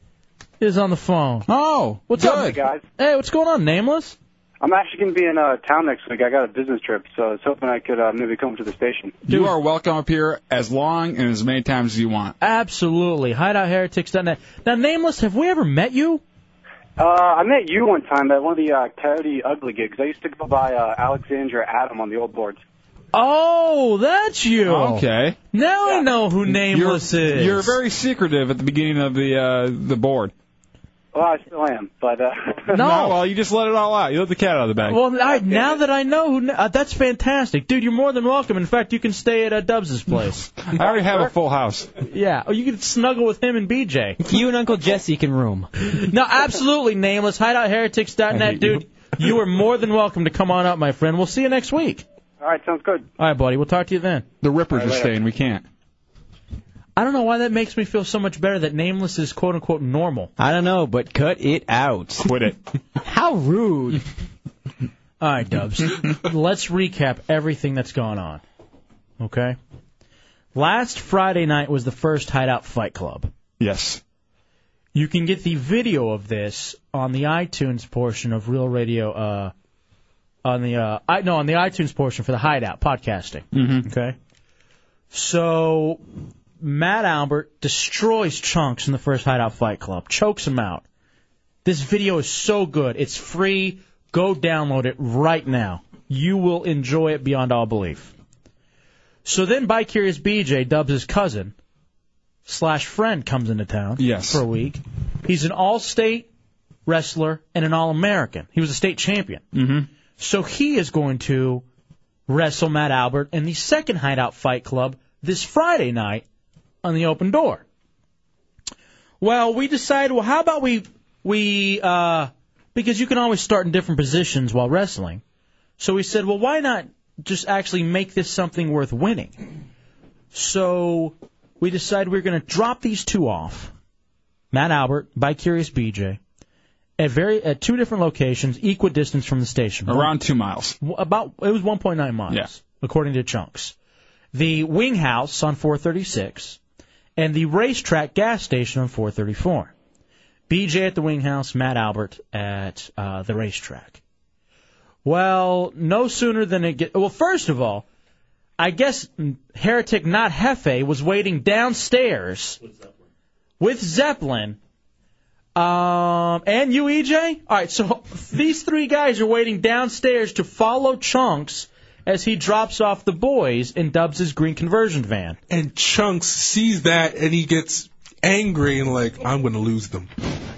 [SPEAKER 3] is on the phone.
[SPEAKER 4] Oh,
[SPEAKER 3] what's
[SPEAKER 21] Hey,
[SPEAKER 3] up,
[SPEAKER 21] guys?
[SPEAKER 3] Hey, what's going on, Nameless?
[SPEAKER 21] I'm actually going to be in uh, town next week. I got a business trip, so I was hoping I could uh, maybe come to the station.
[SPEAKER 4] You are welcome up here as long and as many times as you want.
[SPEAKER 3] Absolutely, HideoutHeretics.net. Now, Nameless, have we ever met you?
[SPEAKER 21] Uh, I met you one time at one of the uh, Coyote Ugly gigs. I used to go by uh, Alexandra Adam on the old boards.
[SPEAKER 3] Oh, that's you.
[SPEAKER 4] Okay.
[SPEAKER 3] Now I know who Nameless
[SPEAKER 4] you're,
[SPEAKER 3] is.
[SPEAKER 4] You're very secretive at the beginning of the uh, the board.
[SPEAKER 21] Well, I still am, but uh,
[SPEAKER 4] well, you just let it all out. You let the cat out of the bag.
[SPEAKER 3] Well, all right, now that I know who, uh, that's fantastic, dude. You're more than welcome. In fact, you can stay at uh, Dubs' place.
[SPEAKER 4] I already have a full house.
[SPEAKER 3] Yeah, or you can snuggle with him and BJ.
[SPEAKER 6] You and Uncle Jesse can room.
[SPEAKER 3] No, absolutely, nameless. HideoutHeretics.net, dude. You are more than welcome to come on up, my friend. We'll see you next week.
[SPEAKER 21] all right, sounds good.
[SPEAKER 3] All right, buddy. We'll talk to you then.
[SPEAKER 4] The Rippers
[SPEAKER 3] All right,
[SPEAKER 4] are
[SPEAKER 3] later.
[SPEAKER 4] staying. We can't.
[SPEAKER 3] I don't know why that makes me feel so much better that nameless is quote unquote normal.
[SPEAKER 6] I don't know, but cut it out.
[SPEAKER 4] Quit it.
[SPEAKER 6] How rude.
[SPEAKER 3] All right, Dubs. Let's recap everything that's gone on. Okay. Last Friday night was the first Hideout Fight Club.
[SPEAKER 4] Yes.
[SPEAKER 3] You can get the video of this on the iTunes portion of Real Radio. Uh, on the uh, I no on the iTunes portion for the Hideout podcasting.
[SPEAKER 4] Mm-hmm.
[SPEAKER 3] Okay. So Matt Albert destroys Chunks in the first Hideout Fight Club, chokes him out. This video is so good. It's free. Go download it right now. You will enjoy it beyond all belief. So then By Curious BJ, Dubs' cousin, slash friend, comes into town
[SPEAKER 4] Yes.
[SPEAKER 3] for a week. He's an all state wrestler and an all American. He was a state champion.
[SPEAKER 4] Mm-hmm.
[SPEAKER 3] So he is going to wrestle Matt Albert in the second Hideout Fight Club this Friday night on the open door. Well, we decided, well, how about we, we, uh, because you can always start in different positions while wrestling. So we said, well, why not just actually make this something worth winning? So we decided we were going to drop these two off, Matt Albert by Curious BJ, at very at two different locations, equidistant from the station.
[SPEAKER 4] Around two miles.
[SPEAKER 3] W- About it was 1.9 miles, according to Chunks. The Wing House on 436, and the Racetrack gas station on 434. BJ at the Wing House, Matt Albert at uh, the Racetrack. Well, no sooner than it get. Well, first of all, I guess Heretic, not Hefe, was waiting downstairs with Zeppelin. Um, and you, EJ? All right, so these three guys are waiting downstairs to follow Chunks as he drops off the boys in Dubs' green conversion van.
[SPEAKER 7] And Chunks sees that and he gets angry and like, I'm going to lose them.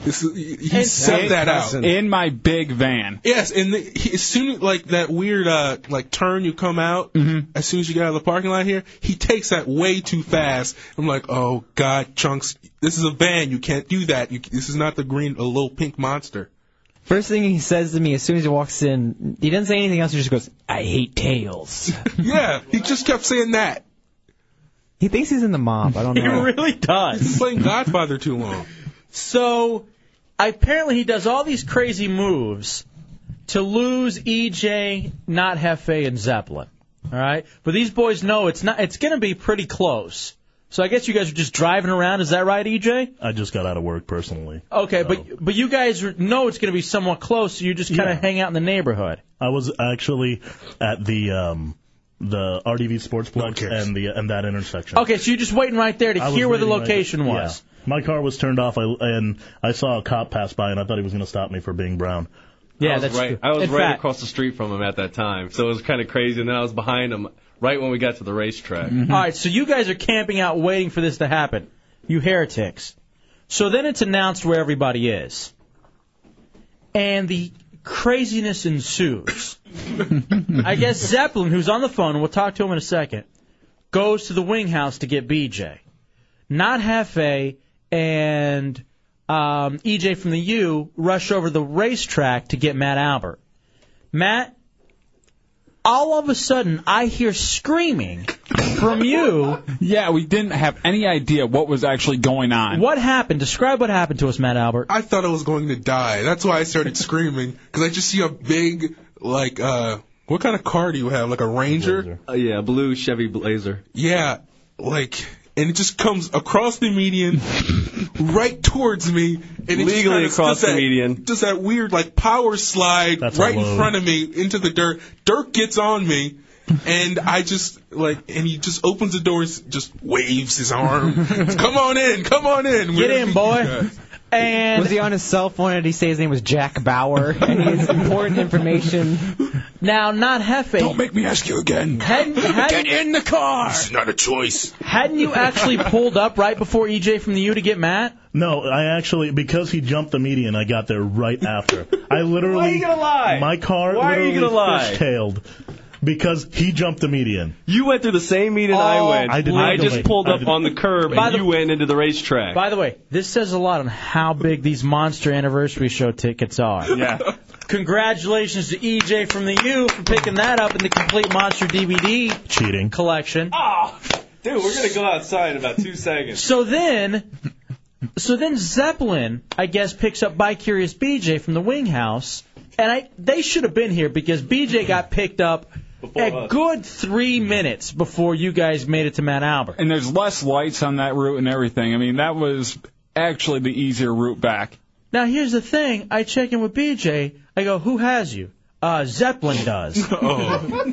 [SPEAKER 7] This is, he he set that out.
[SPEAKER 4] in my big van.
[SPEAKER 7] Yes, and the, he, as soon as like that weird uh like turn you come out,
[SPEAKER 3] Mm-hmm.
[SPEAKER 7] as soon as you get out of the parking lot here, he takes that way too fast. I'm like, oh god, chunks, this is a van, you can't do that. You, this is not the green, a little pink monster.
[SPEAKER 6] First thing he says to me as soon as he walks in, he doesn't say anything else. He just goes, "I hate tails."
[SPEAKER 7] yeah, he just kept saying that.
[SPEAKER 6] He thinks he's in the mob. I don't
[SPEAKER 3] He
[SPEAKER 6] know.
[SPEAKER 3] really does.
[SPEAKER 7] He's playing Godfather too long.
[SPEAKER 3] So apparently he does all these crazy moves to lose EJ, not Hefe, and Zeppelin. All right, but these boys know it's not. It's going to be pretty close. So I guess you guys are just driving around. Is that right, E EJ?
[SPEAKER 15] I just got out of work personally.
[SPEAKER 3] Okay, but but you guys are- know it's going to be somewhat close. So you just kind of hang out in the neighborhood.
[SPEAKER 15] I was actually at the um, the RDV Sportsplex and the and that intersection.
[SPEAKER 3] Okay, so you're just waiting right there to
[SPEAKER 15] I was
[SPEAKER 3] hear where the
[SPEAKER 15] waiting, like-
[SPEAKER 3] location was.
[SPEAKER 15] yeah. My car was turned off, I, and I saw a cop pass by, and I thought he was going to stop me for being brown.
[SPEAKER 3] Yeah,
[SPEAKER 19] I was
[SPEAKER 3] that's
[SPEAKER 19] right.
[SPEAKER 3] true.
[SPEAKER 19] I was
[SPEAKER 3] In
[SPEAKER 19] right
[SPEAKER 3] fact-
[SPEAKER 19] across the street from him at that time, so it was kind of crazy. And then I was behind him right when we got to the racetrack.
[SPEAKER 7] Mm-hmm.
[SPEAKER 3] All right, so you guys are camping out waiting for this to happen. You heretics. So then it's announced where everybody is. And the craziness ensues. I guess Zeppelin, who's on the phone, we'll talk to him in a second, goes to the wing house to get BJ. Not Hefe and um, EJ from the U rush over the racetrack to get Matt Albert. Matt, all of a sudden, I hear screaming from you.
[SPEAKER 4] yeah, we didn't have any idea what was actually going on.
[SPEAKER 3] What happened? Describe what happened to us, Matt Albert.
[SPEAKER 7] I thought I was going to die. That's why I started screaming because I just see a big like uh what kind of car do you have? Like a Ranger?
[SPEAKER 19] Uh, yeah, blue Chevy Blazer.
[SPEAKER 7] Yeah, like and it just comes across the median right towards me and it just
[SPEAKER 19] Legally
[SPEAKER 7] kinda does
[SPEAKER 19] across the
[SPEAKER 7] that-
[SPEAKER 19] median.
[SPEAKER 7] Does that weird like power slide
[SPEAKER 19] That's a
[SPEAKER 7] right in
[SPEAKER 19] load.
[SPEAKER 7] front of me into the dirt. Dirk gets on me and I just like and he just opens the doors, just waves his arm. come on in, come on in.
[SPEAKER 8] Get
[SPEAKER 7] We're-
[SPEAKER 8] in, boy.
[SPEAKER 7] Yeah.
[SPEAKER 3] And
[SPEAKER 8] was he on his cell phone? Did he say his name was Jack Bauer? and he has important information.
[SPEAKER 3] Now, not Hefe. Don't
[SPEAKER 7] make me ask you again.
[SPEAKER 3] Hadn't, hadn't,
[SPEAKER 4] in the car.
[SPEAKER 7] It's not a choice.
[SPEAKER 3] hadn't you actually pulled up right before EJ from the U to get Matt?
[SPEAKER 15] No, I actually because he jumped the median, I got there right after. I literally
[SPEAKER 3] Why are you gonna lie?
[SPEAKER 15] My car
[SPEAKER 19] Why are you
[SPEAKER 15] literally
[SPEAKER 19] gonna lie?
[SPEAKER 15] fishtailed because he jumped the median.
[SPEAKER 19] You went through the same meeting I
[SPEAKER 15] Oh,
[SPEAKER 19] went.
[SPEAKER 15] I did not
[SPEAKER 19] I just
[SPEAKER 15] delay.
[SPEAKER 19] pulled
[SPEAKER 15] I
[SPEAKER 19] up
[SPEAKER 15] did-
[SPEAKER 19] on the curb
[SPEAKER 3] By
[SPEAKER 19] and
[SPEAKER 3] the-
[SPEAKER 19] you went into the racetrack.
[SPEAKER 3] By the way, this says a lot on how big these monster anniversary show tickets are.
[SPEAKER 19] Yeah.
[SPEAKER 3] Congratulations to EJ from the U for picking that up in the complete monster DVD
[SPEAKER 15] cheating
[SPEAKER 3] collection.
[SPEAKER 19] Dude, we're gonna go outside in about two seconds.
[SPEAKER 3] So then, so then Zeppelin, I guess, picks up by Curious BJ from the Wing House, and I they should have been here because BJ got picked up a
[SPEAKER 4] us.
[SPEAKER 3] good three minutes before you guys made it to Mount Albert.
[SPEAKER 4] And there's less lights on that route and everything. I mean, that was actually the easier route back.
[SPEAKER 3] Now here's the thing: I check in with BJ. I go, "Who has you?" Uh, Zeppelin does.
[SPEAKER 7] Oh.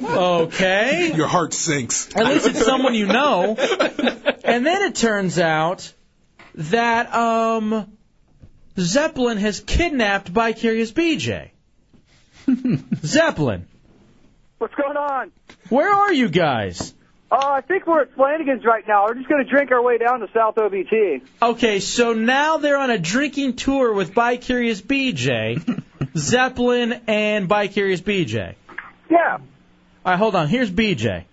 [SPEAKER 3] Okay.
[SPEAKER 7] Your heart sinks.
[SPEAKER 3] At least it's someone you know. And then it turns out that um, Zeppelin has kidnapped by Curious BJ. Zeppelin,
[SPEAKER 11] What's going on?
[SPEAKER 3] where are you guys?
[SPEAKER 11] Uh, I think we're at Flanagan's right now. We're just going to drink our way down to South OBT.
[SPEAKER 3] Okay, so now they're on a drinking tour with By Curious BJ, Zeppelin, and By Curious BJ.
[SPEAKER 11] Yeah.
[SPEAKER 3] All right, hold on. Here's BJ.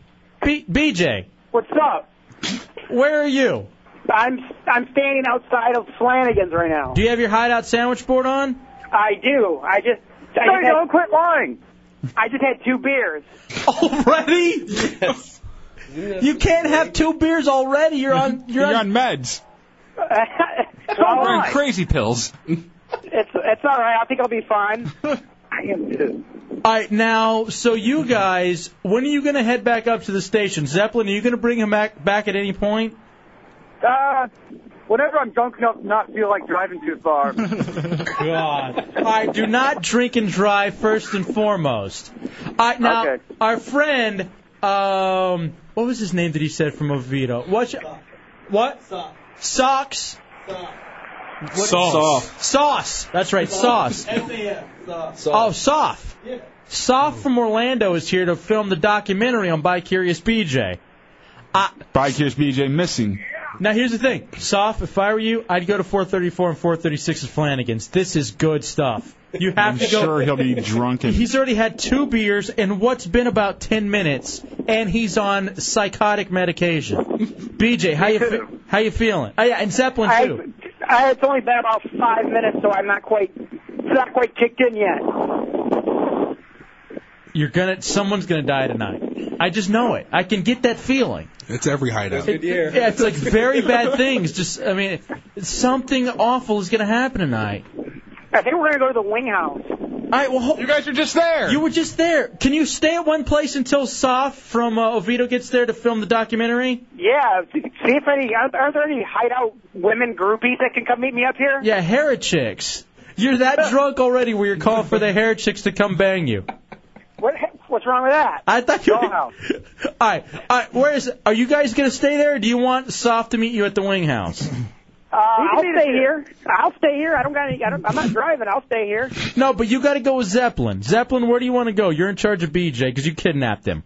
[SPEAKER 3] B- BJ,
[SPEAKER 11] What's up?
[SPEAKER 3] where are you?
[SPEAKER 11] I'm I'm standing outside of Flanagan's right now.
[SPEAKER 3] Do you have your hideout sandwich board on?
[SPEAKER 11] I do. I just. I just don't quit lying. I just had two beers.
[SPEAKER 3] Already? Yes. You can't have two beers already. You're on. You're, on,
[SPEAKER 4] meds.
[SPEAKER 11] All
[SPEAKER 4] We're on
[SPEAKER 11] right.
[SPEAKER 4] crazy pills.
[SPEAKER 11] It's it's all right. I think I'll be fine. I am too.
[SPEAKER 3] All right, now, so you guys, when are you going to head back up to the station? Zeppelin, are you going to bring him back back at any point?
[SPEAKER 11] Uh, whenever I'm drunk enough to not feel like driving too far.
[SPEAKER 3] God. All right, do not drink and drive first and foremost. All right, now our friend, um, what was his name that he said from Oviedo? What? What? Socks. What-
[SPEAKER 4] Sauce.
[SPEAKER 3] Sauce. That's right, sauce. Oh, Soft. Soft from Orlando is here to film the documentary on By Curious BJ.
[SPEAKER 4] By Curious BJ missing.
[SPEAKER 3] Now here's the thing, Soft. If I were you, I'd go to 434 and 436 at Flanagan's. This is good stuff. You have
[SPEAKER 4] I'm
[SPEAKER 3] to go.
[SPEAKER 4] sure he'll be drunken.
[SPEAKER 3] He's already had two beers and what's been about 10 minutes, and he's on psychotic medication. BJ, how you fe- how you feeling? Oh yeah, and Zeppelin
[SPEAKER 11] I,
[SPEAKER 3] too.
[SPEAKER 11] I, it's only been about five minutes, so I'm not quite it's not quite kicked in yet.
[SPEAKER 3] You're gonna someone's gonna die tonight. I just know it. I can get that feeling.
[SPEAKER 7] It's every hideout.
[SPEAKER 3] It- yeah, it's like very bad things. Just I mean, something awful is gonna happen tonight.
[SPEAKER 11] I think we're gonna go to the wing house.
[SPEAKER 3] All right, well, you
[SPEAKER 4] guys are just there.
[SPEAKER 3] You were just there. Can you stay at one place until Saf from uh, Oviedo gets there to film the documentary?
[SPEAKER 11] Yeah, see if any are, are there any hideout women groupies that can come meet me up here?
[SPEAKER 3] Yeah, hair chicks. You're that drunk already where you're calling for the hair chicks to come bang you.
[SPEAKER 11] What what's wrong with that?
[SPEAKER 3] I thought you. Were... All
[SPEAKER 11] Dollhouse.
[SPEAKER 3] right, all right. Where is? Are you guys gonna stay there? or Do you want Saf to meet you at the wing house?
[SPEAKER 11] Uh, I'll stay here. I'll stay here. I don't got any. I don't, I'm not driving. I'll stay here.
[SPEAKER 3] No, but you got to go with Zeppelin. Zeppelin, where do you want to go? You're in charge of BJ because you kidnapped him.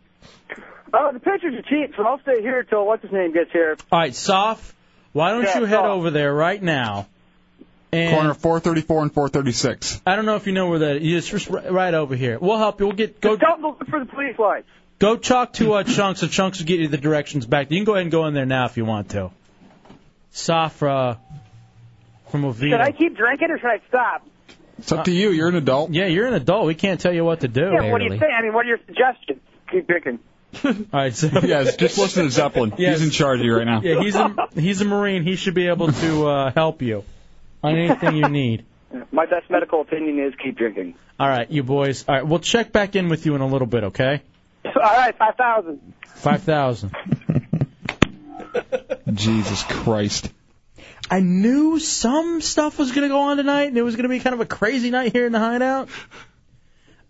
[SPEAKER 11] Oh, the pictures are cheap, so I'll stay here till what's his name gets here.
[SPEAKER 3] All right, Saf, why don't
[SPEAKER 11] Yeah,
[SPEAKER 3] you head over there right now? And
[SPEAKER 4] Corner 434 and 436.
[SPEAKER 3] I don't know if you know where that is. It's just ri- right over here. We'll help you. We'll get go.
[SPEAKER 11] Don't look for the police lights.
[SPEAKER 3] Go talk to uh, Chunks, and Chunks will get you the directions back. You can go ahead and go in there now if you want to. Safra, uh, from a
[SPEAKER 2] Should I keep drinking or should I stop?
[SPEAKER 4] It's up to you. You're an adult.
[SPEAKER 3] Yeah, you're an adult. We can't tell you what to do.
[SPEAKER 2] Yeah, what do you say? I mean, what are your suggestions? Keep drinking.
[SPEAKER 3] All right, so
[SPEAKER 4] yes, just listen to Zeppelin.
[SPEAKER 3] Yes.
[SPEAKER 4] He's in charge of you right now.
[SPEAKER 3] Yeah, he's a he's a marine. He should be able to uh, help you on anything you need.
[SPEAKER 22] My best medical opinion is keep drinking.
[SPEAKER 3] All right, you boys. All right, we'll check back in with you in a little bit, okay?
[SPEAKER 22] All right, five thousand.
[SPEAKER 3] Five thousand.
[SPEAKER 4] Jesus Christ.
[SPEAKER 3] I knew some stuff was going to go on tonight, and it was going to be kind of a crazy night here in the hideout.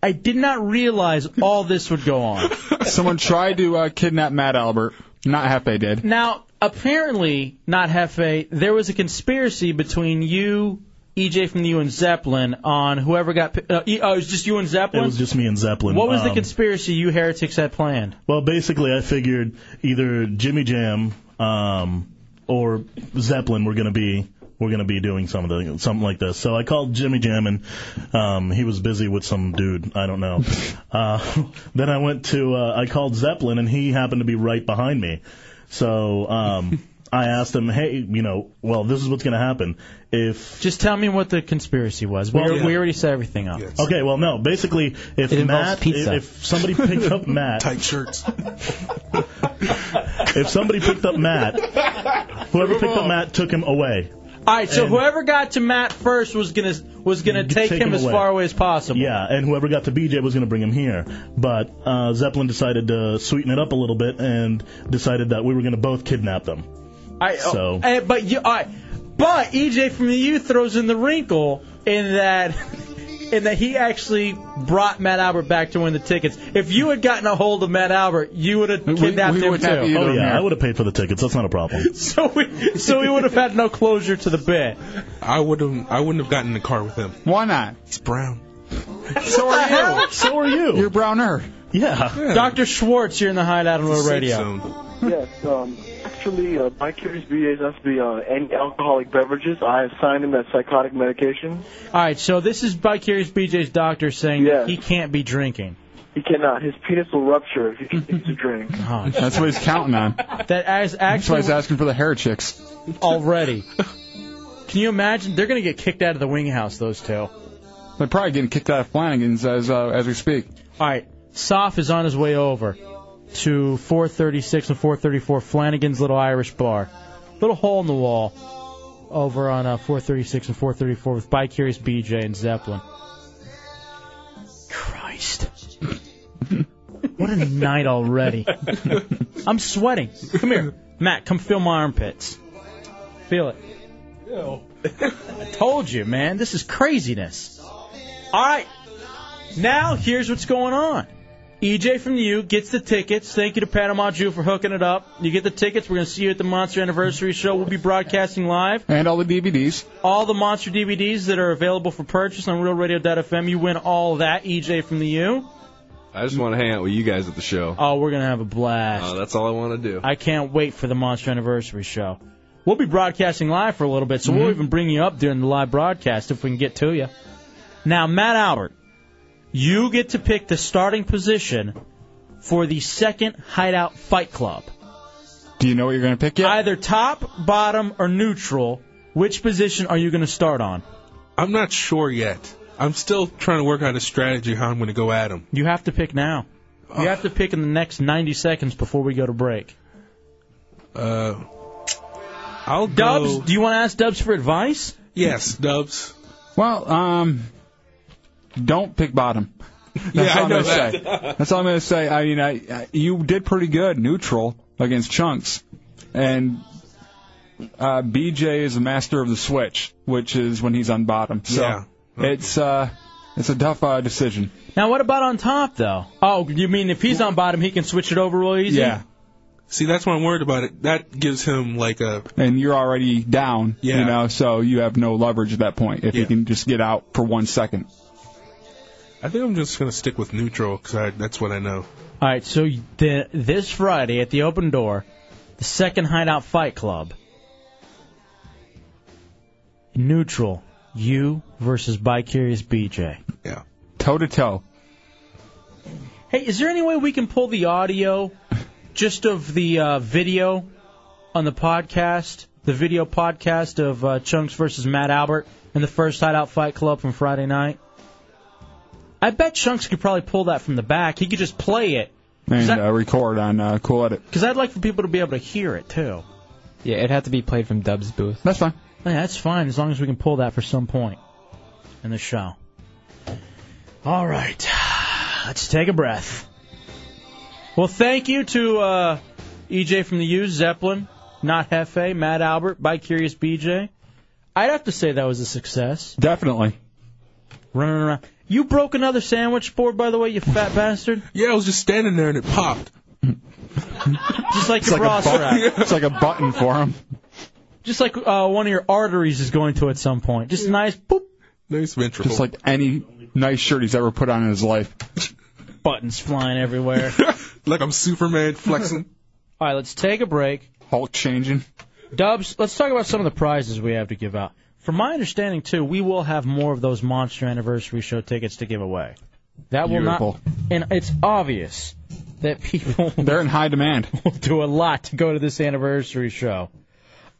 [SPEAKER 3] I did not realize all this would go on.
[SPEAKER 4] Someone tried to uh, kidnap Matt Albert. Not half they did.
[SPEAKER 3] Now, apparently, not Hefe, there was a conspiracy between you, EJ from the U, and Zeppelin on whoever got. pi- Uh, e- oh, it was just you and Zeppelin?
[SPEAKER 15] It was just me and Zeppelin.
[SPEAKER 3] What was the
[SPEAKER 15] Um,
[SPEAKER 3] conspiracy you heretics had planned?
[SPEAKER 15] Well, basically, I figured either Jimmy Jam um, or Zeppelin were going to be were going to be doing something something like this. So I called Jimmy Jam, and um, he was busy with some dude I don't know. uh, then I went to uh, I called Zeppelin, and he happened to be right behind me. So um, I asked him, hey, you know, well, this is what's going to happen if
[SPEAKER 3] Just tell me what the conspiracy was. We,
[SPEAKER 15] Well,
[SPEAKER 3] we already set everything up.
[SPEAKER 15] Okay, well, no. Basically, if
[SPEAKER 3] It involves
[SPEAKER 15] Matt,
[SPEAKER 3] pizza.
[SPEAKER 15] If, if somebody picked up Matt, tight shirts. if somebody picked up Matt, whoever picked up Matt took him away.
[SPEAKER 3] All right, so
[SPEAKER 15] And-
[SPEAKER 3] whoever got to Matt first was gonna was gonna take, him, as
[SPEAKER 15] away.
[SPEAKER 3] far away as possible.
[SPEAKER 15] Yeah, and whoever got to BJ was going to bring him here, but uh, Zeppelin decided to sweeten it up a little bit and decided that we were going to both kidnap them.
[SPEAKER 3] I,
[SPEAKER 15] So-
[SPEAKER 3] uh, but you, I, but EJ from the U throws in the wrinkle in that in that he actually brought Matt Albert back to win the tickets. If you had gotten a hold of Matt Albert, you would have kidnapped him too.
[SPEAKER 15] oh yeah, I would have paid for the tickets. That's not a problem.
[SPEAKER 3] so we so we would have had no closure to the bit.
[SPEAKER 7] I would have. I wouldn't have gotten in the car with him.
[SPEAKER 4] Why not?
[SPEAKER 7] He's brown.
[SPEAKER 4] So are you.
[SPEAKER 15] so are you. You're
[SPEAKER 4] browner.
[SPEAKER 15] Yeah.
[SPEAKER 3] Dr. Schwartz, you're in the Hideout on
[SPEAKER 7] It's a
[SPEAKER 3] Road
[SPEAKER 7] safe
[SPEAKER 3] Radio.
[SPEAKER 7] zone.
[SPEAKER 18] yes, um, actually, uh, my curious BA is not to be on uh, any alcoholic beverages. I have signed him that psychotic medication.
[SPEAKER 3] All right, so this is by Curious BJ's doctor saying that he can't be drinking.
[SPEAKER 18] He cannot. His penis will rupture if he continues to drink.
[SPEAKER 4] That's what he's counting on.
[SPEAKER 3] That as
[SPEAKER 4] That's why
[SPEAKER 3] actually
[SPEAKER 4] he's asking for the hair chicks.
[SPEAKER 3] already. Can you imagine? They're going to get kicked out of the wing house, those two. All
[SPEAKER 4] They're probably getting kicked out of Flanagan's as uh, as we speak.
[SPEAKER 3] right, Soph is on his way over to 436 and 434 Flanagan's Little Irish Bar. Little hole in the wall over on uh, 436 and 434 with By Curious BJ and Zeppelin. Christ. what a night already. I'm sweating. Come here. Matt, come feel my armpits. Feel it. I told you, man. This is craziness. All right. Now, here's what's going on. EJ from the U gets the tickets. Thank you to Panama Jew for hooking it up. You get the tickets. We're going to see you at the Monster Anniversary Show. We'll be broadcasting live.
[SPEAKER 4] And all the DVDs.
[SPEAKER 3] All the Monster DVDs that are available for purchase on RealRadio.fm. You win all that, EJ from the U.
[SPEAKER 19] I just want to hang out with you guys at the show.
[SPEAKER 3] Oh, we're going to have a blast.
[SPEAKER 19] Uh, that's all I want to do.
[SPEAKER 3] I can't wait for the Monster Anniversary Show. We'll be broadcasting live for a little bit, so
[SPEAKER 19] Mm-hmm.
[SPEAKER 3] we'll even bring you up during the live broadcast if we can get to you. Now, Matt Albert, you get to pick the starting position for the second Hideout Fight Club.
[SPEAKER 4] Do you know what you're going to pick yet?
[SPEAKER 3] Either top, bottom, or neutral. Which position are you going to start on?
[SPEAKER 7] I'm not sure yet. I'm still trying to work out a strategy how I'm going to go at him.
[SPEAKER 3] You have to pick now.
[SPEAKER 4] Uh.
[SPEAKER 3] You have to pick in the next 90 seconds before we go to break.
[SPEAKER 7] Uh, I'll
[SPEAKER 3] Dubs,
[SPEAKER 7] go.
[SPEAKER 3] do you want to ask Dubs for advice?
[SPEAKER 7] Yes, Dubs.
[SPEAKER 4] Well, um, don't pick bottom. That's
[SPEAKER 7] Yeah, I
[SPEAKER 4] all I'm
[SPEAKER 7] know
[SPEAKER 4] gonna say.
[SPEAKER 7] that.
[SPEAKER 4] That's all I'm gonna say. I mean, I, I you did pretty good neutral against chunks, and uh, BJ is a master of the switch, which is when he's on bottom. So
[SPEAKER 3] Yeah.
[SPEAKER 4] it's uh, it's a tough uh, decision.
[SPEAKER 3] Now, what about on top, though? Oh, you mean if he's on bottom, he can switch it over real easy?
[SPEAKER 4] Yeah.
[SPEAKER 7] See, that's what I'm worried about. It that gives him like a
[SPEAKER 4] And you're already down,
[SPEAKER 7] Yeah.
[SPEAKER 4] you know, so you have no leverage at that point if you can just get out for one second.
[SPEAKER 7] I think I'm just gonna stick with neutral because that's what I know.
[SPEAKER 3] All right, so the, this Friday at the open door, the second Hideout Fight Club. Neutral, you versus Bicurious BJ.
[SPEAKER 7] Yeah.
[SPEAKER 4] Toe to toe.
[SPEAKER 3] Hey, is there any way we can pull the audio just of the uh, video on the podcast? the video podcast of uh, Chunks versus Matt Albert in the first Hideout Fight Club from Friday night. I bet Chunks could probably pull that from the back. He could just play it
[SPEAKER 4] and uh, record on uh, Cool Edit.
[SPEAKER 3] because I'd like for people to be able to hear it too.
[SPEAKER 6] Yeah, it'd have to be played from Dub's booth.
[SPEAKER 4] That's fine.
[SPEAKER 3] Yeah, that's fine as long as we can pull that for some point in the show. All right, let's take a breath. Well, thank you to uh, EJ from the U, Zeppelin, Not Hefe, Matt Albert, by Curious BJ. I'd have to say that was a success.
[SPEAKER 4] Definitely.
[SPEAKER 3] Running around. You broke another sandwich board, by the way, you fat bastard.
[SPEAKER 7] Yeah, I was just standing there and it popped.
[SPEAKER 3] Just like
[SPEAKER 4] It's like,
[SPEAKER 3] your bra
[SPEAKER 4] a
[SPEAKER 3] strap.
[SPEAKER 4] button, it's like a button for him.
[SPEAKER 3] Just like uh, one of your arteries is going to at some point. Just a nice boop.
[SPEAKER 7] Nice ventricle.
[SPEAKER 4] Just like any nice shirt he's ever put on in his life.
[SPEAKER 3] Buttons flying everywhere.
[SPEAKER 7] like I'm Superman flexing.
[SPEAKER 3] All right, let's take a break.
[SPEAKER 4] Hulk changing.
[SPEAKER 3] Dubs, let's talk about some of the prizes we have to give out. From my understanding, too, we will have more of those Monster Anniversary Show tickets to give away. That will
[SPEAKER 4] Beautiful.
[SPEAKER 3] not, and it's obvious that people
[SPEAKER 4] they're in high demand.
[SPEAKER 3] Will do a lot to go to this anniversary show.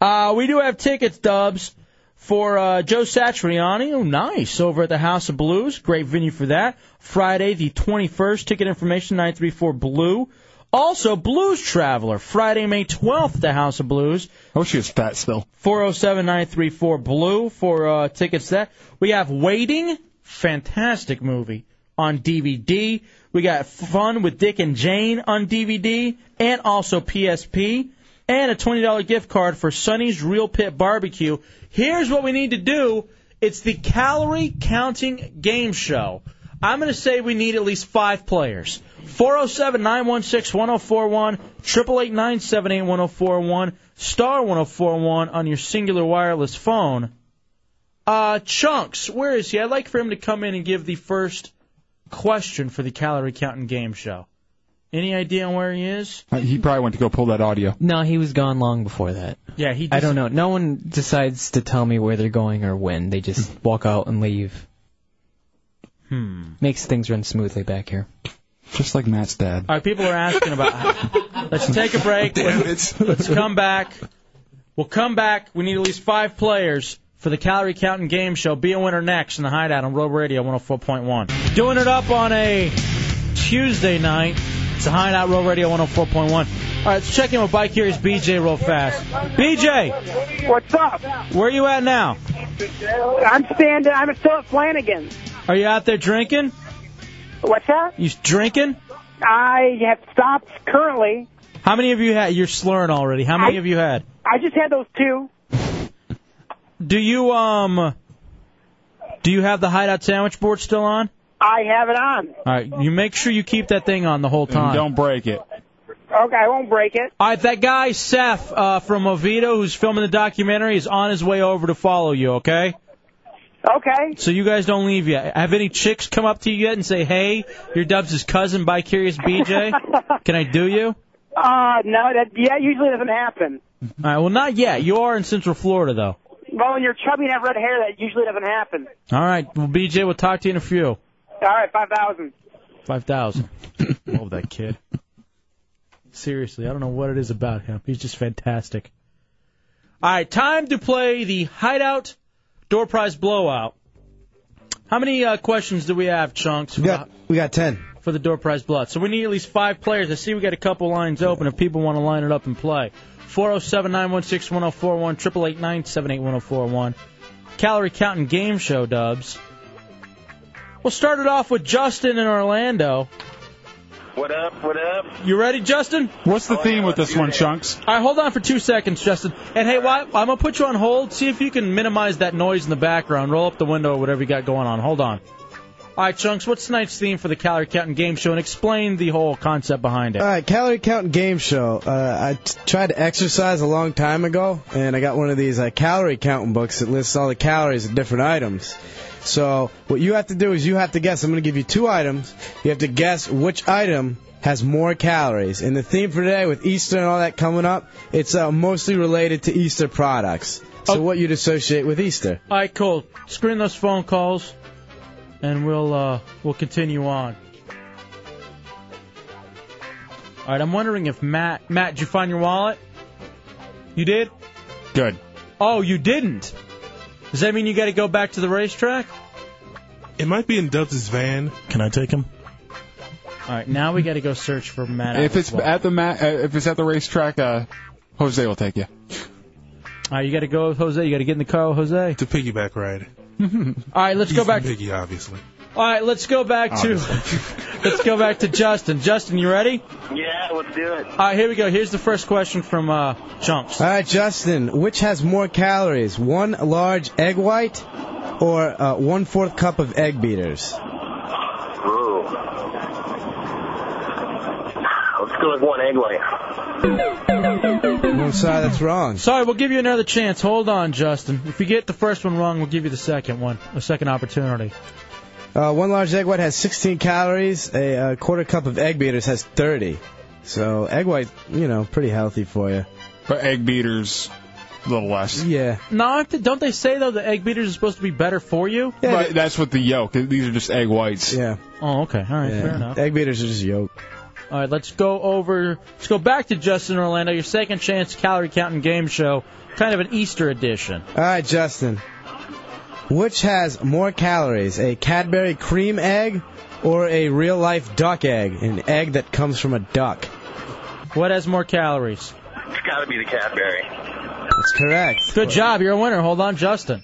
[SPEAKER 3] Uh, we do have tickets, Dubs, for uh, Joe Satriani. Oh, nice over at the House of Blues. Great venue for that. Friday the 21st. Ticket information 934 blue. Also, Blues Traveler, Friday, May 12th, the House of Blues.
[SPEAKER 4] Oh, she is fat still.
[SPEAKER 3] 407 blue for uh, tickets that. We have Waiting, fantastic movie on DVD. We got Fun with Dick and Jane on DVD and also PSP and a $20 gift card for Sonny's Real Pit Barbecue. Here's what we need to do. It's the calorie counting game show. I'm going to say we need at least five players. 407 916 1041, 888 978 1041, star 1041 on your singular wireless phone. Uh, Chunks, where is he? I'd like for him to come in and give the first question for the calorie counting game show. Any idea on where he is?
[SPEAKER 4] Uh, He probably went to go pull that audio.
[SPEAKER 6] No, he was gone long before that.
[SPEAKER 3] Yeah, he.
[SPEAKER 6] I don't know. No one decides to tell me where they're going or when. They
[SPEAKER 8] Hmm.
[SPEAKER 6] just walk out and leave.
[SPEAKER 3] Hmm.
[SPEAKER 6] Makes things run smoothly back here.
[SPEAKER 4] Just like Matt's dad.
[SPEAKER 3] All right, people are asking about. Let's take a break.
[SPEAKER 4] Damn
[SPEAKER 3] let's,
[SPEAKER 4] it.
[SPEAKER 3] let's come back. We'll come back. We need at least five players for the calorie counting game show. Be a winner next in the hideout on Road Radio 104.1. Doing it up on a Tuesday night. It's the hideout Road Radio 104.1. All right, let's check in with Bike Curious BJ real fast. BJ,
[SPEAKER 2] What's up?
[SPEAKER 3] where are you at now?
[SPEAKER 2] I'm standing. I'm still at Flanagan's.
[SPEAKER 3] Are you out there drinking?
[SPEAKER 2] What's that?
[SPEAKER 3] You drinking?
[SPEAKER 2] I have stopped currently.
[SPEAKER 3] How many of you had? You're slurring already. How many of you had?
[SPEAKER 2] I just had those two.
[SPEAKER 3] Do you um? Do you have the hideout sandwich board still on?
[SPEAKER 2] I have it on.
[SPEAKER 3] All right, you make sure you keep that thing on the whole time.
[SPEAKER 4] don't break it.
[SPEAKER 2] Okay, I won't break it.
[SPEAKER 3] All right, that guy Seth uh, from Oviedo, who's filming the documentary, is on his way over to follow you. Okay.
[SPEAKER 2] Okay.
[SPEAKER 3] So you guys don't leave yet. Have any chicks come up to you yet and say, "Hey, your Dubs' cousin, by Curious BJ. Can I do you?"
[SPEAKER 2] Uh, no, that yeah, usually doesn't happen.
[SPEAKER 3] All right. Well, not yet. You are in Central Florida, though.
[SPEAKER 2] Well, when you're chubby and have red hair, that usually doesn't happen.
[SPEAKER 3] All right. Well, BJ, we'll talk to you in a few.
[SPEAKER 2] All right, five thousand.
[SPEAKER 3] Five thousand. Love that kid. Seriously, I don't know what it is about him. He's just fantastic. All right, time to play the Hideout Door Prize Blowout. How many uh, questions do we have, Chunks? We got,
[SPEAKER 1] we got ten
[SPEAKER 3] for the Door Prize Blowout. So we need at least five players. I see we got a couple lines open. If people want to line it up and play, 407-916-1041, 888-978-1041. Calorie counting game show, Dubs. We'll start it off with Justin in Orlando.
[SPEAKER 9] What up? What up?
[SPEAKER 3] You ready, Justin?
[SPEAKER 4] What's the theme with this one, Chunks?
[SPEAKER 3] All right, hold on for two seconds, Justin. And hey, why, I'm gonna put you on hold. See if you can minimize that noise in the background. Roll up the window or whatever you got going on. Hold on. All right, Chunks. What's tonight's theme for the calorie counting game show? And explain the whole concept behind it.
[SPEAKER 1] All right, calorie count and game show. Uh, I t- tried to exercise a long time ago, and I got one of these uh, calorie counting books that lists all the calories of different items. So what you have to do is you have to guess. I'm going to give you two items. You have to guess which item has more calories. And the theme for today, with Easter and all that coming up, it's uh, mostly related to Easter products. So what you'd associate with Easter.
[SPEAKER 3] All right, cool. Screen those phone calls, and we'll uh, we'll continue on. All right, I'm wondering if Matt Matt, did you find your wallet? You did.
[SPEAKER 4] Good.
[SPEAKER 3] Oh, you didn't? Does that mean you got to go back to the racetrack?
[SPEAKER 7] It might be in Dubs' van.
[SPEAKER 15] Can I take him?
[SPEAKER 3] All right, now we got to go search for Matt.
[SPEAKER 4] If it's
[SPEAKER 3] Oswalt.
[SPEAKER 4] at the ma- uh, if it's at the racetrack, uh, Jose will take you.
[SPEAKER 3] All right, you got to go with Jose. You got to get in the car with Jose.
[SPEAKER 7] The piggyback ride.
[SPEAKER 3] All right, let's
[SPEAKER 7] He's
[SPEAKER 3] go back.
[SPEAKER 7] the Piggy, obviously.
[SPEAKER 3] All right, let's go back to let's go back to Justin. Justin, you ready?
[SPEAKER 17] Yeah, let's do it.
[SPEAKER 3] All right, here we go. Here's the first question from uh, Chumps.
[SPEAKER 1] All right, Justin, which has more calories, one large egg white or uh, one fourth cup of egg beaters?
[SPEAKER 17] Ooh. Let's go with one egg white.
[SPEAKER 1] I'm sorry, that's wrong.
[SPEAKER 3] Sorry, we'll give you another chance. Hold on, Justin. If you get the first one wrong, we'll give you the second one, a second opportunity.
[SPEAKER 1] Uh, one large egg white has 16 calories. A, uh quarter cup of egg beaters has 30. So egg white, you know, pretty healthy for you.
[SPEAKER 4] But egg beaters, a little less.
[SPEAKER 1] Yeah.
[SPEAKER 3] No, aren't they- don't they say though the egg beaters are supposed to be better for you?
[SPEAKER 4] but that's with the yolk. These are just egg whites.
[SPEAKER 1] Yeah.
[SPEAKER 3] Oh, okay. All right,
[SPEAKER 4] Yeah.
[SPEAKER 3] fair enough.
[SPEAKER 1] Egg beaters are just yolk.
[SPEAKER 3] All right, let's go over. Let's go back to Justin Orlando. Your second chance calorie counting game show, kind of an Easter edition.
[SPEAKER 1] All right, Justin. Which has more calories, a Cadbury cream egg or a real life duck egg, an egg that comes from a duck?
[SPEAKER 3] What has more calories?
[SPEAKER 17] It's got to be the Cadbury.
[SPEAKER 1] That's correct.
[SPEAKER 3] Good job. You're a winner. Hold on, Justin.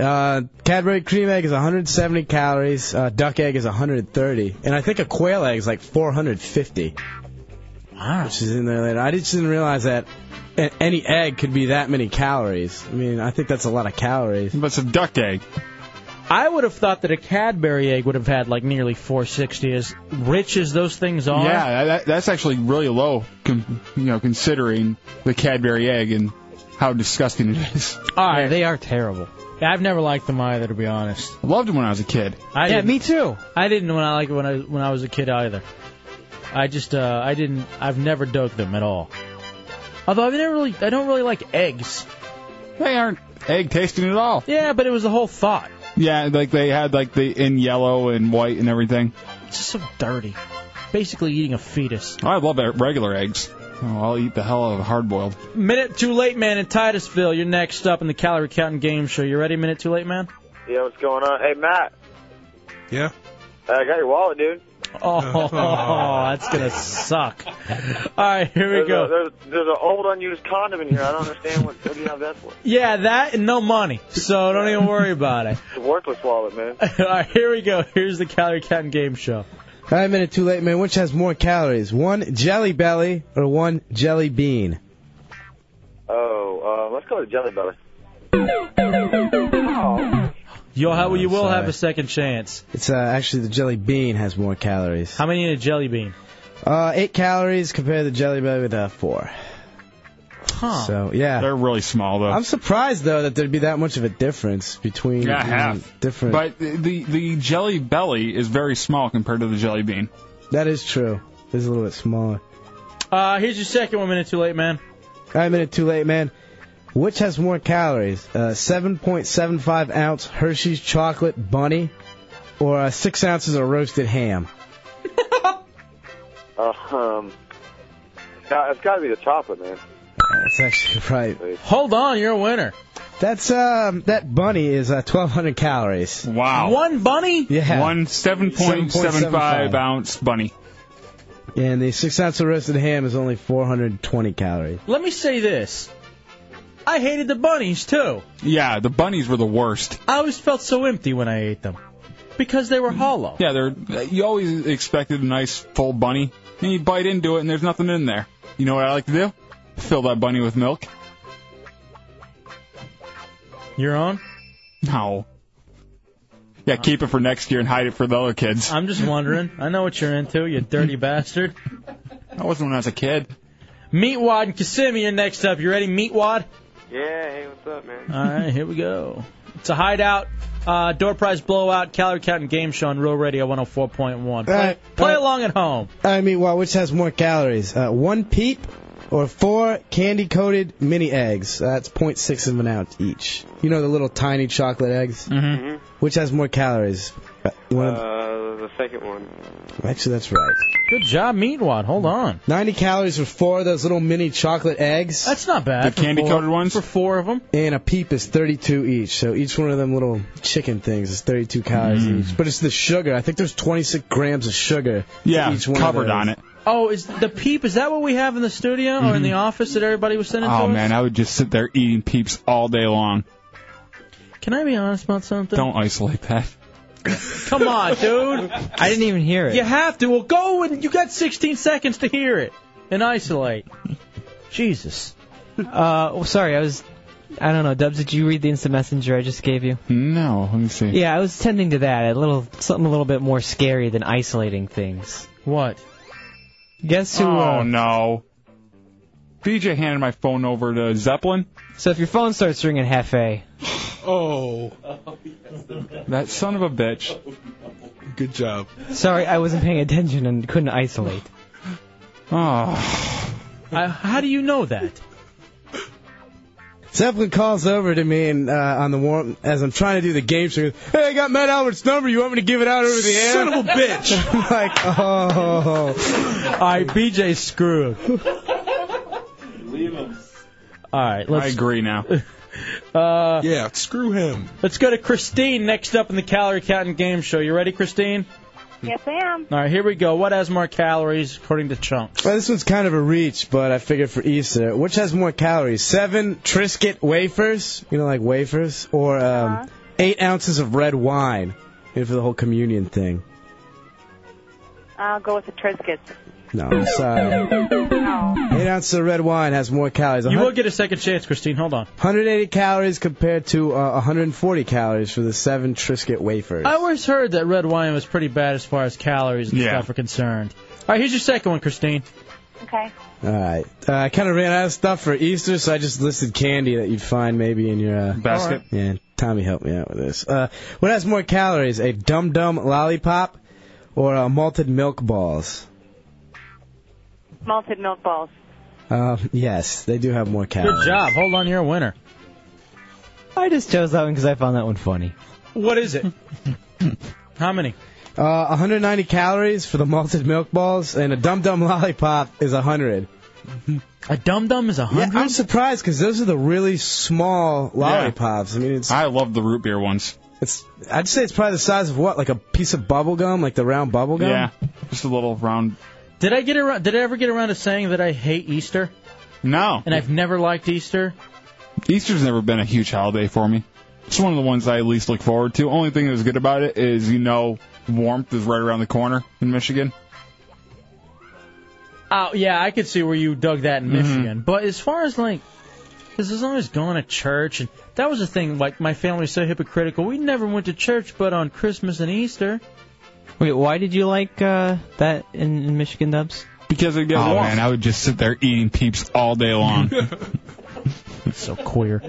[SPEAKER 1] Uh, Cadbury cream egg is 170 calories. Uh, duck egg is 130, and I think a quail egg is like 450.
[SPEAKER 3] Wow.
[SPEAKER 1] Which is in there later. I just didn't realize that a- any egg could be that many calories. I mean, I think that's a lot of calories.
[SPEAKER 4] But it's a duck egg.
[SPEAKER 3] I would have thought that a Cadbury egg would have had like nearly 460. As rich as those things are.
[SPEAKER 4] Yeah, that, that's actually really low, con, you know, considering the Cadbury egg and how disgusting it is.
[SPEAKER 3] All right,
[SPEAKER 4] they are terrible.
[SPEAKER 3] I've never liked them either, to be honest.
[SPEAKER 4] Loved them when I was a kid.
[SPEAKER 3] I
[SPEAKER 4] Yeah,
[SPEAKER 3] me too. I didn't when I like when I when I was a kid either. I just uh, I didn't I've never dug them at all. Although I've never really I don't really like eggs.
[SPEAKER 4] They aren't egg tasting at all.
[SPEAKER 3] Yeah, but it was the whole thought.
[SPEAKER 4] Yeah, like they had like the in yellow and white and everything.
[SPEAKER 3] It's just so dirty. Basically eating a fetus.
[SPEAKER 4] I love e- regular eggs. Oh, I'll eat the hell out of hard boiled.
[SPEAKER 3] Minute too late, man. In Titusville, you're next up in the calorie counting game show. You ready? Minute too late, man.
[SPEAKER 17] Yeah, what's going on? Hey, Matt.
[SPEAKER 7] Yeah?
[SPEAKER 17] Uh, I got your wallet, dude.
[SPEAKER 3] Oh, that's gonna suck. All right, here
[SPEAKER 17] there's
[SPEAKER 3] we
[SPEAKER 17] A,
[SPEAKER 3] go.
[SPEAKER 17] there's, there's an old unused condom in here. I don't understand what, what do you have that for.
[SPEAKER 3] Yeah, that and no money, so don't even worry about it.
[SPEAKER 17] It's a worthless wallet, man.
[SPEAKER 3] All right, here we go. Here's the calorie counting game show.
[SPEAKER 1] All right, minute too late, man. Which has more calories, one jelly belly or one jelly bean?
[SPEAKER 17] Oh, uh, let's go to Jelly Belly.
[SPEAKER 3] Yo, how
[SPEAKER 1] Oh,
[SPEAKER 3] you will
[SPEAKER 1] sorry.
[SPEAKER 3] have a second chance.
[SPEAKER 1] It's uh, actually the jelly bean has more calories.
[SPEAKER 3] How many in a jelly bean?
[SPEAKER 1] Uh, eight calories compared to the jelly belly with uh, four.
[SPEAKER 3] Huh.
[SPEAKER 1] So yeah,
[SPEAKER 4] they're really small though.
[SPEAKER 1] I'm surprised though that there'd be that much of a difference between
[SPEAKER 4] Yeah,
[SPEAKER 1] um,
[SPEAKER 4] half.
[SPEAKER 1] different.
[SPEAKER 4] But the the jelly belly is very small compared to the jelly bean.
[SPEAKER 1] that is true. It's a little bit smaller.
[SPEAKER 3] Uh, here's your second one minute too late, man.
[SPEAKER 1] All right, minute too late, man. Which has more calories, uh, a 7.75 ounce Hershey's chocolate bunny, or uh, six ounces of roasted ham?
[SPEAKER 17] Uh, um, it's got- it's got to be the chocolate, man.
[SPEAKER 1] That's actually right.
[SPEAKER 3] Hold on, you're a winner.
[SPEAKER 1] That's um, that bunny is uh, 1,200 calories.
[SPEAKER 4] Wow.
[SPEAKER 3] One bunny?
[SPEAKER 1] Yeah.
[SPEAKER 4] One 7.75 ounce bunny.
[SPEAKER 1] And the six ounce of roasted ham is only 420 calories.
[SPEAKER 3] Let me say this. I hated the bunnies too.
[SPEAKER 4] Yeah, the bunnies were the worst.
[SPEAKER 3] I always felt so empty when I ate them because they were hollow.
[SPEAKER 4] Yeah, they're you always expected a nice full bunny, and you bite into it and there's nothing in there. You know what I like to do? Fill that bunny with milk.
[SPEAKER 3] You're on.
[SPEAKER 4] No. Yeah, keep it for next year and hide it for the other kids.
[SPEAKER 3] I'm just wondering. I know what you're into, you dirty bastard.
[SPEAKER 4] That wasn't when I was a kid.
[SPEAKER 3] Meatwad and Kissimmee are next up. You ready, Meatwad?
[SPEAKER 17] Yeah, hey, what's up, man?
[SPEAKER 3] All right, here we go. It's a hideout, uh, door prize blowout, calorie counting game show on Real Radio 104.1. Play,
[SPEAKER 1] All right.
[SPEAKER 3] play along at home.
[SPEAKER 1] I mean, well, which has more calories, uh, one peep or four candy coated mini eggs? That's 0.6 of an ounce each. You know the little tiny chocolate eggs?
[SPEAKER 17] Mm-hmm.
[SPEAKER 3] Mhm.
[SPEAKER 1] Which has more calories, One of-
[SPEAKER 23] Uh, the second one.
[SPEAKER 1] actually, that's right.
[SPEAKER 3] Good job, Meatwad. Hold on.
[SPEAKER 1] 90 calories for four of those little mini chocolate eggs.
[SPEAKER 3] That's not bad. The for candy-coated four-
[SPEAKER 1] ones?
[SPEAKER 3] For four of them.
[SPEAKER 1] And a peep is 32 each. So each one of them little chicken things is 32 calories
[SPEAKER 3] Mm.
[SPEAKER 1] each. But it's the sugar. I think there's 26 grams of sugar.
[SPEAKER 4] Yeah,
[SPEAKER 1] each one of
[SPEAKER 4] covered
[SPEAKER 1] those.
[SPEAKER 4] on it.
[SPEAKER 3] Oh, is the peep? Is that what we have in the studio or in the office that everybody was sending
[SPEAKER 4] Mm-hmm. Oh
[SPEAKER 3] to us?
[SPEAKER 4] man, I would just sit there eating peeps all day long.
[SPEAKER 3] Can I be honest about something?
[SPEAKER 4] Don't isolate that.
[SPEAKER 3] Come on, dude. I didn't even hear it. You have to. Well, go and you got 16 seconds to hear it and isolate. Jesus.
[SPEAKER 8] Uh, oh, sorry, I was. I don't know, Dubs. Did you read the instant messenger I just gave you?
[SPEAKER 4] No, let me see.
[SPEAKER 8] Yeah, I was tending to that. A little something a little bit more scary than isolating things.
[SPEAKER 3] What?
[SPEAKER 8] Guess who?
[SPEAKER 4] Oh
[SPEAKER 8] uh,
[SPEAKER 4] no. BJ handed my phone over to Zeppelin.
[SPEAKER 8] So if your phone starts ringing, Hefe.
[SPEAKER 4] Oh. That Uh, son of a bitch.
[SPEAKER 7] Good job.
[SPEAKER 8] Sorry, I wasn't paying attention and couldn't isolate.
[SPEAKER 4] Oh.
[SPEAKER 6] Uh,
[SPEAKER 3] I, how do you know that?
[SPEAKER 1] Zeppelin calls over to me and uh, on the warm as I'm trying to do the game show. he goes, Hey, I got Matt Albert's number. You want me to give it out over the air?
[SPEAKER 7] Son of a bitch.
[SPEAKER 1] I'm like, oh.
[SPEAKER 3] All right, BJ's screwed.
[SPEAKER 4] Leave him.
[SPEAKER 3] All right, let's.
[SPEAKER 4] I agree now.
[SPEAKER 3] Uh,
[SPEAKER 7] yeah, screw him.
[SPEAKER 3] Let's go to Christine next up in the calorie counting game show. You ready, Christine?
[SPEAKER 20] Yes, I am.
[SPEAKER 3] All right, here we go. What has more calories according to Chunk?
[SPEAKER 1] Well, this one's kind of a reach, but I figured for Easter, which has more calories? Seven Triscuit wafers, you know, like wafers, or um, eight ounces of red wine, you know, for the whole communion thing.
[SPEAKER 20] I'll go with the Triscuits.
[SPEAKER 1] No, I'm sorry. Eight ounces of red wine has more calories.
[SPEAKER 3] You will get a second chance, Christine. Hold on.
[SPEAKER 1] 180 calories compared to uh, 140 calories for the seven Triscuit wafers.
[SPEAKER 3] I always heard that red wine was pretty bad as far as calories and stuff are concerned. All right, here's your second one, Christine.
[SPEAKER 20] Okay.
[SPEAKER 1] All right. Uh, I kind of ran out of stuff for Easter, so I just listed candy that you'd find maybe in your uh,
[SPEAKER 4] Basket.
[SPEAKER 1] Yeah, Tommy helped me out with this. Uh, what has more calories, a Dum Dum lollipop or uh, malted milk balls?
[SPEAKER 20] Malted milk balls.
[SPEAKER 1] Uh, yes, they do have more calories.
[SPEAKER 3] Good job. Hold on, you're a winner.
[SPEAKER 8] I just chose that one because I found that one funny.
[SPEAKER 3] What is it? How many?
[SPEAKER 1] Uh, 190 calories for the malted milk balls, and a Dum Dum lollipop is 100.
[SPEAKER 3] A Dum Dum is 100?
[SPEAKER 1] Yeah, I'm surprised because those are the really small lollipops. I mean, it's.
[SPEAKER 4] I love the root beer ones.
[SPEAKER 1] It's. I'd say it's probably the size of what, like a piece of bubble gum, like the round bubble gum.
[SPEAKER 4] Yeah. Just a little round.
[SPEAKER 3] Did I get around? Did I ever get around to saying that I hate Easter?
[SPEAKER 4] No.
[SPEAKER 3] And I've never liked Easter.
[SPEAKER 4] Easter's never been a huge holiday for me. It's one of the ones I least look forward to. Only thing that's good about it is you know warmth is right around the corner in Michigan.
[SPEAKER 3] Oh yeah, I could see where you dug that in Michigan. But as far as like, because as long as going to church and that was the thing. Like my family was so hypocritical. We never went to church, but on Christmas and Easter.
[SPEAKER 8] Wait, why did you like uh, that in, in Michigan Dubs?
[SPEAKER 4] Because it gets oh
[SPEAKER 8] warm.
[SPEAKER 4] man, I would just sit there eating peeps all day long.
[SPEAKER 3] so queer.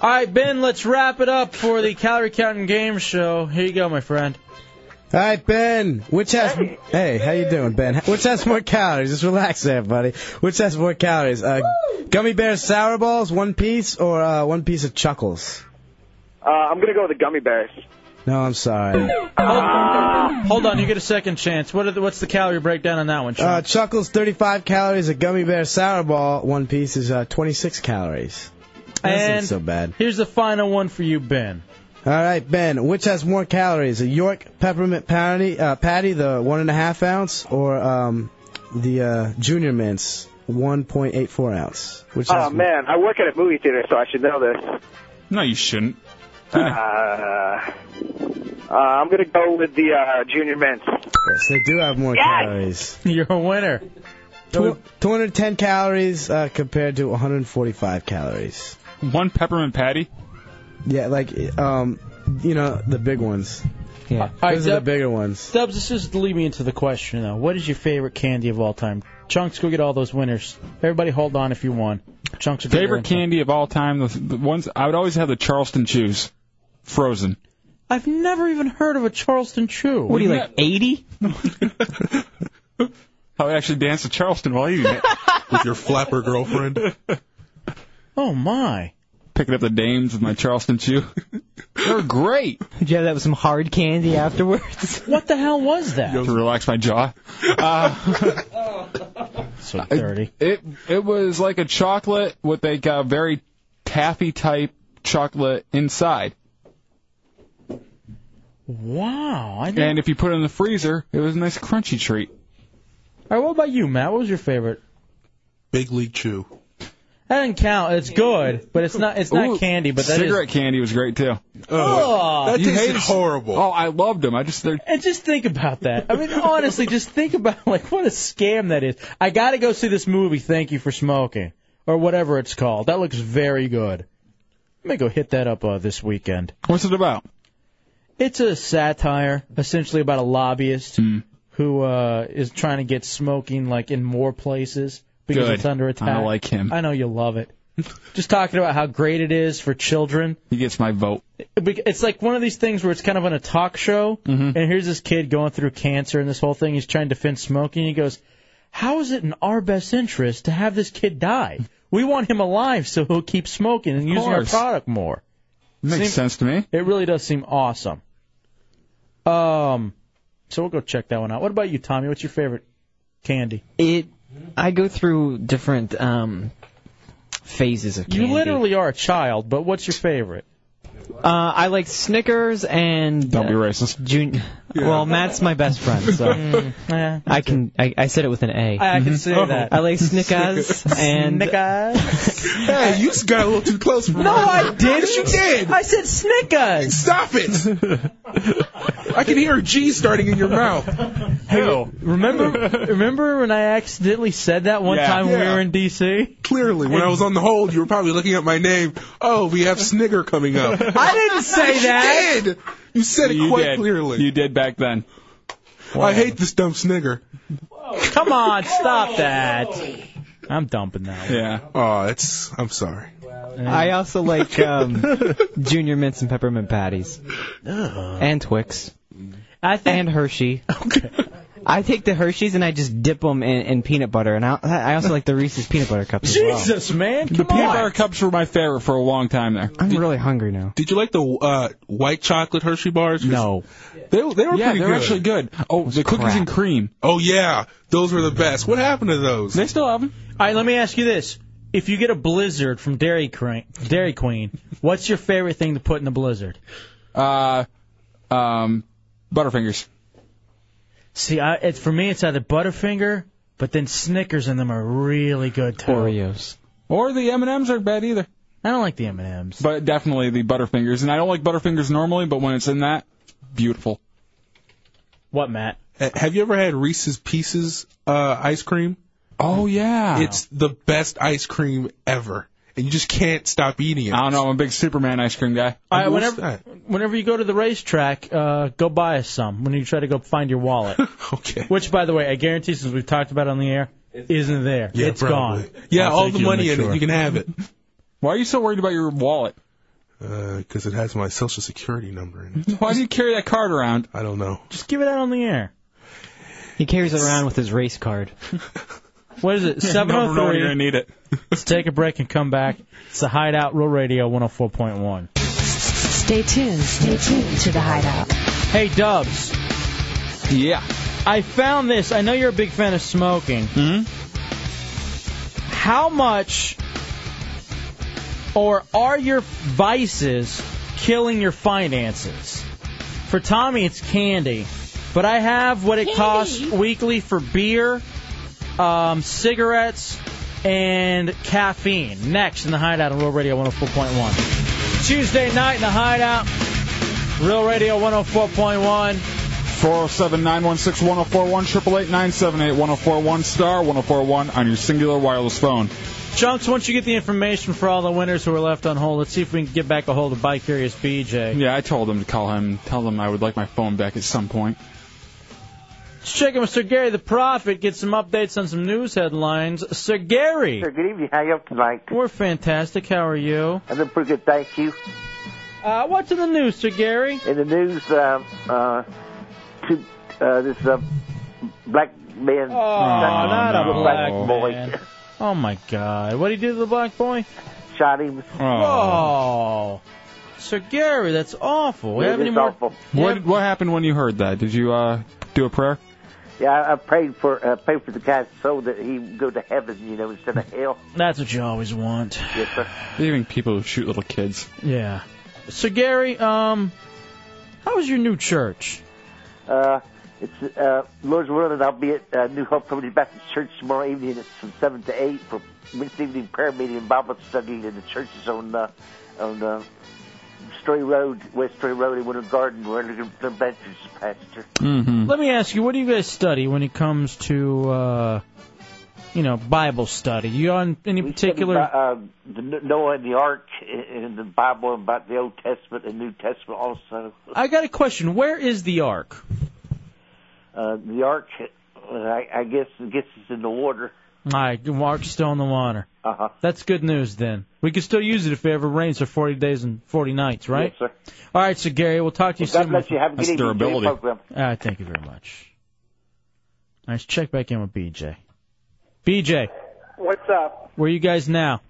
[SPEAKER 3] All right, Ben, let's wrap it up for the calorie counting game show. Here you go, my friend.
[SPEAKER 1] All right, Ben. Which has hey. how you doing, Ben? Which has more calories? Just relax there, buddy. Which has more calories? Uh, gummy bear sour balls, one piece, or uh, one piece of chuckles?
[SPEAKER 17] Uh, I'm gonna go with the gummy bears.
[SPEAKER 1] No, I'm sorry.
[SPEAKER 3] Hold on, you get a second chance. What are the, what's the calorie breakdown on that one? Sean?
[SPEAKER 1] Uh, chuckles, 35 calories. A gummy bear sour ball, one piece is uh, 26 calories. That isn't
[SPEAKER 3] And-
[SPEAKER 1] so bad.
[SPEAKER 3] Here's the final one for you, Ben.
[SPEAKER 1] All right, Ben. Which has more calories, a York peppermint patty, uh, patty, the one and a half ounce, or um, the uh, Junior Mints, 1.84 ounce? Which
[SPEAKER 17] Oh
[SPEAKER 1] has more-
[SPEAKER 17] man, I work at a movie theater, so I should know this.
[SPEAKER 4] No, you shouldn't.
[SPEAKER 17] Uh, uh, I'm gonna go with the uh, junior mints.
[SPEAKER 1] Yes, they do have more calories.
[SPEAKER 3] You're a winner.
[SPEAKER 1] Tw- 210 calories uh, compared to 145 calories.
[SPEAKER 4] One peppermint patty.
[SPEAKER 1] Yeah, like um, you know the big ones.
[SPEAKER 8] Yeah,
[SPEAKER 3] right,
[SPEAKER 1] those are the
[SPEAKER 3] Deb-
[SPEAKER 1] bigger ones.
[SPEAKER 3] Stubbs, this is to lead me into the question though. What is your favorite candy of all time? Chunks, go get all those winners. Everybody, hold on if you won. Chunks, a good
[SPEAKER 4] Favorite
[SPEAKER 3] one.
[SPEAKER 4] candy of all time, the, the ones I would always have the Charleston chews, frozen.
[SPEAKER 3] I've never even heard of a Charleston Chew.
[SPEAKER 4] What are you, like,
[SPEAKER 3] eighty?
[SPEAKER 4] I would actually dance to Charleston while eating it.
[SPEAKER 7] With your flapper girlfriend.
[SPEAKER 3] Oh my!
[SPEAKER 4] Picking up the dames with my Charleston chew. They're great.
[SPEAKER 8] Did you have that with some hard candy afterwards?
[SPEAKER 3] What the hell was that?
[SPEAKER 4] to relax my jaw. Uh,
[SPEAKER 3] so
[SPEAKER 4] dirty. It it was like a chocolate with like a uh, very taffy type chocolate inside.
[SPEAKER 3] Wow. I
[SPEAKER 4] And if you put it in the freezer, it was a nice crunchy treat.
[SPEAKER 3] All right, what about you, Matt? What was your favorite?
[SPEAKER 4] Big League Chew.
[SPEAKER 3] That doesn't count. It's good, but it's not. It's not
[SPEAKER 4] Ooh,
[SPEAKER 3] candy, but that is.
[SPEAKER 4] cigarette candy was great too.
[SPEAKER 3] Oh, that
[SPEAKER 4] You
[SPEAKER 3] tasted
[SPEAKER 4] hated- Oh, I loved them. I just they're
[SPEAKER 3] And just think about that. I mean, honestly, just think about like what a scam that is. I got to go see this movie. Thank you for smoking, or whatever it's called. That looks very good. Let me go hit that up uh, this weekend.
[SPEAKER 4] What's it about?
[SPEAKER 3] It's a satire, essentially about a lobbyist
[SPEAKER 4] Hmm.
[SPEAKER 3] who uh, is trying to get smoking like in more places because
[SPEAKER 4] Good.
[SPEAKER 3] it's under attack.
[SPEAKER 4] I like him.
[SPEAKER 3] I know you love it. Just talking about how great it is for children.
[SPEAKER 4] He gets my vote.
[SPEAKER 3] It's like one of these things where it's kind of on a talk show, and here's this kid going through cancer and this whole thing. He's trying to defend smoking. He goes, "How is it in our best interest to have this kid die? We want him alive so he'll keep smoking and using our
[SPEAKER 4] course.
[SPEAKER 3] product more."
[SPEAKER 4] Makes sense to me.
[SPEAKER 3] It really does seem awesome. Um, so we'll go check that one out. What about you, Tommy? What's your favorite candy?
[SPEAKER 8] It. I go through different um, phases of candy.
[SPEAKER 3] You literally are a child, but what's your favorite?
[SPEAKER 8] Uh, I like Snickers and. Don't be
[SPEAKER 4] racist.
[SPEAKER 8] Jun- Well, Matt's my best friend, so
[SPEAKER 3] yeah.
[SPEAKER 8] I can. I, I said it with an A.
[SPEAKER 3] Mm. I can say
[SPEAKER 8] Oh.
[SPEAKER 3] that.
[SPEAKER 8] I like Snickers and.
[SPEAKER 9] uh,
[SPEAKER 7] Hey, you just got a little too close. For
[SPEAKER 3] No, I didn't.
[SPEAKER 7] Yes, you did.
[SPEAKER 3] I said Snickers.
[SPEAKER 7] Stop it. I can hear a G starting in your mouth.
[SPEAKER 3] Hell. Remember, remember when I accidentally said that one
[SPEAKER 7] Yeah.
[SPEAKER 3] time when we
[SPEAKER 7] Yeah.
[SPEAKER 3] were in D.C.?
[SPEAKER 7] Clearly, when I was on the hold, you were probably looking at my name. Oh, we have Snigger coming up.
[SPEAKER 3] I didn't say
[SPEAKER 7] Yes,
[SPEAKER 3] that.
[SPEAKER 7] You did. You said it
[SPEAKER 4] You
[SPEAKER 7] quite
[SPEAKER 4] did.
[SPEAKER 7] clearly.
[SPEAKER 4] You did back then.
[SPEAKER 7] I hate this dumb Snigger.
[SPEAKER 3] Come on, stop that. I'm dumping that.
[SPEAKER 4] Yeah.
[SPEAKER 7] Oh, it's. I'm sorry.
[SPEAKER 8] I also like um, Junior Mints and Peppermint Patties. And Twix.
[SPEAKER 3] Uh-huh. I think-
[SPEAKER 8] and Hershey. Okay. I take the Hershey's and I just dip them in, in peanut butter. And I, I also like the Reese's peanut butter cups as well.
[SPEAKER 3] Jesus, man. Come
[SPEAKER 4] Peanut
[SPEAKER 3] on.
[SPEAKER 4] butter cups were my favorite for a long time there.
[SPEAKER 8] I'm really hungry now.
[SPEAKER 7] Did you like the uh, white chocolate Hershey bars?
[SPEAKER 8] No.
[SPEAKER 7] They, they were
[SPEAKER 4] yeah,
[SPEAKER 7] pretty
[SPEAKER 4] they're
[SPEAKER 7] good.
[SPEAKER 4] actually good. Oh, the cookies and cream.
[SPEAKER 7] Oh, yeah. Those were the best. What happened to those?
[SPEAKER 4] They still have them.
[SPEAKER 3] All right, let me ask you this: If you get a blizzard from Dairy Queen, Dairy Queen, what's your favorite thing to put in the blizzard?
[SPEAKER 4] Uh, um, Butterfingers.
[SPEAKER 3] See, I, it's for me, it's either Butterfinger, but then Snickers in them are really good too.
[SPEAKER 8] Oreos.
[SPEAKER 4] Or the M and M's aren't bad either.
[SPEAKER 3] I don't like the M and M's.
[SPEAKER 4] But definitely the Butterfingers, and I don't like Butterfingers normally, but when it's in that, beautiful.
[SPEAKER 3] What, Matt?
[SPEAKER 7] Uh, Have you ever had Reese's Pieces uh, ice cream?
[SPEAKER 4] Oh yeah,
[SPEAKER 7] It's the best ice cream ever, and you just can't stop eating it.
[SPEAKER 4] I don't know. I'm a big Superman ice cream guy.
[SPEAKER 3] All right,
[SPEAKER 7] What's
[SPEAKER 3] whenever whenever you go to the racetrack, uh, go buy us some. When you try to go find your wallet,
[SPEAKER 7] okay.
[SPEAKER 3] Which, by the way, I guarantee, since we've talked about it on the air, isn't there?
[SPEAKER 7] Yeah,
[SPEAKER 3] it's
[SPEAKER 7] probably.
[SPEAKER 3] gone.
[SPEAKER 7] Yeah,
[SPEAKER 3] I'll
[SPEAKER 7] all
[SPEAKER 3] take
[SPEAKER 7] the
[SPEAKER 3] you to
[SPEAKER 7] money
[SPEAKER 3] make
[SPEAKER 7] in it,
[SPEAKER 3] sure.
[SPEAKER 7] you can have it.
[SPEAKER 4] Why are you so worried about your wallet?
[SPEAKER 7] Because Uh, it has my social security number in it.
[SPEAKER 4] Why do you carry that card around?
[SPEAKER 7] I don't know.
[SPEAKER 3] Just give it out on the air.
[SPEAKER 8] He carries it around with his race card.
[SPEAKER 3] What is it?
[SPEAKER 8] Yeah, you
[SPEAKER 3] Seven
[SPEAKER 8] never
[SPEAKER 3] oh
[SPEAKER 8] know when you're
[SPEAKER 3] three.
[SPEAKER 8] gonna
[SPEAKER 4] need it.
[SPEAKER 3] Let's take a break and come back. It's the Hideout Real Radio 104.1.
[SPEAKER 16] Stay tuned. Stay tuned to the Hideout.
[SPEAKER 3] Hey, Dubs.
[SPEAKER 4] Yeah.
[SPEAKER 3] I found this. I know you're a big fan of smoking.
[SPEAKER 4] Mm-hmm.
[SPEAKER 3] How much or are your vices killing your finances? For Tommy, it's candy. But I have what it costs weekly for beer, um, cigarettes, and caffeine. Next in the Hideout on Real Radio 104.1. Tuesday night in the Hideout. oh Real Radio 104.1.
[SPEAKER 4] 407 916 1041 888 978 1041 star 1041 on your singular wireless phone.
[SPEAKER 3] Chunks, once you get the information for all the winners who are left on hold, let's see if we can get back a hold of Bi Curious BJ.
[SPEAKER 4] Yeah, I told him to call him, tell him I would like my phone back at some point.
[SPEAKER 3] Let's check in with Sir Gary the Prophet, get some updates on some news headlines. Sir Gary! Sir,
[SPEAKER 23] good evening. How you up tonight?
[SPEAKER 3] We're fantastic. How are you?
[SPEAKER 23] I'm doing pretty good, thank you.
[SPEAKER 3] Uh, what's in the news, Sir Gary?
[SPEAKER 23] In the news, uh, uh, two, uh, this uh, black man. Oh,
[SPEAKER 3] not a black
[SPEAKER 23] boy.
[SPEAKER 3] man. Oh my God. What did he do to the black boy?
[SPEAKER 23] Shot him.
[SPEAKER 3] Oh. Sir Gary, that's awful. We
[SPEAKER 23] It
[SPEAKER 3] have any
[SPEAKER 23] is
[SPEAKER 3] more?
[SPEAKER 23] awful.
[SPEAKER 4] What what happened when you heard that? Did you uh, do a prayer?
[SPEAKER 23] Yeah, I, I prayed for uh, prayed for the guy's soul that he would go to heaven, you know, instead of hell.
[SPEAKER 3] That's what you always want.
[SPEAKER 23] Yes, sir.
[SPEAKER 4] Even people who shoot little kids.
[SPEAKER 3] Yeah. So Gary, um, how was your new church?
[SPEAKER 23] Uh, it's uh, Lord's willing, I'll be at uh, New Hope Community Baptist Church tomorrow evening. It's from seven to eight for Wednesday evening prayer meeting and Bible study, and the church is on uh, on uh, Story Road, West Story Road in Winter Garden, where Lincoln Baptist is pastor.
[SPEAKER 3] Let me ask you, what do you guys study when it comes to, uh, you know, Bible study? You on any particular?
[SPEAKER 23] Uh, the Noah and the Ark in the Bible about the Old Testament and New Testament also.
[SPEAKER 3] I got a question. Where is the ark?
[SPEAKER 23] Uh, the Ark, uh, I, I guess, I guess it's in the water.
[SPEAKER 3] All right, the ark's still in the water.
[SPEAKER 23] Uh-huh.
[SPEAKER 3] That's good news then. We can still use it if it ever rains for 40 days and 40 nights, right?
[SPEAKER 23] Yes, sir.
[SPEAKER 3] All right, so Gary, we'll talk to you
[SPEAKER 23] Well, God
[SPEAKER 3] soon.
[SPEAKER 23] bless you. Have a good That's evening. durability. Enjoy your program.
[SPEAKER 3] All right, Ah, thank you very much. All right, let's check back in with BJ. BJ,
[SPEAKER 2] What's up?
[SPEAKER 3] where are you guys now?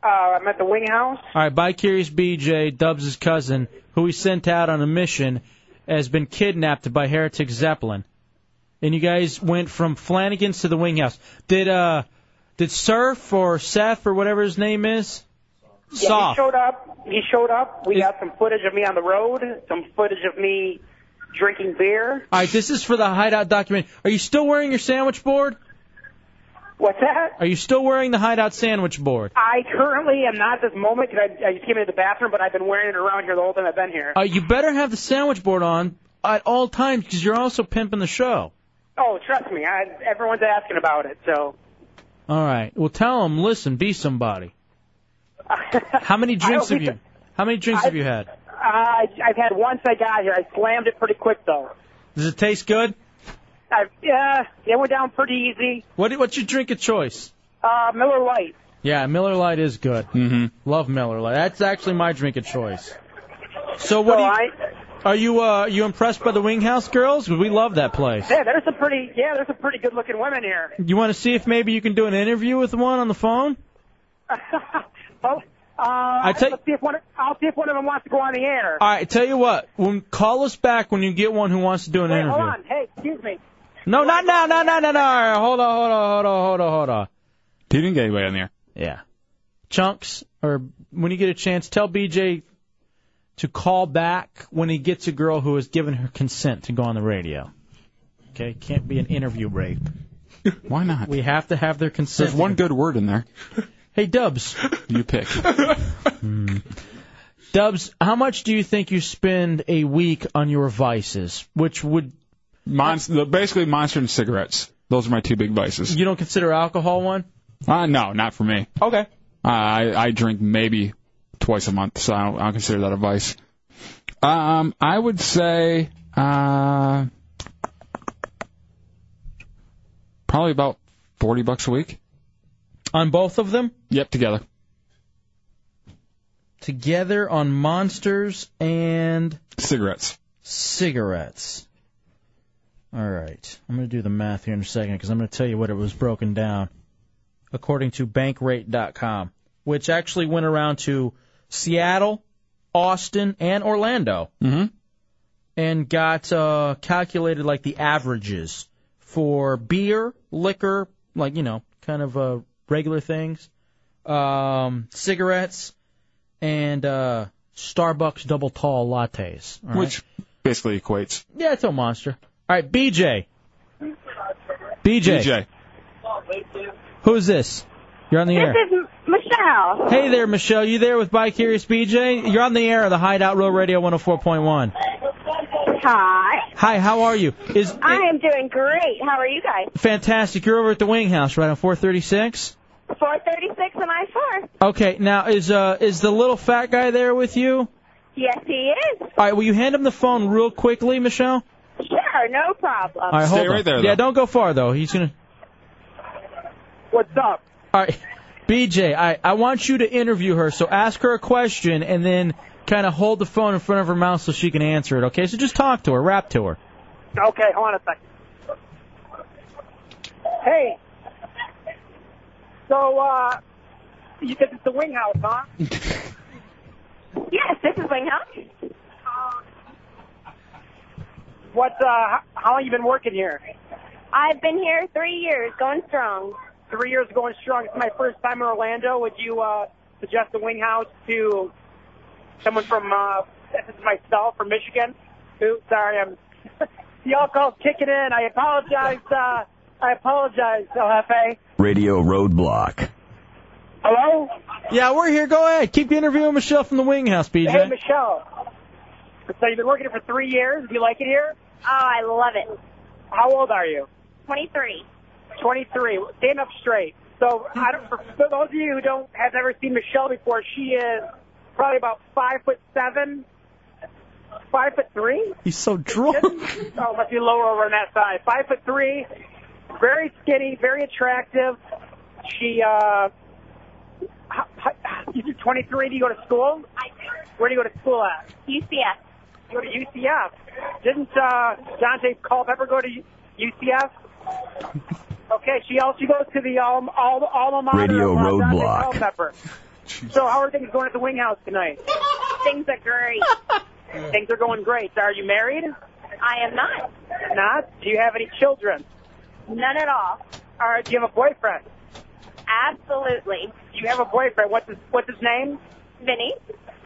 [SPEAKER 2] Uh, I'm at the Wing House.
[SPEAKER 3] All right, by Curious BJ, Dubs' cousin, who he sent out on a mission, has been kidnapped by Heretic Zeppelin. And you guys went from Flanagan's to the Wing House. Did uh, did Surf or Seth or whatever his name is?
[SPEAKER 2] Yeah,
[SPEAKER 3] Soph.
[SPEAKER 2] he showed up. He showed up. We got some footage of me on the road, some footage of me drinking beer.
[SPEAKER 3] All right, this is for the hideout document. Are you still wearing your sandwich board?
[SPEAKER 2] What's that?
[SPEAKER 3] Are you still wearing the hideout sandwich board?
[SPEAKER 2] I currently am not at this moment because I, I just came into the bathroom, but I've been wearing it around here the whole time I've been here.
[SPEAKER 3] Uh, you better have the sandwich board on at all times because you're also pimping the show.
[SPEAKER 2] oh, trust me, I, everyone's asking about it, so
[SPEAKER 3] All right. Well, tell them. Listen, be somebody. How many
[SPEAKER 2] I don't
[SPEAKER 3] drinks have
[SPEAKER 2] think
[SPEAKER 3] you? How many drinks
[SPEAKER 2] I-
[SPEAKER 3] have you had?
[SPEAKER 2] uh, I- I've had once I got here. I slammed it pretty quick though.
[SPEAKER 3] Does it taste good?
[SPEAKER 2] I, yeah, it went down pretty easy.
[SPEAKER 3] What what's your drink of choice?
[SPEAKER 2] Uh, Miller Lite.
[SPEAKER 3] Yeah, Miller Lite is good. Mm-hmm. Love Miller Lite. That's actually my drink of choice. So what? do you, Are you uh you impressed by the Wing House girls? We love that place.
[SPEAKER 2] Yeah, there's some pretty yeah, there's some pretty good looking women here.
[SPEAKER 3] You want to see if maybe you can do an interview with one on the phone?
[SPEAKER 2] well, uh, I
[SPEAKER 3] tell-
[SPEAKER 2] will see if one I'll see if one of them wants to go on the air.
[SPEAKER 3] All right, tell you what. When, call us back when you get one who wants to do an
[SPEAKER 2] Wait,
[SPEAKER 3] interview.
[SPEAKER 2] hold on. Hey, excuse me.
[SPEAKER 3] No, not now, no, no, no, no. All right, Hold on, hold on, hold on, hold on, hold on.
[SPEAKER 4] You didn't get anybody on there.
[SPEAKER 3] Yeah. Chunks, or when you get a chance, tell BJ to call back when he gets a girl who has given her consent to go on the radio. Okay, can't be an interview rape.
[SPEAKER 4] Why not?
[SPEAKER 3] We have to have their consent.
[SPEAKER 4] There's one good word in there.
[SPEAKER 3] Hey, Dubs. Hmm.
[SPEAKER 4] You pick.
[SPEAKER 3] Dubs, how much do you think you spend a week on your vices? Which would
[SPEAKER 4] Monster, basically monster and cigarettes. Those are my two big vices.
[SPEAKER 3] you don't consider alcohol one?
[SPEAKER 4] Uh, no, not for me.
[SPEAKER 3] Okay.
[SPEAKER 4] Uh, I I drink maybe twice a month, so I don't, I don't consider that a vice. Um, I would say uh, probably about forty bucks a week.
[SPEAKER 3] On both of them?
[SPEAKER 4] Yep, together.
[SPEAKER 3] Together on monsters and
[SPEAKER 4] Cigarettes.
[SPEAKER 3] cigarettes. All right. I'm going to do the math here in a second because I'm going to tell you what it was broken down according to bankrate.com, which actually went around to Seattle, Austin, and Orlando
[SPEAKER 4] Mm-hmm.
[SPEAKER 3] and got uh, calculated like the averages for beer, liquor, like, you know, kind of uh, regular things, um, cigarettes, and uh, Starbucks double tall lattes. all right?
[SPEAKER 4] Which basically equates.
[SPEAKER 3] Yeah, it's a monster. All right, BJ. BJ.
[SPEAKER 4] BJ.
[SPEAKER 3] Who's this? You're on the air.
[SPEAKER 24] This is Michelle.
[SPEAKER 3] Hey there, Michelle. You there with By Curious BJ? You're on the air of the Hideout Row Radio 104.1.
[SPEAKER 24] Hi.
[SPEAKER 3] Hi, how are you? Is
[SPEAKER 24] I am doing great. How are you guys?
[SPEAKER 3] fantastic. You're over at the Wing House, right on 436.
[SPEAKER 24] 436 and I 4.
[SPEAKER 3] Okay, now is uh is the little fat guy there with you?
[SPEAKER 24] Yes, he is.
[SPEAKER 3] All right, will you hand him the phone real quickly, Michelle?
[SPEAKER 24] Sure, no
[SPEAKER 11] Uh,
[SPEAKER 24] problem.
[SPEAKER 3] All right, hold on. Yeah, don't go far though. He's gonna.
[SPEAKER 2] What's up?
[SPEAKER 3] All right, BJ, I I want you to interview her. So ask her a question and then kind of hold the phone in front of her mouth so she can answer it. Okay, so just talk to her, rap to her.
[SPEAKER 2] Okay, hold on a second. Hey. So uh you said it's the wing house, huh?
[SPEAKER 24] Yes, this is Wing House.
[SPEAKER 11] What? Uh, how, how long you been working here?
[SPEAKER 24] I've been here three years, going strong.
[SPEAKER 11] Three years going strong. It's my first time in Orlando. Would you uh, suggest the Wing House to someone from uh, this is myself from Michigan? Oops, sorry, I'm. Y'all calls kicking in. I apologize. Uh, I apologize, LFA.
[SPEAKER 12] Radio Roadblock.
[SPEAKER 11] Hello.
[SPEAKER 3] Yeah, we're here. Go ahead. Keep interviewing Michelle from the Wing House, BJ.
[SPEAKER 11] Hey, Michelle. So you've been working here for three years. Do you like it here?
[SPEAKER 24] Oh, I love it.
[SPEAKER 11] How old are you?
[SPEAKER 24] 23.
[SPEAKER 11] 23. Stand up straight. So I don't, for for those of you who don't have ever seen Michelle before, she is probably about five foot seven, five foot three.
[SPEAKER 3] He's so drunk.
[SPEAKER 11] Oh, must be lower over on that side. Five foot three, very skinny, very attractive. She, uh, how, how, you're 23. Do you go to school? Where do you go to school at?
[SPEAKER 24] UCF.
[SPEAKER 11] You go to UCF. Didn't uh, Dante Culpepper go to U- UCF? Okay, she also goes to the alma, alma, alma mater
[SPEAKER 12] Radio
[SPEAKER 11] of, uh, Dante
[SPEAKER 12] Roadblock.
[SPEAKER 11] Culpepper. So how are things going at the wing house tonight?
[SPEAKER 24] Things are great.
[SPEAKER 11] things are going great. Are you married?
[SPEAKER 24] I am not.
[SPEAKER 11] Not? Do you have any children?
[SPEAKER 24] None at all.
[SPEAKER 11] All right, do you have a boyfriend?
[SPEAKER 24] Absolutely.
[SPEAKER 11] Do you have a boyfriend? What's his, what's his name?
[SPEAKER 24] Vinny,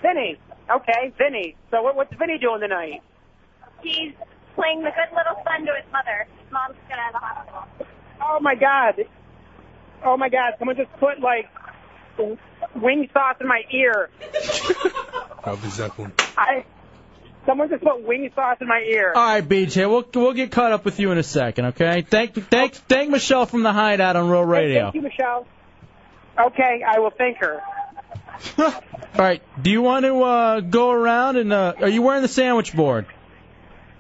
[SPEAKER 11] Vinny. Okay, Vinny. So what, what's Vinny doing tonight?
[SPEAKER 24] he's playing the good little son to his mother. His mom's got out of the hospital.
[SPEAKER 11] Oh my god. Oh my god, someone just put like wing sauce in my ear.
[SPEAKER 7] Probably Zeppelin.
[SPEAKER 11] I someone just put wing sauce in my ear.
[SPEAKER 3] All right, BJ, we'll we'll get caught up with you in a second, okay? Thank thank thank Michelle from the Hideout on Real
[SPEAKER 11] Hey,
[SPEAKER 3] Radio.
[SPEAKER 11] thank you, Michelle. Okay, I will thank her.
[SPEAKER 3] All right, do you want to uh, go around and uh, are you wearing the sandwich board?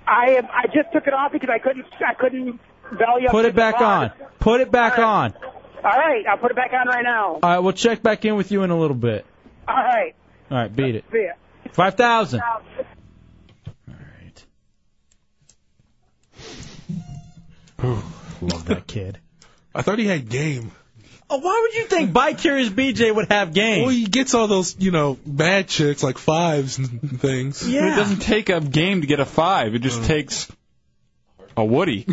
[SPEAKER 11] I am I just took it off because I couldn't I couldn't value up
[SPEAKER 3] Put
[SPEAKER 11] to
[SPEAKER 3] it
[SPEAKER 11] the
[SPEAKER 3] back
[SPEAKER 11] bar.
[SPEAKER 3] on. Put it back on.
[SPEAKER 11] All right, I'll put it back on right now.
[SPEAKER 3] All right, we'll check back in with you in a little bit.
[SPEAKER 11] All right.
[SPEAKER 3] All right, beat it.
[SPEAKER 11] See ya.
[SPEAKER 3] Five thousand. Love that kid.
[SPEAKER 7] I thought he had game.
[SPEAKER 3] Oh, why would you think Bi-Curious BJ would have game?
[SPEAKER 7] Well, he gets all those, you know, bad chicks like fives and things. Uh.
[SPEAKER 4] It doesn't take a game to get a five. It just takes a Woody.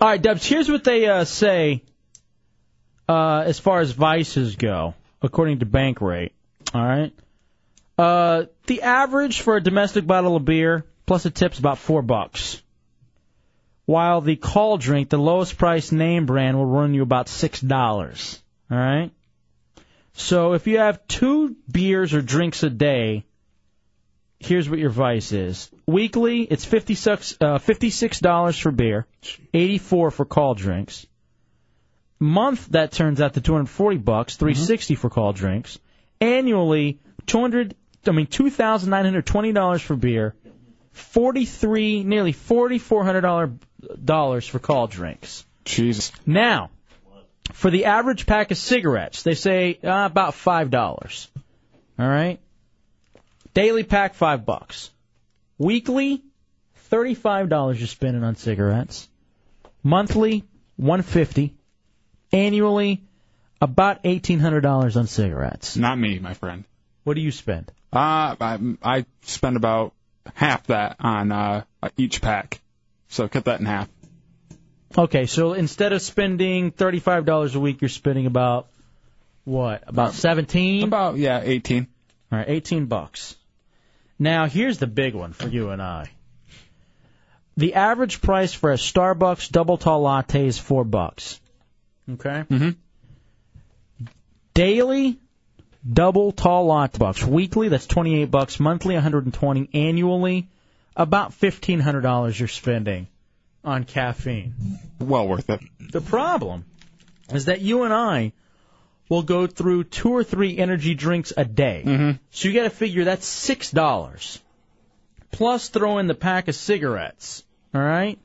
[SPEAKER 3] All right, Dubs, here's what they uh, say uh, as far as vices go, according to Bankrate. All right. Uh, the average for a domestic bottle of beer plus a tip's about four bucks. While the call drink, the lowest price name brand, will run you about six dollars. All right. So if you have two beers or drinks a day, here's what your vice is. Weekly, it's fifty six uh, fifty six dollars for beer, eighty four for call drinks. Month that turns out to two hundred forty bucks, three for call drinks. Annually, two hundred I mean two thousand nine hundred twenty dollars for beer, forty three nearly forty four hundred dollar dollars for call drinks.
[SPEAKER 4] Jesus.
[SPEAKER 3] Now, for the average pack of cigarettes, they say uh, about five dollars. All right. Daily pack five bucks. Weekly, thirty-five dollars you're spending on cigarettes. Monthly, one fifty. Annually, about eighteen hundred dollars on cigarettes.
[SPEAKER 4] Not me, my friend.
[SPEAKER 3] What do you spend?
[SPEAKER 4] Uh, I, I spend about half that on uh, each pack. So cut that in half.
[SPEAKER 3] Okay, so instead of spending thirty-five dollars a week, you're spending about what? About seventeen?
[SPEAKER 4] About yeah, eighteen.
[SPEAKER 3] All right, eighteen bucks. Now here's the big one for you and I. The average price for a Starbucks double tall latte is four bucks. Okay.
[SPEAKER 4] Mm-hmm.
[SPEAKER 3] Daily double tall latte bucks. Weekly, that's twenty eight bucks. Monthly, one hundred and twenty. Annually, about fifteen hundred dollars you're spending on caffeine.
[SPEAKER 4] Well worth it.
[SPEAKER 3] The problem is that you and I will go through two or three energy drinks a day.
[SPEAKER 4] Mm-hmm.
[SPEAKER 3] So you got to figure that's six dollars plus throw in the pack of cigarettes. All right,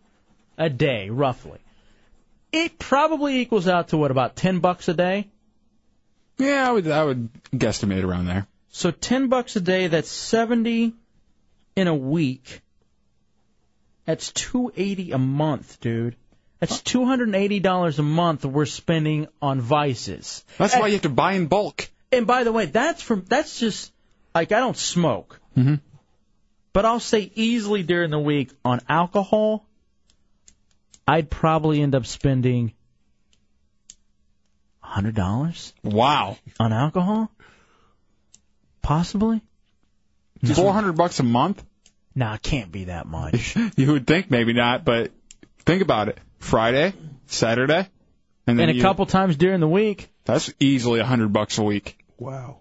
[SPEAKER 3] a day roughly. It probably equals out to what about ten bucks a day?
[SPEAKER 4] Yeah, I would I would guesstimate around there.
[SPEAKER 3] So ten bucks a day, that's seventy in a week. That's two eighty a month, dude. That's two hundred and eighty dollars a month we're spending on vices.
[SPEAKER 4] That's why you have to buy in bulk.
[SPEAKER 3] And by the way, that's from that's just like I don't smoke,
[SPEAKER 4] Mhm.
[SPEAKER 3] but I'll say easily during the week on alcohol, I'd probably end up spending hundred dollars.
[SPEAKER 4] Wow.
[SPEAKER 3] On alcohol, possibly.
[SPEAKER 4] Four hundred bucks a month?
[SPEAKER 3] Nah, it can't be that much.
[SPEAKER 4] you would think maybe not, but think about it. Friday, Saturday, and
[SPEAKER 3] And,
[SPEAKER 4] then
[SPEAKER 3] a
[SPEAKER 4] you-
[SPEAKER 3] couple times during the week.
[SPEAKER 4] That's easily a hundred bucks a week.
[SPEAKER 25] Wow.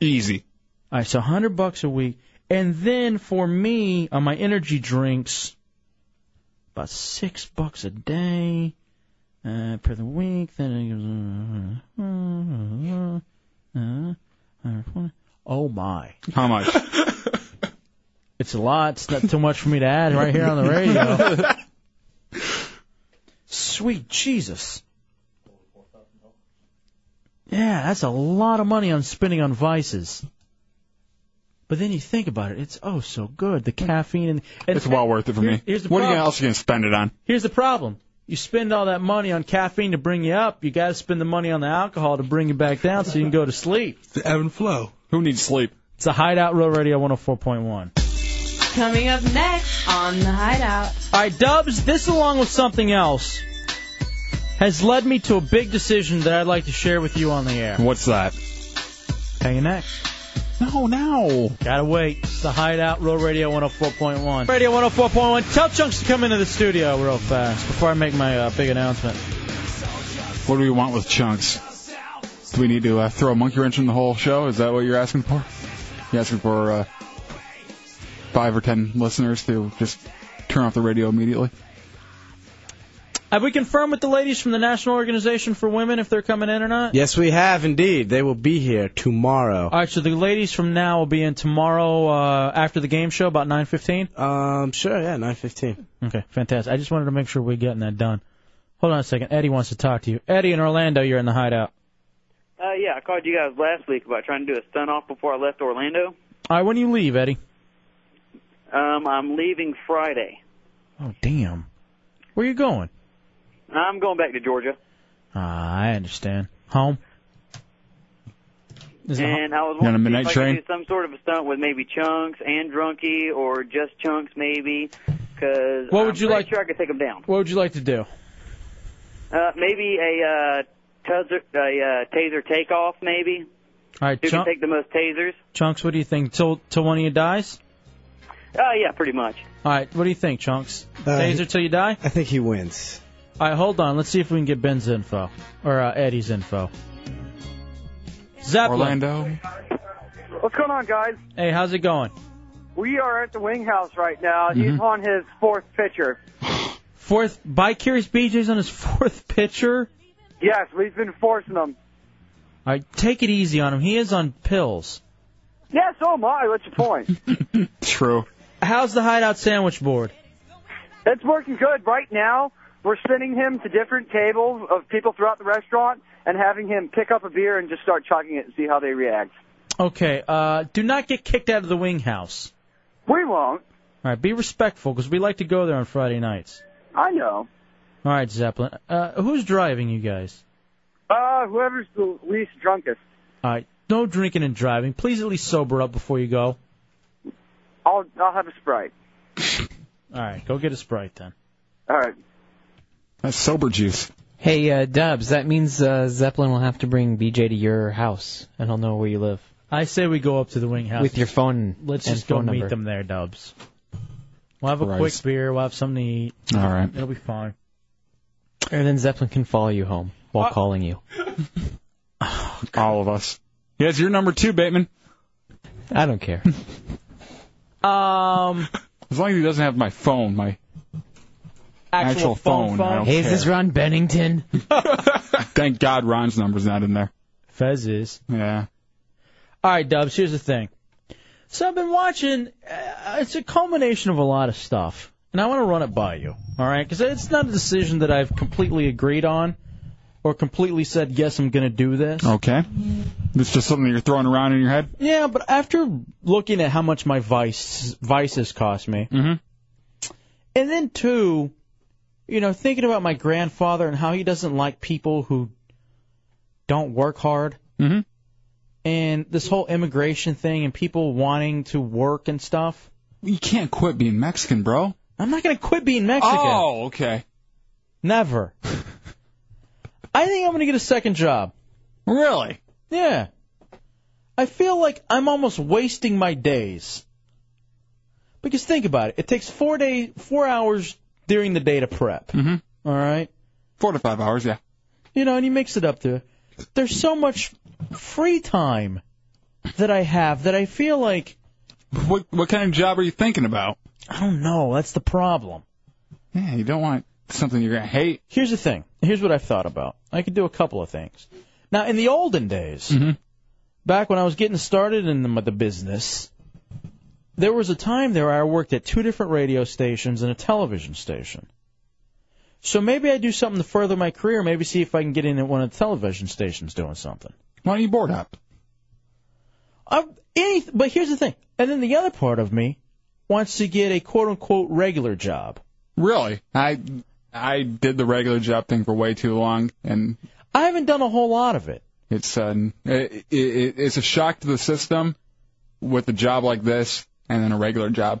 [SPEAKER 4] Easy.
[SPEAKER 3] All right, so hundred bucks a week, and then for me on my energy drinks, about six bucks a day uh, per the week. Then it goes. uh, uh, oh my!
[SPEAKER 4] How much?
[SPEAKER 3] it's a lot. It's not too much for me to add right here on the radio. Sweet Jesus! Yeah, that's a lot of money I'm spending on vices. But then you think about it, it's oh so good. The caffeine and, and
[SPEAKER 4] it's well worth it for me.
[SPEAKER 3] Here's the
[SPEAKER 4] what are you
[SPEAKER 3] problem.
[SPEAKER 4] else you gonna spend it on?
[SPEAKER 3] Here's the problem. You spend all that money on caffeine to bring you up. You got to spend the money on the alcohol to bring you back down so you can go to sleep.
[SPEAKER 25] The ebb and flow.
[SPEAKER 4] Who needs sleep?
[SPEAKER 3] It's a Hideout Row Radio 104.1.
[SPEAKER 10] Coming up next on The Hideout.
[SPEAKER 3] All right, Dubs, this along with something else has led me to a big decision that I'd like to share with you on the air.
[SPEAKER 4] What's that?
[SPEAKER 3] Tell you next.
[SPEAKER 4] No, no.
[SPEAKER 3] Gotta wait. It's the Hideout Row Radio 104.1. Radio 104.1. Tell Chunks to come into the studio real fast before I make my uh, big announcement.
[SPEAKER 4] What do we want with chunks? Do we need to uh, throw a monkey wrench in the whole show? Is that what you're asking for? You're asking for uh, five or ten listeners to just turn off the radio immediately?
[SPEAKER 3] Have we confirmed with the ladies from the National Organization for Women if they're coming in or not?
[SPEAKER 1] Yes, we have indeed. They will be here tomorrow.
[SPEAKER 3] All right, so the ladies from now will be in tomorrow uh, after the game show about 9:15.
[SPEAKER 1] Um, sure, yeah, nine fifteen.
[SPEAKER 3] Okay, fantastic. I just wanted to make sure we're getting that done. Hold on a second. Eddie wants to talk to you. Eddie in Orlando, you're in the hideout.
[SPEAKER 23] Uh, yeah, I called you guys last week about trying to do a stun off before I left Orlando.
[SPEAKER 3] All right, when do you leave, Eddie?
[SPEAKER 23] Um, I'm leaving Friday.
[SPEAKER 3] Oh, damn. Where you going?
[SPEAKER 23] I'm going back to Georgia,
[SPEAKER 3] Ah, I understand. Home. Is it
[SPEAKER 23] and I was
[SPEAKER 3] You on a
[SPEAKER 23] wondering
[SPEAKER 3] midnight
[SPEAKER 23] if I
[SPEAKER 3] train?
[SPEAKER 23] could do some sort of a stunt with maybe Chunks and Drunky, or just Chunks maybe, because
[SPEAKER 3] What would
[SPEAKER 23] I'm pretty
[SPEAKER 3] you like-
[SPEAKER 23] Sure, I could take them down.
[SPEAKER 3] What would you like to do?
[SPEAKER 23] Uh, maybe a uh, taser, a uh, taser takeoff, maybe.
[SPEAKER 3] All right,
[SPEAKER 23] Who can
[SPEAKER 3] Chunk,
[SPEAKER 23] take the most tasers?
[SPEAKER 3] Chunks, what do you think? Till till one of you dies?
[SPEAKER 23] Uh, yeah, pretty much.
[SPEAKER 3] All right, what do you think, Chunks? Taser till you die?
[SPEAKER 1] I think Uh, he wins.
[SPEAKER 3] All right, hold on. Let's see if we can get Ben's info or uh, Eddie's info. Zeppelin.
[SPEAKER 4] Orlando.
[SPEAKER 11] What's going on, guys?
[SPEAKER 3] Hey, how's it going?
[SPEAKER 11] We are at the wing house right now. He's
[SPEAKER 3] Mhm.
[SPEAKER 11] on his fourth pitcher.
[SPEAKER 3] Fourth by Curious BJ's on his fourth pitcher.
[SPEAKER 11] Yes, we've been forcing him.
[SPEAKER 3] All right, take it easy on him. He is on pills.
[SPEAKER 11] Yeah, so am I. What's your point?
[SPEAKER 4] True.
[SPEAKER 3] How's the hideout sandwich board?
[SPEAKER 11] it's working good right now. We're sending him to different tables of people throughout the restaurant and having him pick up a beer and just start chugging it and see how they react.
[SPEAKER 3] Okay, uh, do not get kicked out of the wing house.
[SPEAKER 11] We won't.
[SPEAKER 3] All right, be respectful because we like to go there on Friday nights.
[SPEAKER 11] I know.
[SPEAKER 3] All right, Zeppelin. Uh, who's driving you guys?
[SPEAKER 11] Uh, whoever's the least drunkest,
[SPEAKER 3] All right, no drinking and driving. Please at least sober up before you go.
[SPEAKER 11] I'll I'll have a sprite.
[SPEAKER 3] All right, go get a sprite then.
[SPEAKER 11] All right.
[SPEAKER 4] That's sober juice.
[SPEAKER 6] Hey, uh, Dubs, that means uh, Zeppelin will have to bring BJ to your house, and he'll know where you live.
[SPEAKER 3] I say we go up to the wing house
[SPEAKER 6] With your phone
[SPEAKER 3] Let's
[SPEAKER 6] and
[SPEAKER 3] just go
[SPEAKER 6] phone
[SPEAKER 3] meet
[SPEAKER 6] number.
[SPEAKER 3] them there, Dubs. We'll have a
[SPEAKER 6] Christ.
[SPEAKER 3] quick beer. We'll have something to eat.
[SPEAKER 6] All right.
[SPEAKER 3] it'll be fine.
[SPEAKER 6] And then Zeppelin can follow you home
[SPEAKER 3] Uh,
[SPEAKER 6] while calling you.
[SPEAKER 4] All of us. Yes, you're number two, Bateman.
[SPEAKER 6] I don't care.
[SPEAKER 3] Um,
[SPEAKER 4] As long as he doesn't have my phone, my actual, phone. I don't
[SPEAKER 6] Hey, is
[SPEAKER 4] care.
[SPEAKER 6] this Ron Bennington?
[SPEAKER 4] Thank God Ron's number's not in there.
[SPEAKER 3] Fez is.
[SPEAKER 4] Yeah.
[SPEAKER 3] All right, Dubs. Here's the thing. So I've been watching. Uh, it's a culmination of a lot of stuff, and I want to run it by you. All right, because it's not a decision that I've completely agreed on, or completely said yes, I'm going to do this.
[SPEAKER 4] Okay. It's just something you're throwing around in your head.
[SPEAKER 3] Yeah, but after looking at how much my vice vices cost me,
[SPEAKER 4] Mhm.
[SPEAKER 3] and then two, you know, thinking about my grandfather and how he doesn't like people who don't work hard.
[SPEAKER 4] Mm-hmm.
[SPEAKER 3] and this whole immigration thing and people wanting to work and stuff.
[SPEAKER 4] You can't quit being Mexican, bro.
[SPEAKER 3] I'm not going to quit being Mexican.
[SPEAKER 4] Oh, okay.
[SPEAKER 3] Never. I think I'm going to get a second job.
[SPEAKER 4] Really?
[SPEAKER 3] Yeah. I feel like I'm almost wasting my days. Because think about it. It takes four day, four hours during the day to prep.
[SPEAKER 4] Mhm.
[SPEAKER 3] All right.
[SPEAKER 4] Four to five hours, yeah.
[SPEAKER 3] You know, and you mix it up there. There's so much free time that I have that I feel like.
[SPEAKER 4] What what kind of job are you thinking about?
[SPEAKER 3] I don't know. That's the problem.
[SPEAKER 4] Yeah, you don't want something you're gonna hate.
[SPEAKER 3] Here's the thing. Here's what I've thought about. I could do a couple of things. Now, in the olden days,
[SPEAKER 4] Mm-hmm.
[SPEAKER 3] back when I was getting started in the, the business, there was a time there I worked at two different radio stations and a television station. So maybe I do something to further my career. Maybe see if I can get in at one of the television stations doing something.
[SPEAKER 4] Why don't you board up?
[SPEAKER 3] I, Uh, any, but here's the thing. And then the other part of me wants to get a quote unquote regular job.
[SPEAKER 4] Really? I I did the regular job thing for way too long, and
[SPEAKER 3] I haven't done a whole lot of it.
[SPEAKER 4] It's uh, it, it, it's a shock to the system with a job like this, and then a regular job.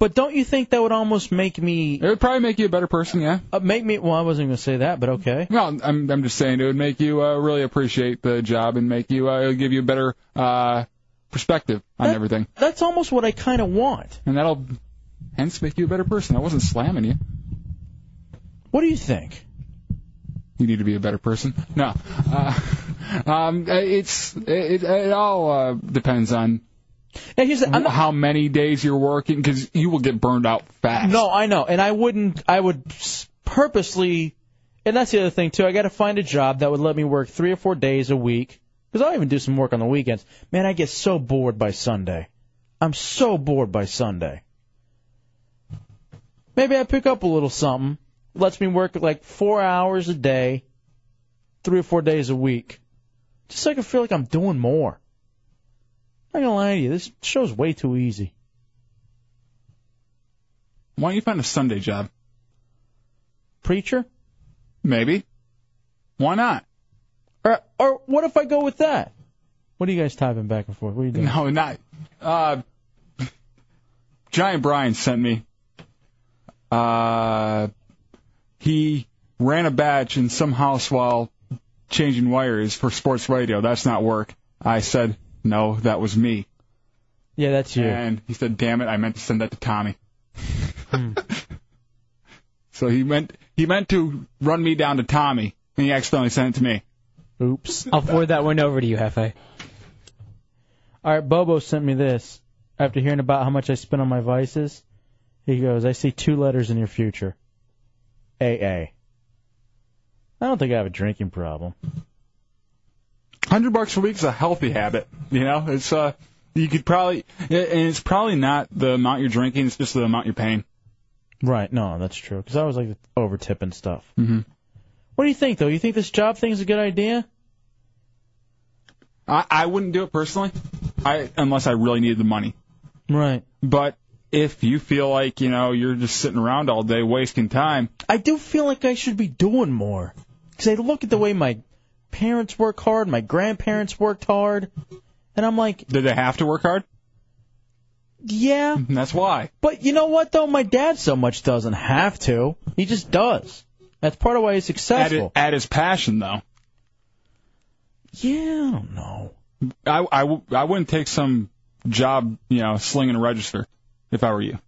[SPEAKER 3] But don't you think that would almost make me? It
[SPEAKER 4] would probably make you a better person, yeah.
[SPEAKER 3] Uh, make me. Well, I wasn't going to say that, but okay.
[SPEAKER 4] Well, I'm I'm just saying it would make you uh, really appreciate the job and make you uh, it'll give you a better uh, perspective on everything,
[SPEAKER 3] That's almost what I kind of want.
[SPEAKER 4] and that'll hence make you a better person. I wasn't slamming you.
[SPEAKER 3] What do you think?
[SPEAKER 4] You need to be a better person. No, uh, um, it's it, it, it all uh, depends on. how many days you're working because you will get burned out fast.
[SPEAKER 3] No, I know, and I wouldn't. I would s- purposely, and that's the other thing too. I got to find a job that would let me work three or four days a week because I'll even do some work on the weekends. Man, I get so bored by Sunday. I'm so bored by Sunday. Maybe I pick up a little something. Lets me work like four hours a day, three or four days a week, just so I can feel like I'm doing more. I'm not gonna lie to you, this show's way too easy.
[SPEAKER 4] Why don't you find a Sunday job?
[SPEAKER 3] Preacher?
[SPEAKER 4] Maybe. Why not?
[SPEAKER 3] Or, or what if I go with that? What are you guys typing back and forth? What are you doing?
[SPEAKER 4] No, not. Uh, Giant Brian sent me. Uh, he ran a batch in some house while changing wires for sports radio. That's not work. I said, no, that was me.
[SPEAKER 3] Yeah, that's you.
[SPEAKER 4] And he said, damn it, I meant to send that to Tommy. so he meant he meant to run me down to Tommy, and he accidentally sent it to me.
[SPEAKER 3] Oops.
[SPEAKER 6] I'll forward that one over to you, uh? Hefe.
[SPEAKER 3] All right, Bobo sent me this after hearing about how much I spent on my vices. He goes, I see two letters in your future. AA. I don't think I have a drinking problem.
[SPEAKER 4] hundred bucks a week is a healthy habit. You know, it's uh, you could probably, and it's probably not the amount you're drinking; it's just the amount you're paying.
[SPEAKER 3] Right, no, that's true. Because I was like over tipping stuff.
[SPEAKER 4] Mm-hmm.
[SPEAKER 3] What do you think, though? You think this job thing's a good idea?
[SPEAKER 4] I I wouldn't do it personally, I unless I really needed the money.
[SPEAKER 3] Right.
[SPEAKER 4] But if you feel like you know you're just sitting around all day wasting time,
[SPEAKER 3] I do feel like I should be doing more. Because I look at the way my parents work hard, my grandparents worked hard, and I'm like,
[SPEAKER 4] did they have to work hard?
[SPEAKER 3] yeah.
[SPEAKER 4] That's why.
[SPEAKER 3] But you know what, though? My dad so much doesn't have to. He just does. That's part of why he's
[SPEAKER 4] At,
[SPEAKER 3] successful.
[SPEAKER 4] at his passion, though.
[SPEAKER 3] Yeah, I don't know.
[SPEAKER 4] I, I, w- I wouldn't take some job, you know, slinging a register if I were you.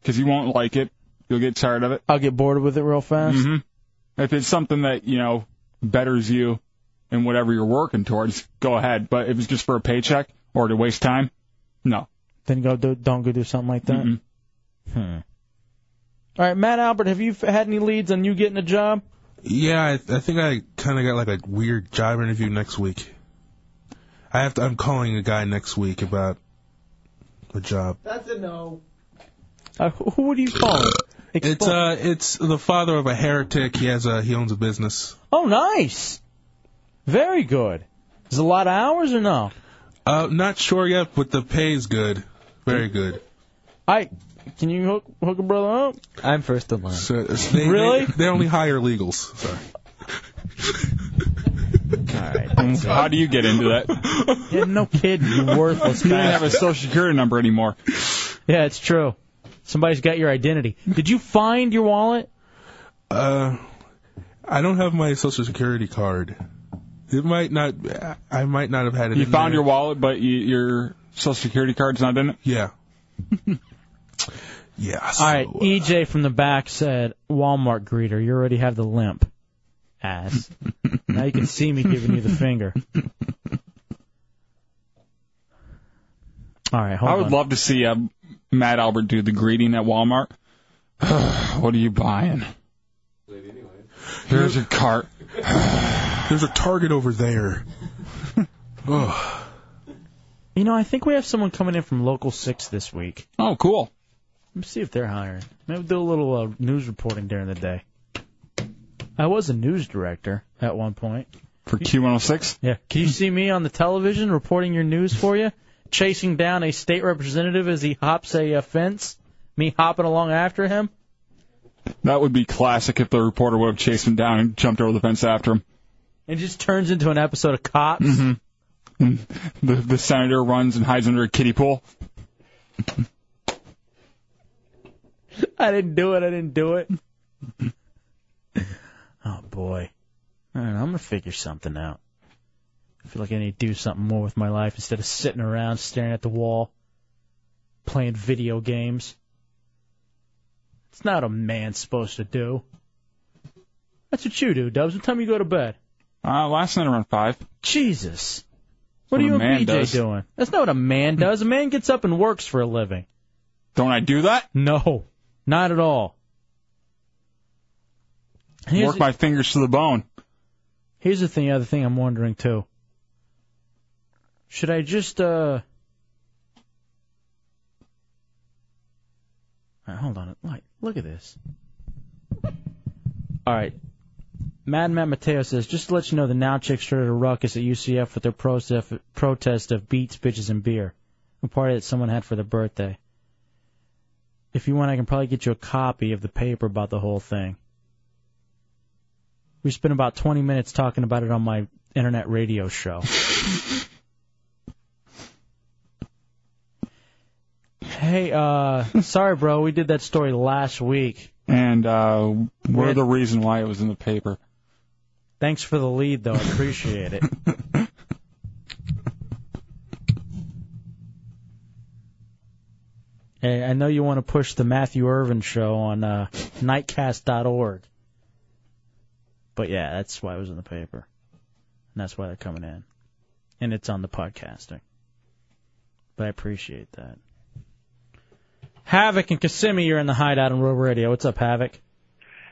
[SPEAKER 4] Because you won't like it. You'll get tired of it.
[SPEAKER 3] I'll get bored with it real fast.
[SPEAKER 19] Mm-hmm.
[SPEAKER 4] hmm If it's something that, you know, betters you in whatever you're working towards, go ahead. But if it's just for a paycheck or to waste time, no.
[SPEAKER 3] Then go do, don't go do something like that.
[SPEAKER 4] Mm-mm.
[SPEAKER 3] Hmm. All right, Matt Albert, have you f- had any leads on you getting a job?
[SPEAKER 7] Yeah, I, I think I kind of got like a weird job interview next week. I have to. I'm calling a guy next week about a job.
[SPEAKER 6] That's a no.
[SPEAKER 3] Uh, who who would you call?
[SPEAKER 7] It's uh, it's the father of a heretic. He has a he owns a business.
[SPEAKER 3] Oh, nice. Very good. Is it a lot of hours or no?
[SPEAKER 7] Uh, not sure yet, but the pay's good. Very good.
[SPEAKER 3] I can you hook hook a brother up?
[SPEAKER 6] I'm first in line.
[SPEAKER 7] So, they,
[SPEAKER 3] Really?
[SPEAKER 7] They, they only hire legals. Sorry.
[SPEAKER 3] All right.
[SPEAKER 4] How do you get into that?
[SPEAKER 3] Yeah, no kid, you worthless
[SPEAKER 4] You don't
[SPEAKER 3] bastard.
[SPEAKER 4] have a social security number anymore.
[SPEAKER 3] Yeah, it's true. Somebody's got your identity. Did you find your wallet?
[SPEAKER 7] Uh, I don't have my social security card. It might not. I might not have had it.
[SPEAKER 4] You
[SPEAKER 7] in
[SPEAKER 4] found
[SPEAKER 7] there.
[SPEAKER 4] your wallet, but you, your social security card's not in it.
[SPEAKER 7] Yeah. yeah.
[SPEAKER 3] All right, EJ from the back said, Walmart greeter, you already have the limp. Ass. now you can see me giving you the finger. All right, hold
[SPEAKER 4] I would
[SPEAKER 3] on.
[SPEAKER 4] love to see uh, Matt Albert do the greeting at Walmart. what are you buying? Here's a cart.
[SPEAKER 7] There's a target over there. Ugh.
[SPEAKER 3] You know, I think we have someone coming in from Local 6 this week.
[SPEAKER 4] Oh, cool.
[SPEAKER 3] Let me see if they're hiring. Maybe do a little uh, news reporting during the day. I was a news director at one point.
[SPEAKER 4] For Q106?
[SPEAKER 3] Yeah. Can you see me on the television reporting your news for you? Chasing down a state representative as he hops a uh, fence? Me hopping along after him?
[SPEAKER 4] That would be classic if the reporter would have chased him down and jumped over the fence after him.
[SPEAKER 3] It just turns into an episode of Cops.
[SPEAKER 4] Mm-hmm. And the, the senator runs and hides under a kiddie pool.
[SPEAKER 3] I didn't do it. I didn't do it. oh boy. I don't know. I'm gonna figure something out. I feel like I need to do something more with my life instead of sitting around staring at the wall, playing video games. It's not a man's supposed to do. That's what you do, Dubs. What time you go to bed?
[SPEAKER 4] Uh, last night around five.
[SPEAKER 3] Jesus.
[SPEAKER 4] What
[SPEAKER 3] What, are
[SPEAKER 4] a
[SPEAKER 3] you and
[SPEAKER 4] man
[SPEAKER 3] BJ
[SPEAKER 4] does.
[SPEAKER 3] doing? That's not what a man does. A man gets up and works for a living.
[SPEAKER 4] Don't I do that?
[SPEAKER 3] No, not at all. Here's
[SPEAKER 4] Work
[SPEAKER 3] the-
[SPEAKER 4] my fingers to the bone.
[SPEAKER 3] Here's the thing, other thing I'm wondering too. Should I just uh? All right, hold on. Like, look at this. All right. Mad Matt Mateo says, just to let you know, the Now Chicks started a ruckus at UCF with their protest protest of beats, bitches, and beer, a party that someone had for their birthday. If you want, I can probably get you a copy of the paper about the whole thing. We spent about 20 minutes talking about it on my internet radio show. hey, uh, sorry, bro. We did that story last week.
[SPEAKER 4] And uh, we're the reason why it was in the paper.
[SPEAKER 3] Thanks for the lead, though. I appreciate it. Hey, I know you want to push the Matthew Irvin show on uh, nightcast.org. But yeah, that's why it was in the paper. And that's why they're coming in. And it's on the podcasting. But I appreciate that. Havoc and Kissimmee, you're in the hideout on Road Radio. What's up, Havoc?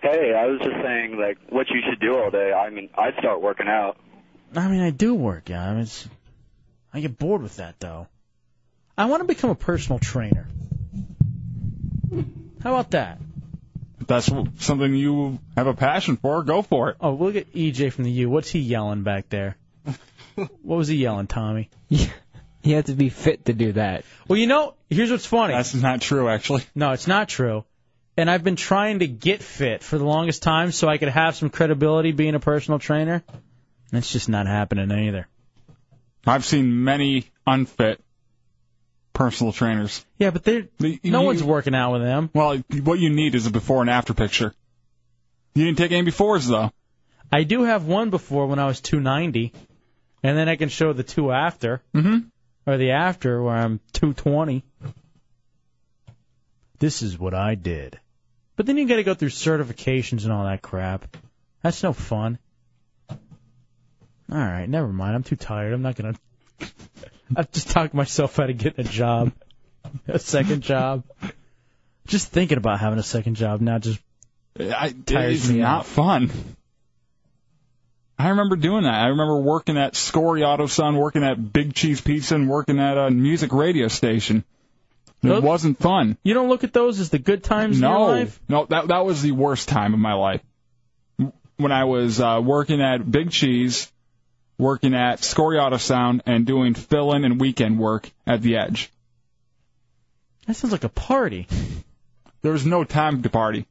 [SPEAKER 22] Hey, I was just saying, like, what you should do all day. I mean, I'd start working out.
[SPEAKER 3] I mean, I do work, yeah. I mean, it's, I get bored with that though. I want to become a personal trainer. How about that?
[SPEAKER 4] If that's something you have a passion for, go for it.
[SPEAKER 3] Oh, look at EJ from the U. What's he yelling back there? what was he yelling, Tommy?
[SPEAKER 6] You have to be fit to do that.
[SPEAKER 3] Well, you know, here's what's funny.
[SPEAKER 4] That's not true, actually.
[SPEAKER 3] No, it's not true. And I've been trying to get fit for the longest time so I could have some credibility being a personal trainer. That's just not happening either.
[SPEAKER 4] I've seen many unfit personal trainers.
[SPEAKER 3] Yeah, but they're no one's working out with them.
[SPEAKER 4] Well, what you need is a before and after picture. You didn't take any befores though.
[SPEAKER 3] I do have one before when I was 290, and then I can show the two after,
[SPEAKER 4] mm-hmm.
[SPEAKER 3] or the after where I'm 220. This is what I did. But then you got to go through certifications and all that crap. That's no fun. All right, never mind. I'm too tired. I'm not gonna. I've just talked myself out of getting a job, a second job. Just thinking about having a second job now just
[SPEAKER 4] I,
[SPEAKER 3] Tires
[SPEAKER 4] it's
[SPEAKER 3] me
[SPEAKER 4] not
[SPEAKER 3] out.
[SPEAKER 4] fun. I remember doing that. I remember working at Scory Auto Sun, working at Big Cheese Pizza, and working at a music radio station. It
[SPEAKER 3] Those-
[SPEAKER 4] wasn't fun.
[SPEAKER 3] You don't look at those as the good times
[SPEAKER 4] no,
[SPEAKER 3] in your life.
[SPEAKER 4] No, that that was the worst time of my life. When I was uh, working at Big Cheese, working at Scory Auto Sound, and doing fill-in and weekend work at the Edge.
[SPEAKER 3] That sounds like a party.
[SPEAKER 4] There was no time to party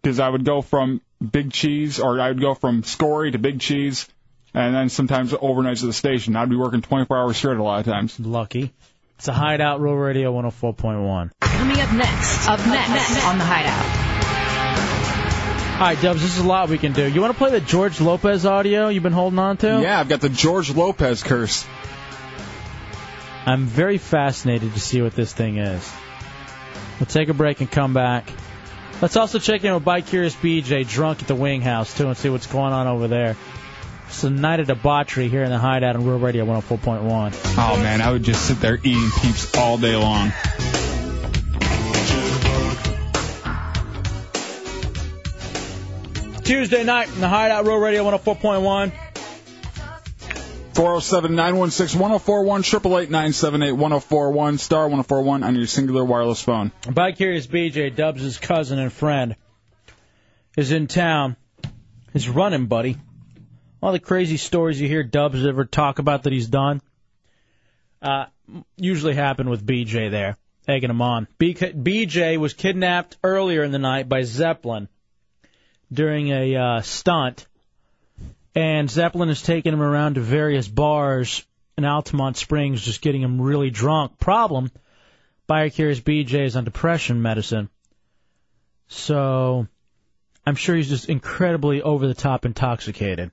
[SPEAKER 4] because I would go from Big Cheese, or I would go from Scory to Big Cheese and then sometimes overnights at the station. I'd be working 24 hours straight a lot of times.
[SPEAKER 3] Lucky. It's a hideout, Rural Radio 104.1.
[SPEAKER 16] Coming up next, up next on the Hideout.
[SPEAKER 3] All right, Dubs, this is a lot we can do. You want to play the George Lopez audio you've been holding on to?
[SPEAKER 4] Yeah, I've got the George Lopez curse.
[SPEAKER 3] I'm very fascinated to see what this thing is. We'll take a break and come back. Let's also check in with By Curious BJ, drunk at the Wing House, too, and see what's going on over there. It's a night of debauchery here in the hideout on Real Radio 104.1.
[SPEAKER 4] Oh man, I would just sit there eating peeps all day long.
[SPEAKER 3] Tuesday night in the hideout, Real Radio 104.1.
[SPEAKER 4] 407 916 1041, 888 978 1041, star 1041 on your singular wireless phone.
[SPEAKER 3] By Curious BJ, Dubs' cousin and friend, is in town. He's running, buddy. All the crazy stories you hear Dubs ever talk about that he's done uh, usually happen with BJ there, egging him on. BK, BJ was kidnapped earlier in the night by Zeppelin during a uh, stunt, and Zeppelin is taking him around to various bars in Altamont Springs, just getting him really drunk. Problem: Biocurious BJ is on depression medicine, so I'm sure he's just incredibly over the top intoxicated.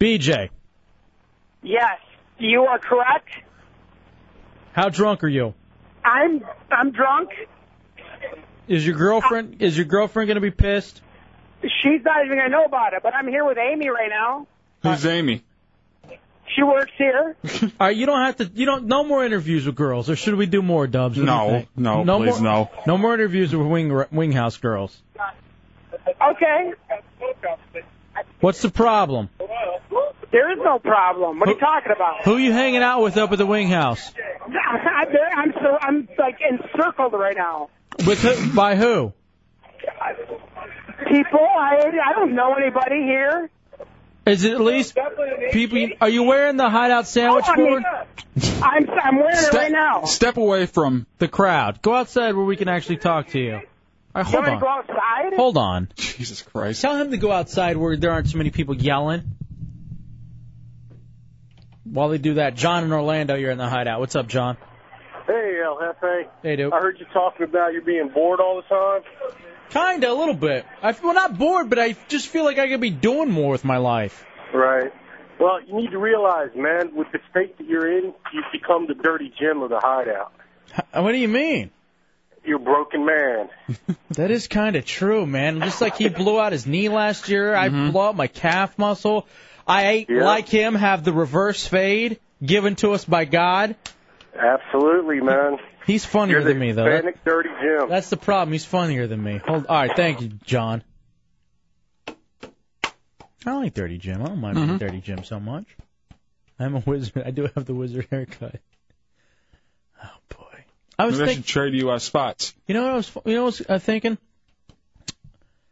[SPEAKER 3] BJ,
[SPEAKER 11] Yes, you are correct.
[SPEAKER 3] how drunk are you?
[SPEAKER 11] I'm I'm drunk.
[SPEAKER 3] Is your girlfriend is your girlfriend gonna be pissed?
[SPEAKER 11] She's not even gonna know about it, but I'm here with Amy right now.
[SPEAKER 4] Who's Amy?
[SPEAKER 11] She works here.
[SPEAKER 3] All right, you don't have to. You don't. No more interviews with girls, or should we do more, Dubs? What do you
[SPEAKER 4] No,
[SPEAKER 3] think?
[SPEAKER 4] no, please,
[SPEAKER 3] more, no. No more interviews with wing wing house girls.
[SPEAKER 11] Okay.
[SPEAKER 3] What's the problem?
[SPEAKER 11] There is no problem. What are you talking about?
[SPEAKER 3] Who you hanging out with up at the wing house?
[SPEAKER 11] I'm there- I'm so I'm like encircled right now.
[SPEAKER 3] With who, by who?
[SPEAKER 11] People, I I don't know anybody here.
[SPEAKER 3] Is it at least people? You, are you wearing the hideout sandwich
[SPEAKER 11] Oh, I mean,
[SPEAKER 3] board?
[SPEAKER 11] I'm I'm wearing it right now.
[SPEAKER 4] Step away from
[SPEAKER 3] the crowd. Go outside where we can actually talk to you. All
[SPEAKER 11] you
[SPEAKER 3] right, hold
[SPEAKER 11] want me to go
[SPEAKER 3] on.
[SPEAKER 11] outside?
[SPEAKER 3] Hold on.
[SPEAKER 4] Jesus Christ.
[SPEAKER 3] Tell him to go outside where there aren't so many people yelling. While they do that, John in Orlando, you're in the hideout. What's up, John?
[SPEAKER 17] Hey, El Jefe.
[SPEAKER 3] Hey, dude.
[SPEAKER 17] I heard you talking about you being bored all the time.
[SPEAKER 3] Kinda, a little bit. I feel not bored, but I just feel like I could be doing more with my life.
[SPEAKER 17] Right. Well, you need to realize, man, with the state that you're in, you've become the dirty gym of the hideout.
[SPEAKER 3] What do you mean?
[SPEAKER 17] You're a broken man.
[SPEAKER 3] That is kind of true, man. Just like he blew out his knee last year, I blew out my calf muscle. I ate
[SPEAKER 17] Yeah.
[SPEAKER 3] like him, have the reverse fade given to us by God.
[SPEAKER 17] Absolutely, man.
[SPEAKER 3] He's funnier
[SPEAKER 17] You're the
[SPEAKER 3] than me, though.
[SPEAKER 17] Hispanic dirty gym.
[SPEAKER 3] That's the problem. He's funnier than me. Hold. All right, thank you, John. I like Dirty Jim. I don't mind being
[SPEAKER 6] Mhm.
[SPEAKER 3] Dirty Jim so much. I'm a wizard. I do have the wizard haircut. I was
[SPEAKER 4] Maybe I
[SPEAKER 3] think-
[SPEAKER 4] should trade you uh, spots.
[SPEAKER 3] You know what I was? You know what I was uh, thinking?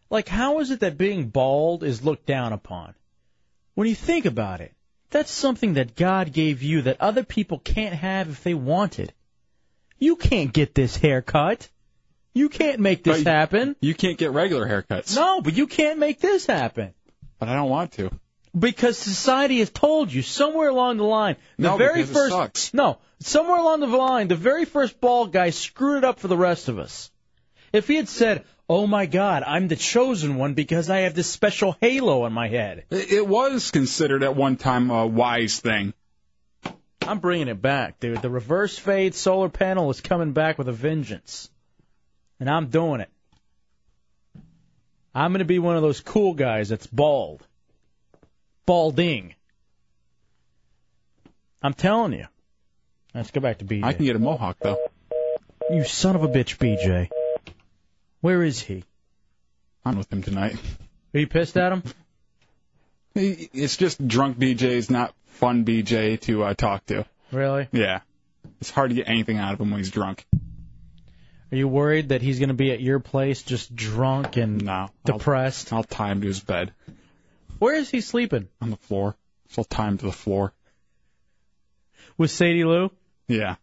[SPEAKER 3] Like, how is it that being bald is looked down upon? When you think about it, that's something that God gave you that other people can't have if they wanted. You can't get this haircut. You can't make this
[SPEAKER 4] But you-
[SPEAKER 3] happen.
[SPEAKER 4] You can't get regular haircuts.
[SPEAKER 3] No, but you can't make this happen.
[SPEAKER 4] But I don't want to.
[SPEAKER 3] Because society has told you somewhere along the line, the
[SPEAKER 4] No,
[SPEAKER 3] very
[SPEAKER 4] because it
[SPEAKER 3] first
[SPEAKER 4] sucks.
[SPEAKER 3] no, somewhere along the line, the very first bald guy screwed it up for the rest of us. If he had said, "Oh my God, I'm the chosen one because I have this special halo on my head,"
[SPEAKER 4] It it was considered at one time a wise thing.
[SPEAKER 3] I'm bringing it back, dude. The reverse fade solar panel is coming back with a vengeance, and I'm doing it. I'm gonna be one of those cool guys that's bald, balding. I'm telling you. Let's go back to BJ.
[SPEAKER 4] I can get a mohawk though.
[SPEAKER 3] You son of a bitch, BJ. Where is he?
[SPEAKER 4] I'm with him tonight.
[SPEAKER 3] Are you pissed at him?
[SPEAKER 4] He- It's just drunk BJ's not fun BJ to uh, talk to.
[SPEAKER 3] Really?
[SPEAKER 4] Yeah. It's hard to get anything out of him when he's drunk.
[SPEAKER 3] Are you worried that he's gonna be at your place just drunk and depressed?
[SPEAKER 4] I'll tie him to his bed.
[SPEAKER 3] Where is he sleeping?
[SPEAKER 4] On the floor. It's all timed to the floor.
[SPEAKER 3] With Sadie Lou?
[SPEAKER 4] Yeah.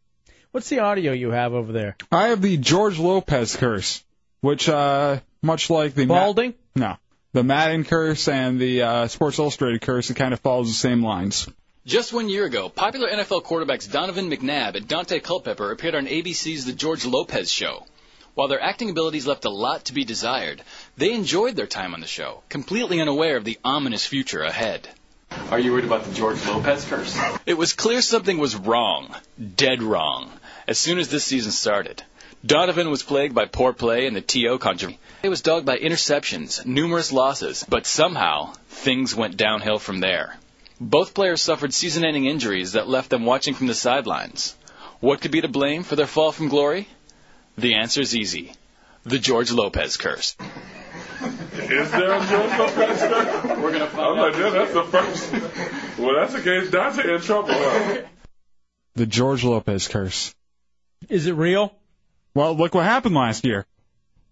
[SPEAKER 3] What's the audio you have over there?
[SPEAKER 4] I have the George Lopez curse, which, uh, much like the.
[SPEAKER 3] Balding?
[SPEAKER 4] no. the Madden curse and the uh, Sports Illustrated curse. It kind of follows the same lines.
[SPEAKER 18] Just one year ago, popular NFL quarterbacks Donovan McNabb and Dante Culpepper appeared on ABC's The George Lopez Show. While their acting abilities left a lot to be desired, they enjoyed their time on the show, completely unaware of the ominous future ahead. Are you worried about the George Lopez curse? It was clear something was wrong, dead wrong, as soon as this season started. Donovan was plagued by poor play and the TO controversy. It was dogged by interceptions, numerous losses, but somehow things went downhill from there. Both players suffered season ending injuries that left them watching from the sidelines. What could be to blame for their fall from glory? The answer is easy the George Lopez curse.
[SPEAKER 21] Is there a George Lopez curse? We're gonna find I'm like, yeah, that's the first. Well, that's the case. Dante in trouble. Now.
[SPEAKER 4] The George Lopez curse.
[SPEAKER 3] Is it real?
[SPEAKER 4] Well, look what happened last year.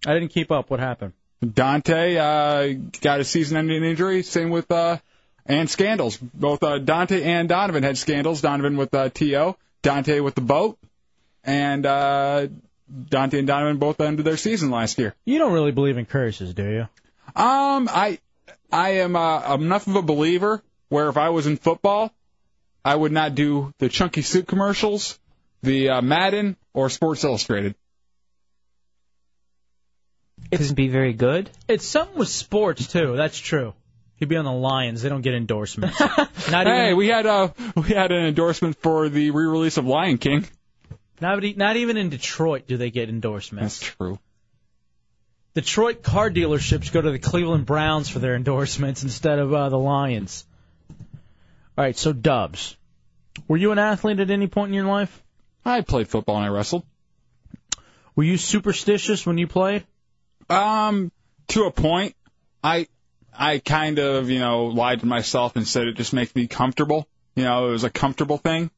[SPEAKER 3] I didn't keep up. What happened?
[SPEAKER 4] Dante uh, got a season-ending injury. Same with uh, and scandals. Both uh, Dante and Donovan had scandals. Donovan with uh, To, Dante with the boat, and uh, Dante and Donovan both ended their season last year.
[SPEAKER 3] You don't really believe in curses, do you?
[SPEAKER 4] Um, I I am uh, enough of a believer where if I was in football, I would not do the chunky suit commercials, the uh, Madden, or Sports Illustrated.
[SPEAKER 8] Couldn't be very good.
[SPEAKER 3] It's something with sports too. That's true. He'd be on the Lions. They don't get endorsements. Not
[SPEAKER 4] hey,
[SPEAKER 3] even
[SPEAKER 4] we had uh we had an endorsement for the re-release of Lion King.
[SPEAKER 3] not, e- not even in Detroit do they get endorsements.
[SPEAKER 4] That's true.
[SPEAKER 3] Detroit car dealerships go to the Cleveland Browns for their endorsements instead of uh, the Lions. All right, so Dubs, were you an athlete at any point in your life?
[SPEAKER 4] I played football and I wrestled.
[SPEAKER 3] Were you superstitious when you played?
[SPEAKER 4] Um, to a point, I I kind of you know lied to myself and said it just makes me comfortable. You know, it was a comfortable thing.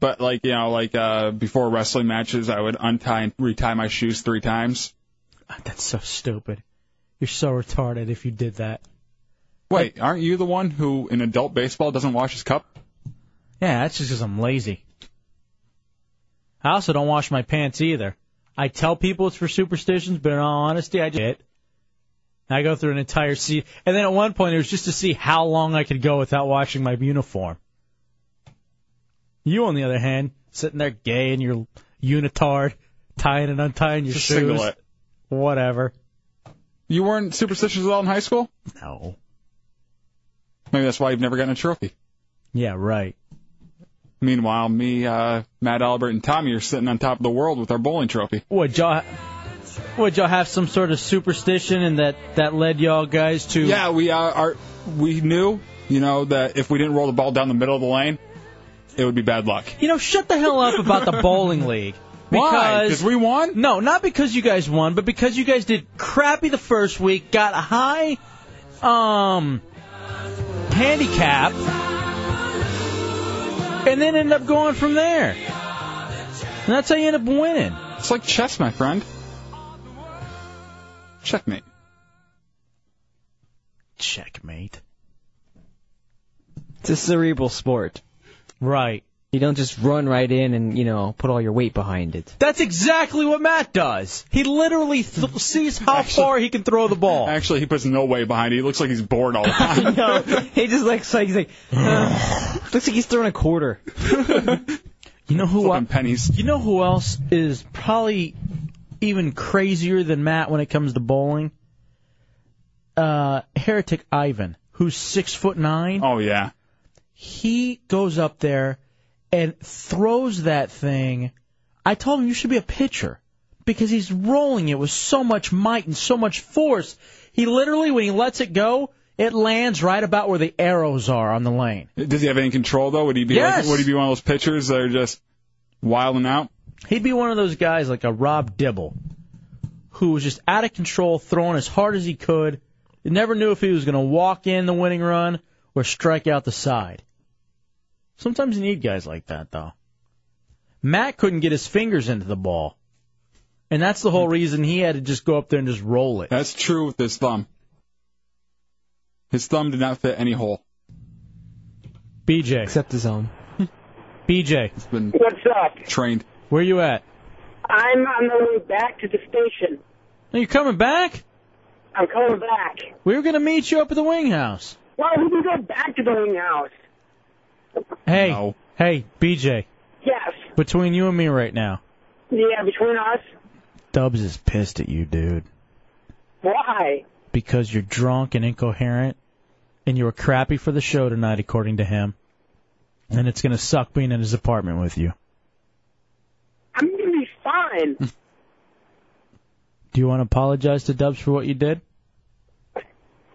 [SPEAKER 4] But like you know, like uh, before wrestling matches, I would untie and retie my shoes three times.
[SPEAKER 3] That's so stupid. You're so retarded if you did that.
[SPEAKER 4] Wait, aren't you the one who in adult baseball doesn't wash his cup?
[SPEAKER 3] Yeah, that's just 'cause I'm lazy. I also don't wash my pants either. I tell people it's for superstitions, but in all honesty, I just it. And I go through an entire season, and then at one point it was just to see how long I could go without washing my uniform. You, on the other hand, sitting there gay in your unitard, tying and untying your
[SPEAKER 4] Just
[SPEAKER 3] shoes,
[SPEAKER 4] singlet.
[SPEAKER 3] whatever.
[SPEAKER 4] You weren't superstitious at all in high school?
[SPEAKER 3] No.
[SPEAKER 4] Maybe that's why you've never gotten a trophy.
[SPEAKER 3] Yeah, right.
[SPEAKER 4] Meanwhile, me, uh, Matt Albert, and Tommy are sitting on top of the world with our bowling trophy.
[SPEAKER 3] Would y'all, would y'all have some sort of superstition, and that that led y'all guys to?
[SPEAKER 4] Yeah, we uh, are. We knew, you know, that if we didn't roll the ball down the middle of the lane, it would be bad luck.
[SPEAKER 3] You know, shut the hell up about the bowling league.
[SPEAKER 4] Why?
[SPEAKER 3] Because
[SPEAKER 4] 'Cause we won?
[SPEAKER 3] No, not because you guys won, but because you guys did crappy the first week, got a high um handicap, and then ended up going from there. And that's how you end up winning.
[SPEAKER 4] It's like chess, my friend. Checkmate.
[SPEAKER 3] Checkmate.
[SPEAKER 8] It's a cerebral sport.
[SPEAKER 3] Right.
[SPEAKER 8] You don't just run right in and you know put all your weight behind it.
[SPEAKER 3] That's exactly what Matt does. He literally th- sees how far he can throw the ball.
[SPEAKER 4] Actually, he puts no way behind it. He looks like he's bored all the time.
[SPEAKER 8] no, he just like so he's like "Ugh." looks like he's throwing a quarter.
[SPEAKER 3] You know who
[SPEAKER 4] Flipping pennies.
[SPEAKER 3] You know who else is probably even crazier than Matt when it comes to bowling? Uh, heretic Ivan, who's six foot nine.
[SPEAKER 4] Oh yeah.
[SPEAKER 3] He goes up there and throws that thing. I told him you should be a pitcher because he's rolling it with so much might and so much force. He literally, when he lets it go, it lands right about where the arrows are on the lane.
[SPEAKER 4] Does he have any control though? Would he be
[SPEAKER 3] Yes.
[SPEAKER 4] like, would he be one of those pitchers that are just wilding out?
[SPEAKER 3] He'd be one of those guys like a Rob Dibble, who was just out of control, throwing as hard as he could. You never knew if he was going to walk in the winning run or strike out the side. Sometimes you need guys like that, though. Matt couldn't get his fingers into the ball, and that's the whole reason he had to just go up there and just roll it.
[SPEAKER 4] That's true with his thumb. His thumb did not fit any hole.
[SPEAKER 3] BJ,
[SPEAKER 8] except his own.
[SPEAKER 3] BJ,
[SPEAKER 4] It's been
[SPEAKER 3] What's
[SPEAKER 2] up?
[SPEAKER 4] trained.
[SPEAKER 3] where you at?
[SPEAKER 2] I'm on the way back to the station.
[SPEAKER 3] Now you're coming back?
[SPEAKER 2] I'm coming back.
[SPEAKER 3] We were going to meet you up at the wing house.
[SPEAKER 2] Well, we can go back to the wing house.
[SPEAKER 3] Hey, hey, BJ.
[SPEAKER 2] Yes.
[SPEAKER 3] Between you and me right now,
[SPEAKER 2] Yeah, between us.
[SPEAKER 3] Dubs is pissed at you, dude,
[SPEAKER 2] Why?
[SPEAKER 3] because you're drunk and incoherent, and you were crappy for the show tonight, according to him. And it's going to suck being in his apartment with you.
[SPEAKER 2] I'm gonna be fine.
[SPEAKER 3] Do you want to apologize to Dubs for what you did?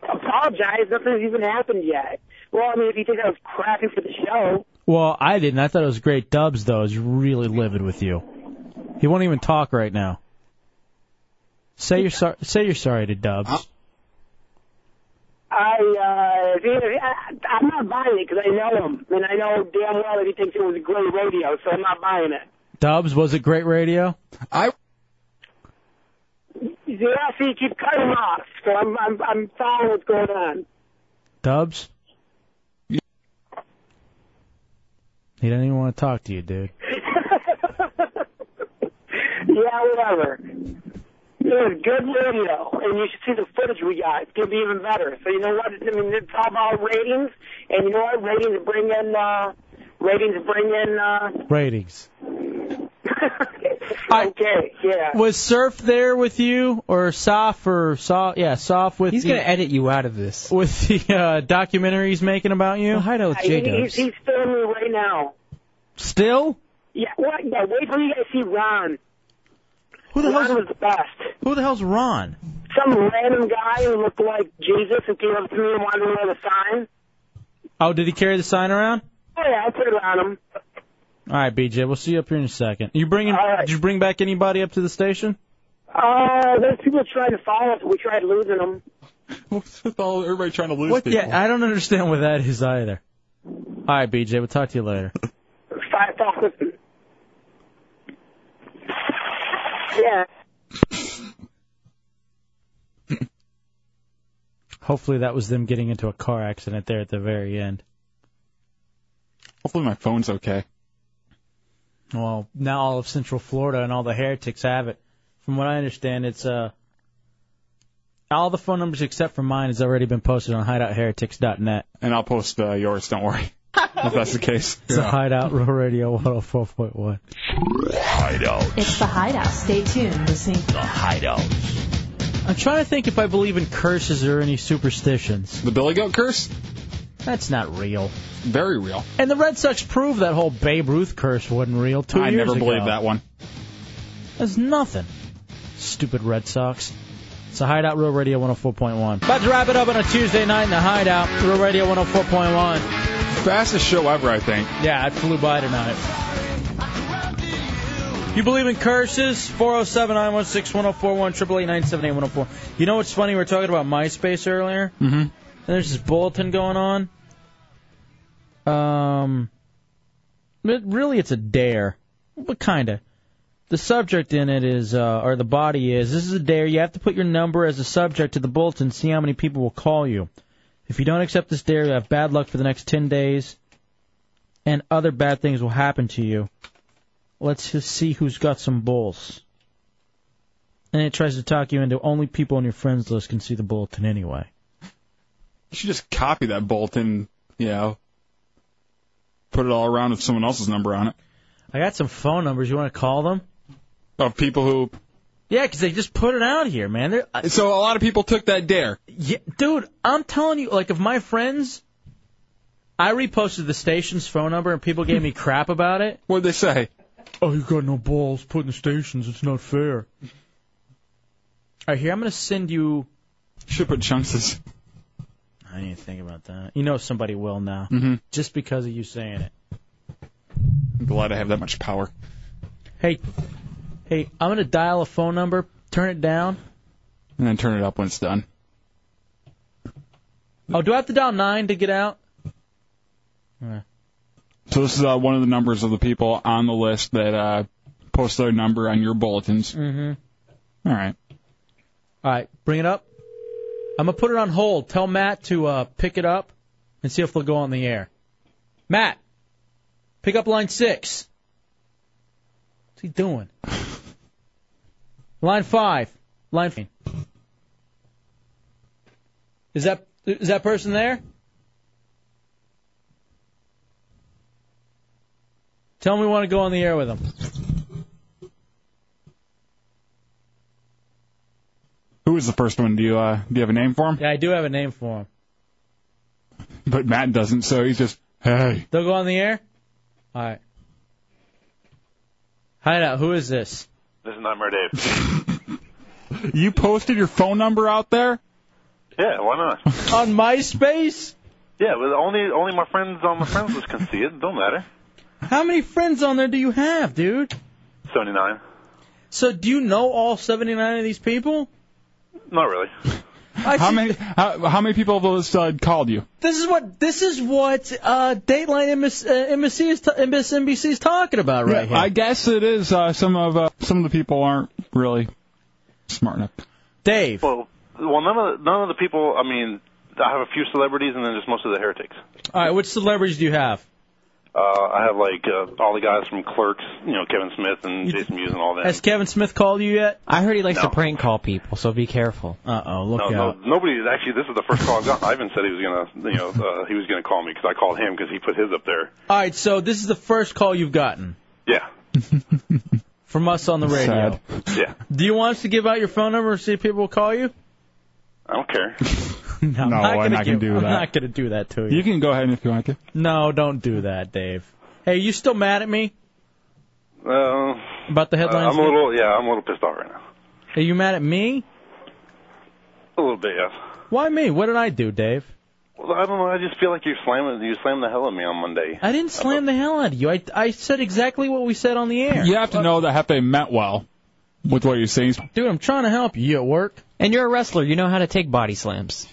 [SPEAKER 2] Apologize. Nothing's even happened yet. Well, I mean, if you think I was crappy for the show,
[SPEAKER 3] Well, I didn't. I thought it was great. Dubs, though, is really livid with you. He won't even talk right now. Say you're sorry. Say you're sorry to Dubs.
[SPEAKER 2] I, uh, if he, if he- I, I'm not buying it because I know him. And I know damn well that he thinks it was great radio, so I'm not buying it.
[SPEAKER 3] Dubs, was it great radio?
[SPEAKER 4] I.
[SPEAKER 2] Yeah, see, you keep cutting off, so I'm, I'm, I'm following what's going on.
[SPEAKER 3] Dubs. He doesn't even want to talk to you, dude.
[SPEAKER 2] Yeah, whatever. It was good radio, and you should see the footage we got. It's gonna be even better. So you know what? I mean, it's all about ratings, and you know what? Ratings bring in, uh, ratings bring in, uh,
[SPEAKER 3] Ratings.
[SPEAKER 2] okay, yeah.
[SPEAKER 3] Was Surf there with you, or Saf, or Saw? Yeah, Saf with.
[SPEAKER 2] He's
[SPEAKER 3] the,
[SPEAKER 2] gonna
[SPEAKER 3] edit you out of this with the uh, documentary he's making about you. I know
[SPEAKER 2] Uh, he- he's, he's filming right now.
[SPEAKER 3] Still?
[SPEAKER 2] Yeah, what? Yeah, wait till you guys see Ron.
[SPEAKER 3] Who the
[SPEAKER 2] Ron
[SPEAKER 3] hell's-
[SPEAKER 2] was the best.
[SPEAKER 3] Who the hell's Ron?
[SPEAKER 2] Some random guy who looked like Jesus and came up to me and wanted to know the sign.
[SPEAKER 3] Oh, did he carry the sign around?
[SPEAKER 2] Oh yeah, I put it on him.
[SPEAKER 3] All right, BJ. We'll see you up here in a second. You bringing? Did you bring back anybody up to the station?
[SPEAKER 2] Uh, there's people trying to follow us. We tried losing them.
[SPEAKER 4] What's with all everybody trying to lose
[SPEAKER 3] What?
[SPEAKER 4] people?
[SPEAKER 3] Yeah, I don't understand what that is either. All right, BJ. We'll talk to you later.
[SPEAKER 2] Five thousand. Yeah.
[SPEAKER 3] Hopefully, that was them getting into a car accident there at the very end.
[SPEAKER 4] Hopefully my phone's okay.
[SPEAKER 3] Well, now all of Central Florida and all the heretics have it. From what I understand, it's uh, all the phone numbers except for mine has already been posted on hideoutheretics.net.
[SPEAKER 4] And I'll post uh, yours. Don't worry. if that's the case.
[SPEAKER 3] It's a Hideout Real Radio 104.1.
[SPEAKER 12] Hideout.
[SPEAKER 16] It's the Hideout. Stay tuned. Listening.
[SPEAKER 12] The Hideout.
[SPEAKER 3] I'm trying to think if I believe in curses or any superstitions.
[SPEAKER 4] The Billy Goat curse?
[SPEAKER 3] That's not real.
[SPEAKER 4] Very real.
[SPEAKER 3] And the Red Sox proved that whole Babe Ruth curse wasn't real two
[SPEAKER 4] I
[SPEAKER 3] years
[SPEAKER 4] never
[SPEAKER 3] ago.
[SPEAKER 4] believed that one.
[SPEAKER 3] That's nothing. Stupid Red Sox. It's a Hideout Real Radio 104.1. About to wrap it up on a Tuesday night in the Hideout Real Radio 104.1.
[SPEAKER 4] Fastest show ever, I think.
[SPEAKER 3] Yeah, I flew by tonight. You believe in curses? 407 916 1041 888 1041 You know what's funny? We were talking about MySpace earlier,
[SPEAKER 4] Mm-hmm.
[SPEAKER 3] and there's this bulletin going on. Um, it, really, it's a dare, but kinda. The subject in it is, uh, or the body is, this is a dare. You have to put your number as a subject to the bulletin. See how many people will call you. If you don't accept this dare, you have bad luck for the next ten days, and other bad things will happen to you. Let's just see who's got some balls. And it tries to talk you into only people on your friends list can see the bulletin anyway.
[SPEAKER 4] You should just copy that bulletin, you know, put it all around with someone else's number on it.
[SPEAKER 3] I got some phone numbers. You want to call them?
[SPEAKER 4] Of people who.
[SPEAKER 3] Yeah, 'cause they just put it out here, man. They're,
[SPEAKER 4] so a lot of people took that dare.
[SPEAKER 3] Yeah, dude, I'm telling you, like, if my friends, I reposted the station's phone number and people gave me crap about it.
[SPEAKER 4] What'd they say?
[SPEAKER 3] Oh, you got no balls putting stations. It's not fair. All right, here I'm gonna send you.
[SPEAKER 4] Should put chunks.
[SPEAKER 3] I didn't think about that. You know somebody will now,
[SPEAKER 4] Mhm.
[SPEAKER 3] just because of you saying it.
[SPEAKER 4] I'm glad I have that much power.
[SPEAKER 3] Hey, hey, I'm gonna dial a phone number. Turn it down.
[SPEAKER 4] And then turn it up when it's done.
[SPEAKER 3] Oh, do I have to dial nine to get out?
[SPEAKER 4] So this is uh, one of the numbers of the people on the list that uh, post their number on your bulletins.
[SPEAKER 3] Mm-hmm.
[SPEAKER 4] All right.
[SPEAKER 3] All right, bring it up. I'm gonna put it on hold. Tell Matt to uh, pick it up and see if they'll go on the air. Matt, pick up line six. What's he doing? line five. Line. Is that is that person there? Tell him we want to go on the air with him.
[SPEAKER 4] Who was the first one? Do you uh, do you have a name for him?
[SPEAKER 3] Yeah, I do have a name for him.
[SPEAKER 4] But Matt doesn't, so he's just hey.
[SPEAKER 3] They'll go on the air. All right. Hideout. Who is this?
[SPEAKER 14] This is Nightmare Dave.
[SPEAKER 4] You posted your phone number out there?
[SPEAKER 14] yeah, why not?
[SPEAKER 3] on MySpace?
[SPEAKER 14] Yeah, but only only my friends on my friends list can see it. Don't matter.
[SPEAKER 3] How many friends on there do you have, dude?
[SPEAKER 14] Seventy nine.
[SPEAKER 3] So do you know all 79 of these people?
[SPEAKER 14] Not really.
[SPEAKER 4] How many how, how many people have those uh, called you?
[SPEAKER 3] This is what this is what uh, Dateline MS, uh, MSC is t- MSNBC is talking about right
[SPEAKER 4] I guess it is uh, some of uh, some of the people aren't really smart enough.
[SPEAKER 3] Dave.
[SPEAKER 14] Well, well, none of the, none of the people. I mean, I have a few celebrities, and then just most of the heretics.
[SPEAKER 3] here. All right, which celebrities do you have?
[SPEAKER 14] Uh, I have like uh, all the guys from Clerks, you know, Kevin Smith and Jason Mewes and all that.
[SPEAKER 3] Has Kevin Smith called you yet?
[SPEAKER 6] I heard he likes
[SPEAKER 14] No.
[SPEAKER 6] to prank call people, so be careful.
[SPEAKER 3] Uh oh, look
[SPEAKER 14] No, no, nobody. Actually, this is the first call I got. Ivan said he was gonna, you know, uh, he was gonna call me because I called him because he put his up there.
[SPEAKER 3] All right, so this is the first call you've gotten
[SPEAKER 14] Yeah,
[SPEAKER 3] from us on the radio.
[SPEAKER 14] yeah.
[SPEAKER 3] Do you want us to give out your phone number and see if people will call you?
[SPEAKER 14] I don't care.
[SPEAKER 3] No, I'm
[SPEAKER 4] No,
[SPEAKER 3] not
[SPEAKER 4] I'm not
[SPEAKER 3] gonna
[SPEAKER 4] gonna
[SPEAKER 3] give-
[SPEAKER 4] do
[SPEAKER 3] I'm
[SPEAKER 4] that.
[SPEAKER 3] not gonna do that to you.
[SPEAKER 4] You can go ahead if you want to.
[SPEAKER 3] No, don't do that, Dave. Hey, you still mad at me
[SPEAKER 14] Uh,
[SPEAKER 3] about the headlines?
[SPEAKER 14] I'm a little, yeah, I'm a little pissed off right now.
[SPEAKER 3] Are you mad at me?
[SPEAKER 14] A little bit, yes.
[SPEAKER 3] Why me? What did I do, Dave?
[SPEAKER 14] Well, I don't know. I just feel like you slamming, you slammed the hell out of me on Monday.
[SPEAKER 3] I didn't slam the hell out of you. I, I said exactly what we said on the air.
[SPEAKER 4] You have to know that Hefe meant well with what you're saying.
[SPEAKER 3] Dude, I'm trying to help you at work.
[SPEAKER 6] And you're a wrestler. You know how to take body slams.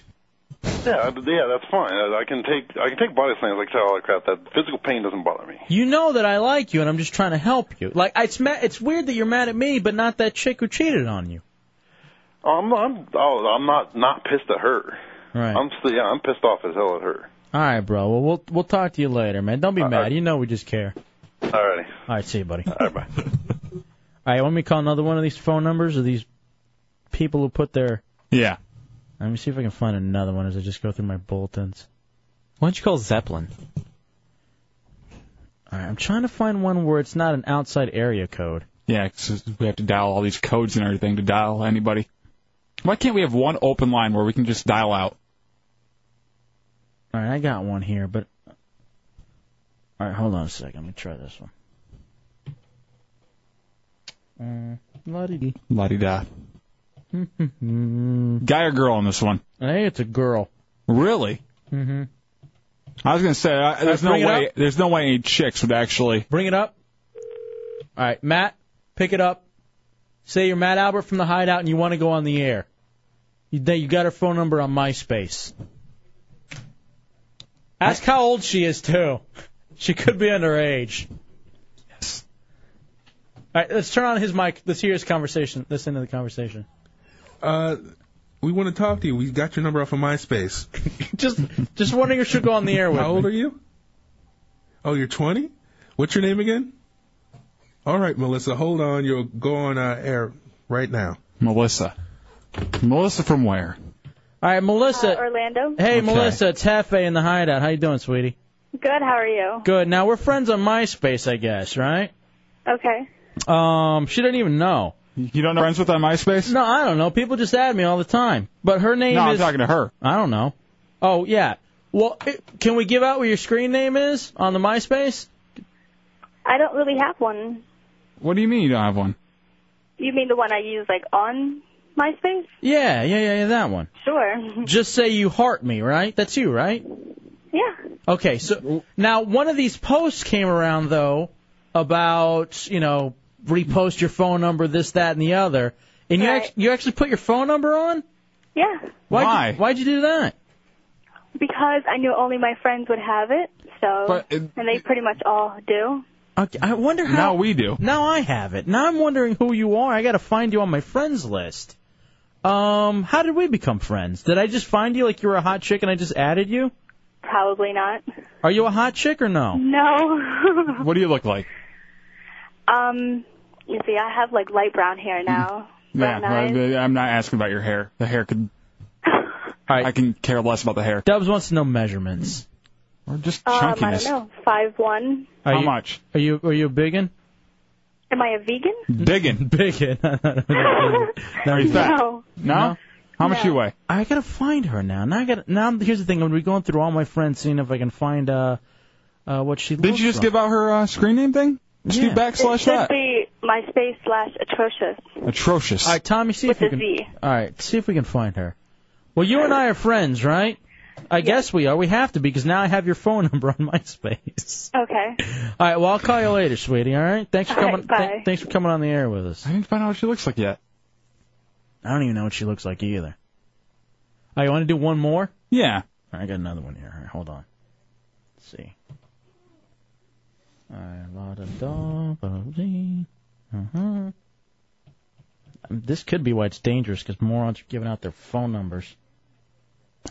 [SPEAKER 14] Yeah, but yeah, that's fine. I, I can take, I can take body slams like all that crap. That physical pain doesn't bother me.
[SPEAKER 3] You know that I like you, and I'm just trying to help you. Like it's ma- it's weird that you're mad at me, but not that chick who cheated on you.
[SPEAKER 14] Oh, I'm, I'm, oh, I'm not, not pissed at her.
[SPEAKER 3] Right.
[SPEAKER 14] I'm still, yeah, I'm pissed off as hell at her.
[SPEAKER 3] All right, bro. Well, we'll we'll talk to you later, man. Don't be mad. You know we just care.
[SPEAKER 14] Alrighty.
[SPEAKER 3] All right, see you, buddy. All
[SPEAKER 14] right, bye.
[SPEAKER 3] All right, want me to call another one of these phone numbers or these people who put their.
[SPEAKER 4] Yeah.
[SPEAKER 3] Let me see if I can find another one as I just go through my bulletins.
[SPEAKER 6] Why don't you call Zeppelin?
[SPEAKER 3] All right, I'm trying to find one where it's not an outside area code.
[SPEAKER 4] Yeah, 'cause we have to dial all these codes and everything to dial anybody. Why can't we have one open line where we can just dial out?
[SPEAKER 3] All right, I got one here, but all right, hold on a second. Let me try this one. Mm, la-di-di. Mm.
[SPEAKER 4] La di da. Guy or girl on this one?
[SPEAKER 3] I think it's a girl.
[SPEAKER 4] Really?
[SPEAKER 3] Mm-hmm.
[SPEAKER 4] I was gonna say I, there's no
[SPEAKER 3] bring it
[SPEAKER 4] way
[SPEAKER 3] up.
[SPEAKER 4] there's no way any chicks would actually.
[SPEAKER 3] Bring it up. All right, Matt, pick it up. Say you're Matt Albert from the Hideout and you want to go on the air. You, that you got her phone number on MySpace. Ask how old she is too. She could be underage. Yes. All right, let's turn on his mic. Let's hear his conversation. Listen to the conversation.
[SPEAKER 7] Uh, we want to talk to you. We got your number off of MySpace.
[SPEAKER 3] just, just wondering if she'll go on the air with
[SPEAKER 7] How old
[SPEAKER 3] me.
[SPEAKER 7] are you? Oh, you're 20. What's your name again? All right, Melissa. Hold on. You'll go on uh, air right now.
[SPEAKER 4] Melissa. Melissa from where?
[SPEAKER 3] All right, Melissa.
[SPEAKER 11] Uh, Orlando.
[SPEAKER 3] hey, Melissa, it's Hefe in the Hideout. How you doing, sweetie?
[SPEAKER 11] Good. How are you?
[SPEAKER 3] Good. Now we're friends on MySpace, I guess, right?
[SPEAKER 11] Okay.
[SPEAKER 3] Um, she didn't even know.
[SPEAKER 4] You don't know friends with on MySpace?
[SPEAKER 3] No, I don't know. People just add me all the time. But her name
[SPEAKER 4] No, I'm
[SPEAKER 3] is.
[SPEAKER 4] talking to her.
[SPEAKER 3] I don't know. Oh yeah. Well, it, can we give out what your screen name is on the MySpace?
[SPEAKER 11] I don't really have one.
[SPEAKER 4] What do you mean you don't have one?
[SPEAKER 11] You mean the one I use like on MySpace?
[SPEAKER 3] Yeah, yeah, yeah, yeah, that one.
[SPEAKER 11] Sure.
[SPEAKER 3] Just say you heart me, right? That's you, right?
[SPEAKER 11] yeah.
[SPEAKER 3] Okay, so now one of these posts came around though about you know repost your phone number, this, that, and the other, and you act- you actually put your phone number on.
[SPEAKER 11] Yeah.
[SPEAKER 3] Why'd You, why'd you do that?
[SPEAKER 11] Because I knew only my friends would have it, so
[SPEAKER 3] But it-
[SPEAKER 11] and they pretty much all do.
[SPEAKER 3] Okay, I wonder how.
[SPEAKER 4] Now we do.
[SPEAKER 3] Now I have it. Now I'm wondering who you are. I got to find you on my friends list. Um, how did we become friends? Did I just find you like you were a hot chick and I just added you?
[SPEAKER 11] Probably not.
[SPEAKER 3] Are you a hot chick or no?
[SPEAKER 11] No.
[SPEAKER 4] What do you look like?
[SPEAKER 11] um, you see, I have
[SPEAKER 3] Hmm.
[SPEAKER 11] like light brown hair now.
[SPEAKER 4] Yeah,
[SPEAKER 11] Brown eyes.
[SPEAKER 4] I- I'm not asking about your hair. The hair could I can care less about the hair.
[SPEAKER 3] Dubs wants to know measurements.
[SPEAKER 4] Or just
[SPEAKER 2] Um, I don't know. Five one.
[SPEAKER 3] How much? Are you are you a biggin?
[SPEAKER 2] Am I a vegan?
[SPEAKER 4] Biggin.
[SPEAKER 3] Biggin.
[SPEAKER 4] Are you fat?
[SPEAKER 2] No.
[SPEAKER 4] No? How much you weigh?
[SPEAKER 3] I gotta find her now. Now I got to now here's the thing, I'm gonna be going through all my friends seeing if I can find uh uh what she
[SPEAKER 4] Did you just give out her uh, screen name thing? Just do
[SPEAKER 3] Yeah.
[SPEAKER 2] it
[SPEAKER 4] backslash
[SPEAKER 2] should
[SPEAKER 4] that.
[SPEAKER 2] be MySpace slash atrocious.
[SPEAKER 4] Atrocious.
[SPEAKER 3] All right, Tommy, see if
[SPEAKER 2] With
[SPEAKER 3] we
[SPEAKER 2] a
[SPEAKER 3] can.
[SPEAKER 2] Z.
[SPEAKER 3] All right, see if we can find her. Well, you and I are friends, right? I guess we are. We have to be because now I have your phone number on MySpace.
[SPEAKER 2] Okay.
[SPEAKER 3] All right, well I'll call you later, sweetie. All right, thanks for
[SPEAKER 2] All right,
[SPEAKER 3] coming.
[SPEAKER 2] bye.
[SPEAKER 3] th- thanks for coming on the air with us. I
[SPEAKER 4] didn't find out what she looks like yet.
[SPEAKER 3] I don't even know what she looks like either. All right, you want to do one more?
[SPEAKER 4] Yeah.
[SPEAKER 3] I got another one here. All right, hold on. Let's see. All right, la da da ba da dee. Uh-huh. Um, This could be why it's dangerous because morons are giving out their phone numbers.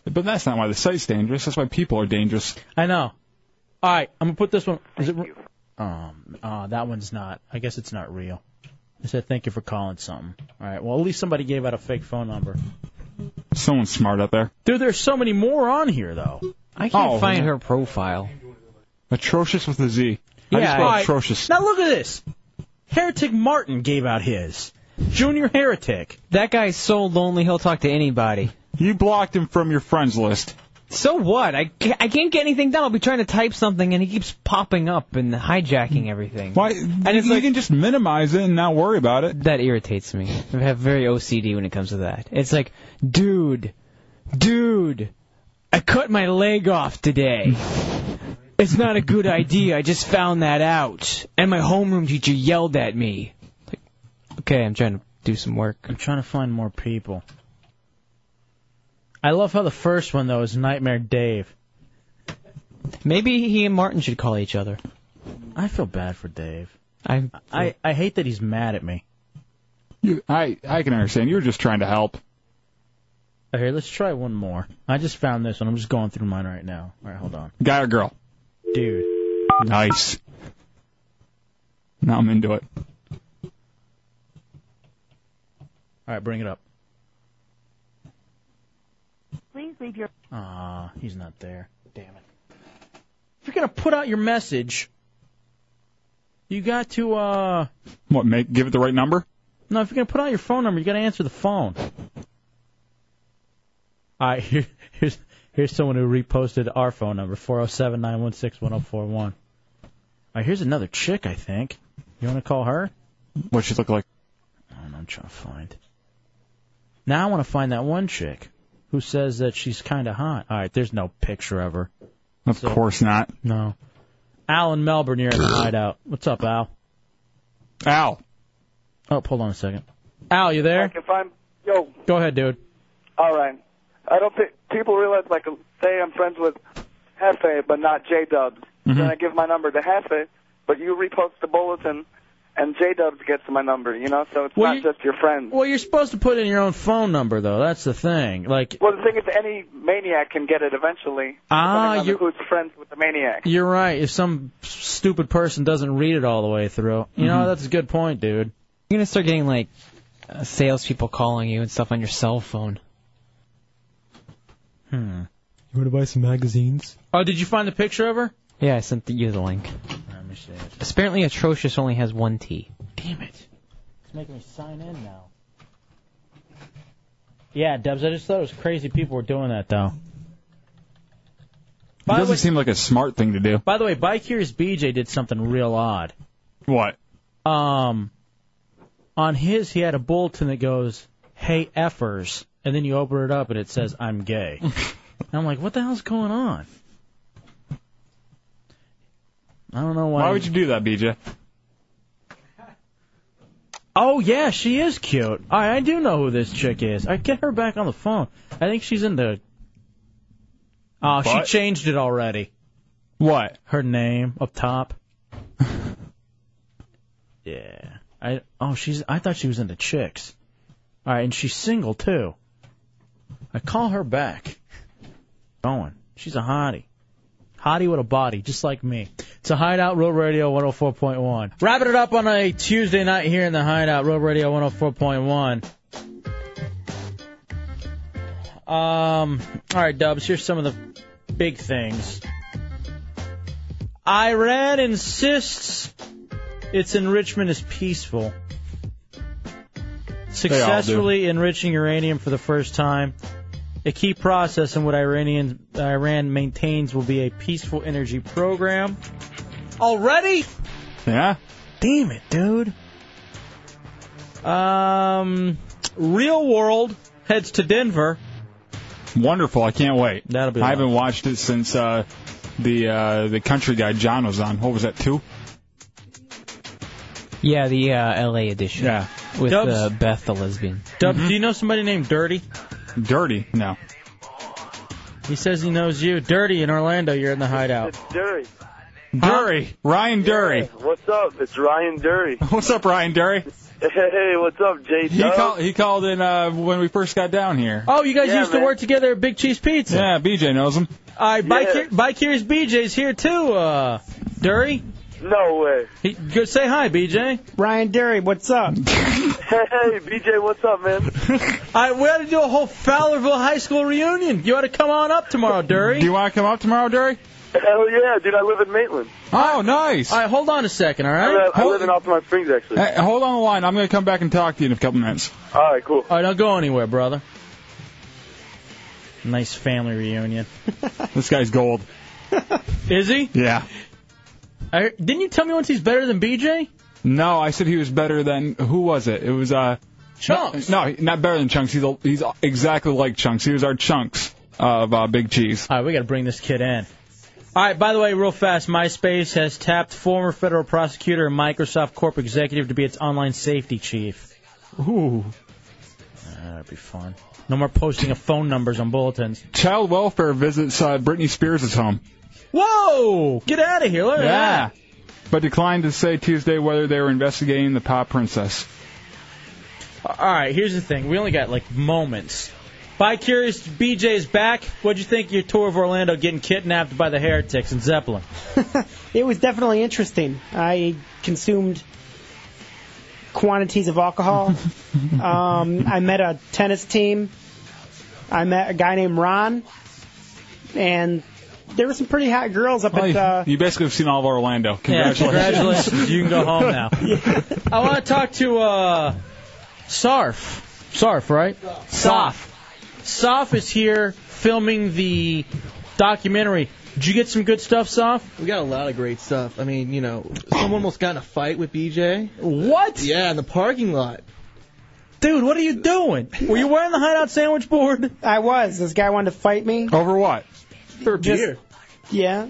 [SPEAKER 4] But that's not why the site's dangerous. That's why people are dangerous.
[SPEAKER 3] I know. All right, I'm gonna put this one. Is it? Um, uh, that one's not. I guess it's not real. It said thank you for calling something. All right. Well, at least somebody gave out a fake phone number.
[SPEAKER 4] Someone's smart out there.
[SPEAKER 3] Dude, there's so many more on here though.
[SPEAKER 4] I
[SPEAKER 3] can't find
[SPEAKER 4] her profile. Atrocious with a Z. I just
[SPEAKER 3] Yeah.
[SPEAKER 4] spelled
[SPEAKER 3] all right.
[SPEAKER 4] atrocious.
[SPEAKER 3] Now look at this. Heretic Martin gave out his. Junior Heretic.
[SPEAKER 6] That guy's so lonely he'll talk to anybody.
[SPEAKER 4] You blocked him from your friends list.
[SPEAKER 6] So what? I can't, I can't get anything done. I'll be trying to type something and he keeps popping up and hijacking everything.
[SPEAKER 4] Why? And
[SPEAKER 6] it's
[SPEAKER 4] you can just minimize it and not worry about it.
[SPEAKER 6] That irritates me. I have very OCD when it comes to that. It's like, dude, dude, I cut my leg off today. it's not a good idea. I just found that out. And my homeroom teacher yelled at me. Like, okay, I'm trying to do some work.
[SPEAKER 3] I'm trying to find more people. I love how the first one though is Nightmare Dave.
[SPEAKER 6] Maybe he and Martin should call each other.
[SPEAKER 3] I feel bad for Dave.
[SPEAKER 6] I
[SPEAKER 3] I, I hate that he's mad at me.
[SPEAKER 4] You, I I can understand. You were just trying to help.
[SPEAKER 3] Oh, Here, let's try one more. I just found this one. I'm just going through mine right now. All right, hold on.
[SPEAKER 4] Guy or girl?
[SPEAKER 3] Dude.
[SPEAKER 4] Nice. Now I'm into it.
[SPEAKER 3] All right, bring it up.
[SPEAKER 26] Please leave your.
[SPEAKER 3] Ah, he's not there. Damn it. If you're gonna put out your message, you got to uh
[SPEAKER 4] What? Make give it the right number?
[SPEAKER 3] no, if you're gonna put out your phone number, you gotta answer the phone. All right, here, here's here's someone who reposted our phone number four zero seven nine one six one zero four one. All right, here's another chick, I think. You want to call her?
[SPEAKER 4] What she look like?
[SPEAKER 3] I don't know. I'm trying to find. Now I want to find that one chick who says that she's kind of hot. All right, there's no picture of her.
[SPEAKER 4] Of course not.
[SPEAKER 3] No. Alan Melbourne, you're in the hideout. What's up, Al?
[SPEAKER 4] Al.
[SPEAKER 3] Oh, hold on a second. Al, you there?
[SPEAKER 11] If I'm yo,
[SPEAKER 3] Go ahead, dude.
[SPEAKER 11] all right. I don't think people realize like say I'm friends with Hefe, but not J Dubs.
[SPEAKER 3] Mm-hmm.
[SPEAKER 11] Then I give my number to Hefe, but you repost the bulletin, and J Dubs gets my number. You know, so it's
[SPEAKER 3] Well,
[SPEAKER 11] not
[SPEAKER 3] you-
[SPEAKER 11] just your friends.
[SPEAKER 3] Well, you're supposed to put in your own phone number, though. That's the thing. Like,
[SPEAKER 11] Well, the thing is, any maniac can get it eventually.
[SPEAKER 3] Ah,
[SPEAKER 11] depending on
[SPEAKER 3] you-
[SPEAKER 11] who's friends with the maniac.
[SPEAKER 3] you're right. If some stupid person doesn't read it all the way through, you know, that's a good point, dude.
[SPEAKER 6] You're gonna start getting like uh, salespeople calling you and stuff on your cell phone.
[SPEAKER 3] Hmm.
[SPEAKER 6] You want to buy some magazines?
[SPEAKER 3] Oh, did you find the picture of her?
[SPEAKER 6] Yeah, I sent you the link.
[SPEAKER 3] Let me see it.
[SPEAKER 6] Apparently, atrocious only has one T.
[SPEAKER 3] Damn it. It's making me sign in now. Yeah, Dubs, I just thought it was crazy people were doing that, though.
[SPEAKER 4] It doesn't seem like a smart thing to do.
[SPEAKER 3] By the way, Bike Here's BJ did something real odd.
[SPEAKER 4] What?
[SPEAKER 3] Um, on his, he had a bulletin that goes, "Hey effers," and then you open it up and it says, "I'm gay." and I'm like, what the hell's going on? I don't know why.
[SPEAKER 4] Why would you do that, BJ?
[SPEAKER 3] Oh yeah, she is cute. I I do know who this chick is. I get her back on the phone. I think she's in the. Oh, she
[SPEAKER 4] What?
[SPEAKER 3] changed it already.
[SPEAKER 4] What?
[SPEAKER 3] Her name up top. yeah. I oh she's I thought she was into chicks. All right, and she's single too. I call her back. Going. She's a hottie. Hottie with a body, just like me. It's a Hideout Road Radio 104.1. Wrapping it up on a Tuesday night here oh in the Hideout Road Radio 104.1. Um, all right, Dubs. Here's some of the big things. Iran insists its enrichment is peaceful. Successfully enriching uranium for the first time. A key process in what Iranian Iran maintains will be a peaceful energy program. Already?
[SPEAKER 4] Yeah.
[SPEAKER 3] Damn it, dude. Um, Real World heads to Denver.
[SPEAKER 4] Wonderful. I can't wait.
[SPEAKER 3] That'll be.
[SPEAKER 4] I haven't watched it since uh, the uh, the country guy John was on. What was that? Two.
[SPEAKER 6] Yeah, the uh, LA edition.
[SPEAKER 4] Yeah. Mm-hmm.
[SPEAKER 6] With
[SPEAKER 3] Dubs-
[SPEAKER 6] uh, Beth the lesbian.
[SPEAKER 3] Dub, do you know somebody named Dirty?
[SPEAKER 4] Dirty? No.
[SPEAKER 3] He says he knows you. Dirty in Orlando. You're in the hideout.
[SPEAKER 17] Dury.
[SPEAKER 4] Dury. Ryan Dury.
[SPEAKER 17] What's up? It's Ryan Dury.
[SPEAKER 4] What's up, Ryan Dury?
[SPEAKER 17] Hey, what's up, J
[SPEAKER 4] He called. He called in uh, when we first got down here.
[SPEAKER 3] Oh, you guys used to work together at Big Cheese Pizza.
[SPEAKER 4] Yeah, BJ knows him.
[SPEAKER 3] All right, Bike, here, Bike Here's BJ's here too. Uh, Dury.
[SPEAKER 17] No way.
[SPEAKER 3] He, go say hi, BJ.
[SPEAKER 1] Ryan Dury, what's up?
[SPEAKER 17] Hey, BJ, what's up, man?
[SPEAKER 3] I we ought to do a whole Fowlerville High School reunion. You ought to come on up tomorrow, Dury. Do
[SPEAKER 4] you want to come up tomorrow, Dury?
[SPEAKER 17] Hell yeah, dude. I live in Maitland.
[SPEAKER 4] Oh, nice.
[SPEAKER 3] All right, hold on a second. All
[SPEAKER 17] I
[SPEAKER 3] right.
[SPEAKER 17] live, I live in Altamont Springs, actually.
[SPEAKER 3] Uh,
[SPEAKER 4] Hey, hold on the line. I'm going to come back and talk to you in a couple minutes.
[SPEAKER 17] All right, cool.
[SPEAKER 3] All right, don't go anywhere, brother. Nice family reunion.
[SPEAKER 4] This guy's gold.
[SPEAKER 3] Is he?
[SPEAKER 4] Yeah.
[SPEAKER 3] I, didn't you tell me once he's better than BJ?
[SPEAKER 4] No, I said he was better than who was it? It was uh
[SPEAKER 3] Chunks.
[SPEAKER 4] No, no, not better than Chunks. He's a, he's exactly like Chunks. He was our Chunks of uh, Big Cheese.
[SPEAKER 3] All right, we got to bring this kid in. All right, by the way, real fast, MySpace has tapped former federal prosecutor and Microsoft corp executive to be its online safety chief.
[SPEAKER 4] Ooh.
[SPEAKER 3] Ah, That'd be fun. No more posting of phone numbers on bulletins.
[SPEAKER 4] Child welfare visits uh, Britney Spears' home.
[SPEAKER 3] Whoa! Get out of here. Look at
[SPEAKER 4] Yeah.
[SPEAKER 3] that.
[SPEAKER 4] But declined to say Tuesday whether they were investigating the pop princess.
[SPEAKER 3] All right, here's the thing. We only got like moments. By Curious, BJ is back. What'd you think of your tour of Orlando getting kidnapped by the heretics and Zeppelin?
[SPEAKER 23] It was definitely interesting. I consumed quantities of alcohol. um, I met a tennis team. I met a guy named Ron, and there were some pretty hot girls up
[SPEAKER 3] Oh,
[SPEAKER 4] Well,
[SPEAKER 23] at.
[SPEAKER 4] you,
[SPEAKER 23] Uh,
[SPEAKER 4] you basically have seen all of Orlando. Congratulations.
[SPEAKER 3] Yeah, congratulations. You can go home now. I want to talk to uh, Sarf. Sarf, right? Saf. Saf is here filming the documentary. Did you get some good stuff, Saf?
[SPEAKER 19] We got a lot of great stuff. I mean, you know, someone almost got in a fight with BJ.
[SPEAKER 3] What?
[SPEAKER 19] Yeah, in the parking lot.
[SPEAKER 3] Dude, what are you doing? Were you wearing the hideout sandwich board?
[SPEAKER 23] I was. This guy wanted to fight me.
[SPEAKER 4] Over what?
[SPEAKER 3] For
[SPEAKER 19] beer.
[SPEAKER 23] Yeah.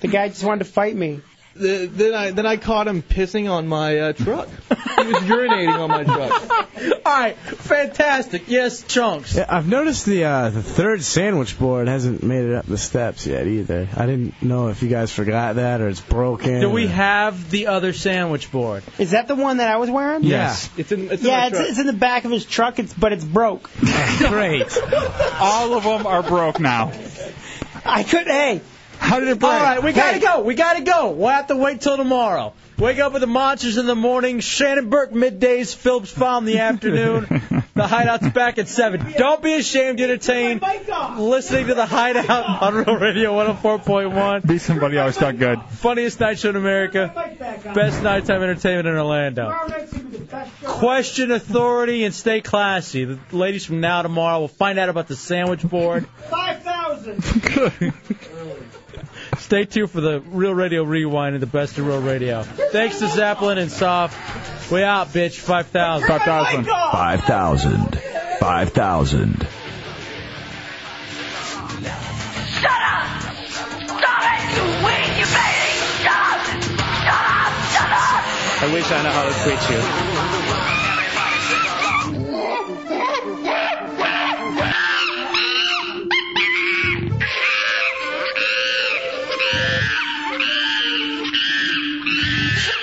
[SPEAKER 23] The guy just wanted to fight me.
[SPEAKER 19] Th- Then I then I caught him pissing on my uh, truck. He was urinating on my truck.
[SPEAKER 3] All right, fantastic. Yes, chunks.
[SPEAKER 1] Yeah, I've noticed the uh, the third sandwich board hasn't made it up the steps yet either. I didn't know if you guys forgot that or it's broken.
[SPEAKER 3] Do we
[SPEAKER 1] or-
[SPEAKER 3] have the other sandwich board?
[SPEAKER 23] Is that the one that I was wearing?
[SPEAKER 1] Yes.
[SPEAKER 19] It's in. It's
[SPEAKER 23] yeah,
[SPEAKER 19] in my
[SPEAKER 23] it's, it's in the back of his truck. It's but it's broke.
[SPEAKER 4] Great. All of them are broke now.
[SPEAKER 23] I could. Hey.
[SPEAKER 4] How did it
[SPEAKER 3] All right, we gotta go. We gotta go. We'll have to wait till tomorrow. Wake up with the monsters in the morning. Shannon Burke middays. Phillips File in the afternoon. the Hideout's back at seven. Don't be ashamed to entertain. Listening to the Hideout on Real Radio 104.1.
[SPEAKER 4] Be somebody else not good.
[SPEAKER 3] Funniest night show in America. Best nighttime entertainment in Orlando. Question authority and stay classy. The ladies from now tomorrow will find out about the sandwich board.
[SPEAKER 23] Five thousand.
[SPEAKER 3] Stay tuned for the Real Radio Rewind and the best of Real Radio. Thanks to Zeppelin and Soft. We out, bitch. 5,000. 5,000.
[SPEAKER 12] 5,000. 5,000.
[SPEAKER 27] I wish I knew how to treat you.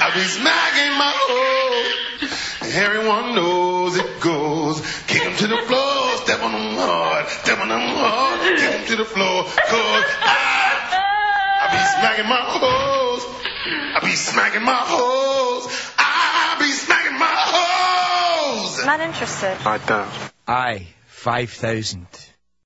[SPEAKER 10] I've been smacking my hoes. Everyone knows it goes. Kick 'em to the floor, step on 'em hard, step on 'em hard, kick 'em to the floor. Cause I, I be smacking my hoes. I be smacking my hoes. I be smacking my hoes.
[SPEAKER 24] Not interested.
[SPEAKER 28] Five thousand. Aye, five thousand.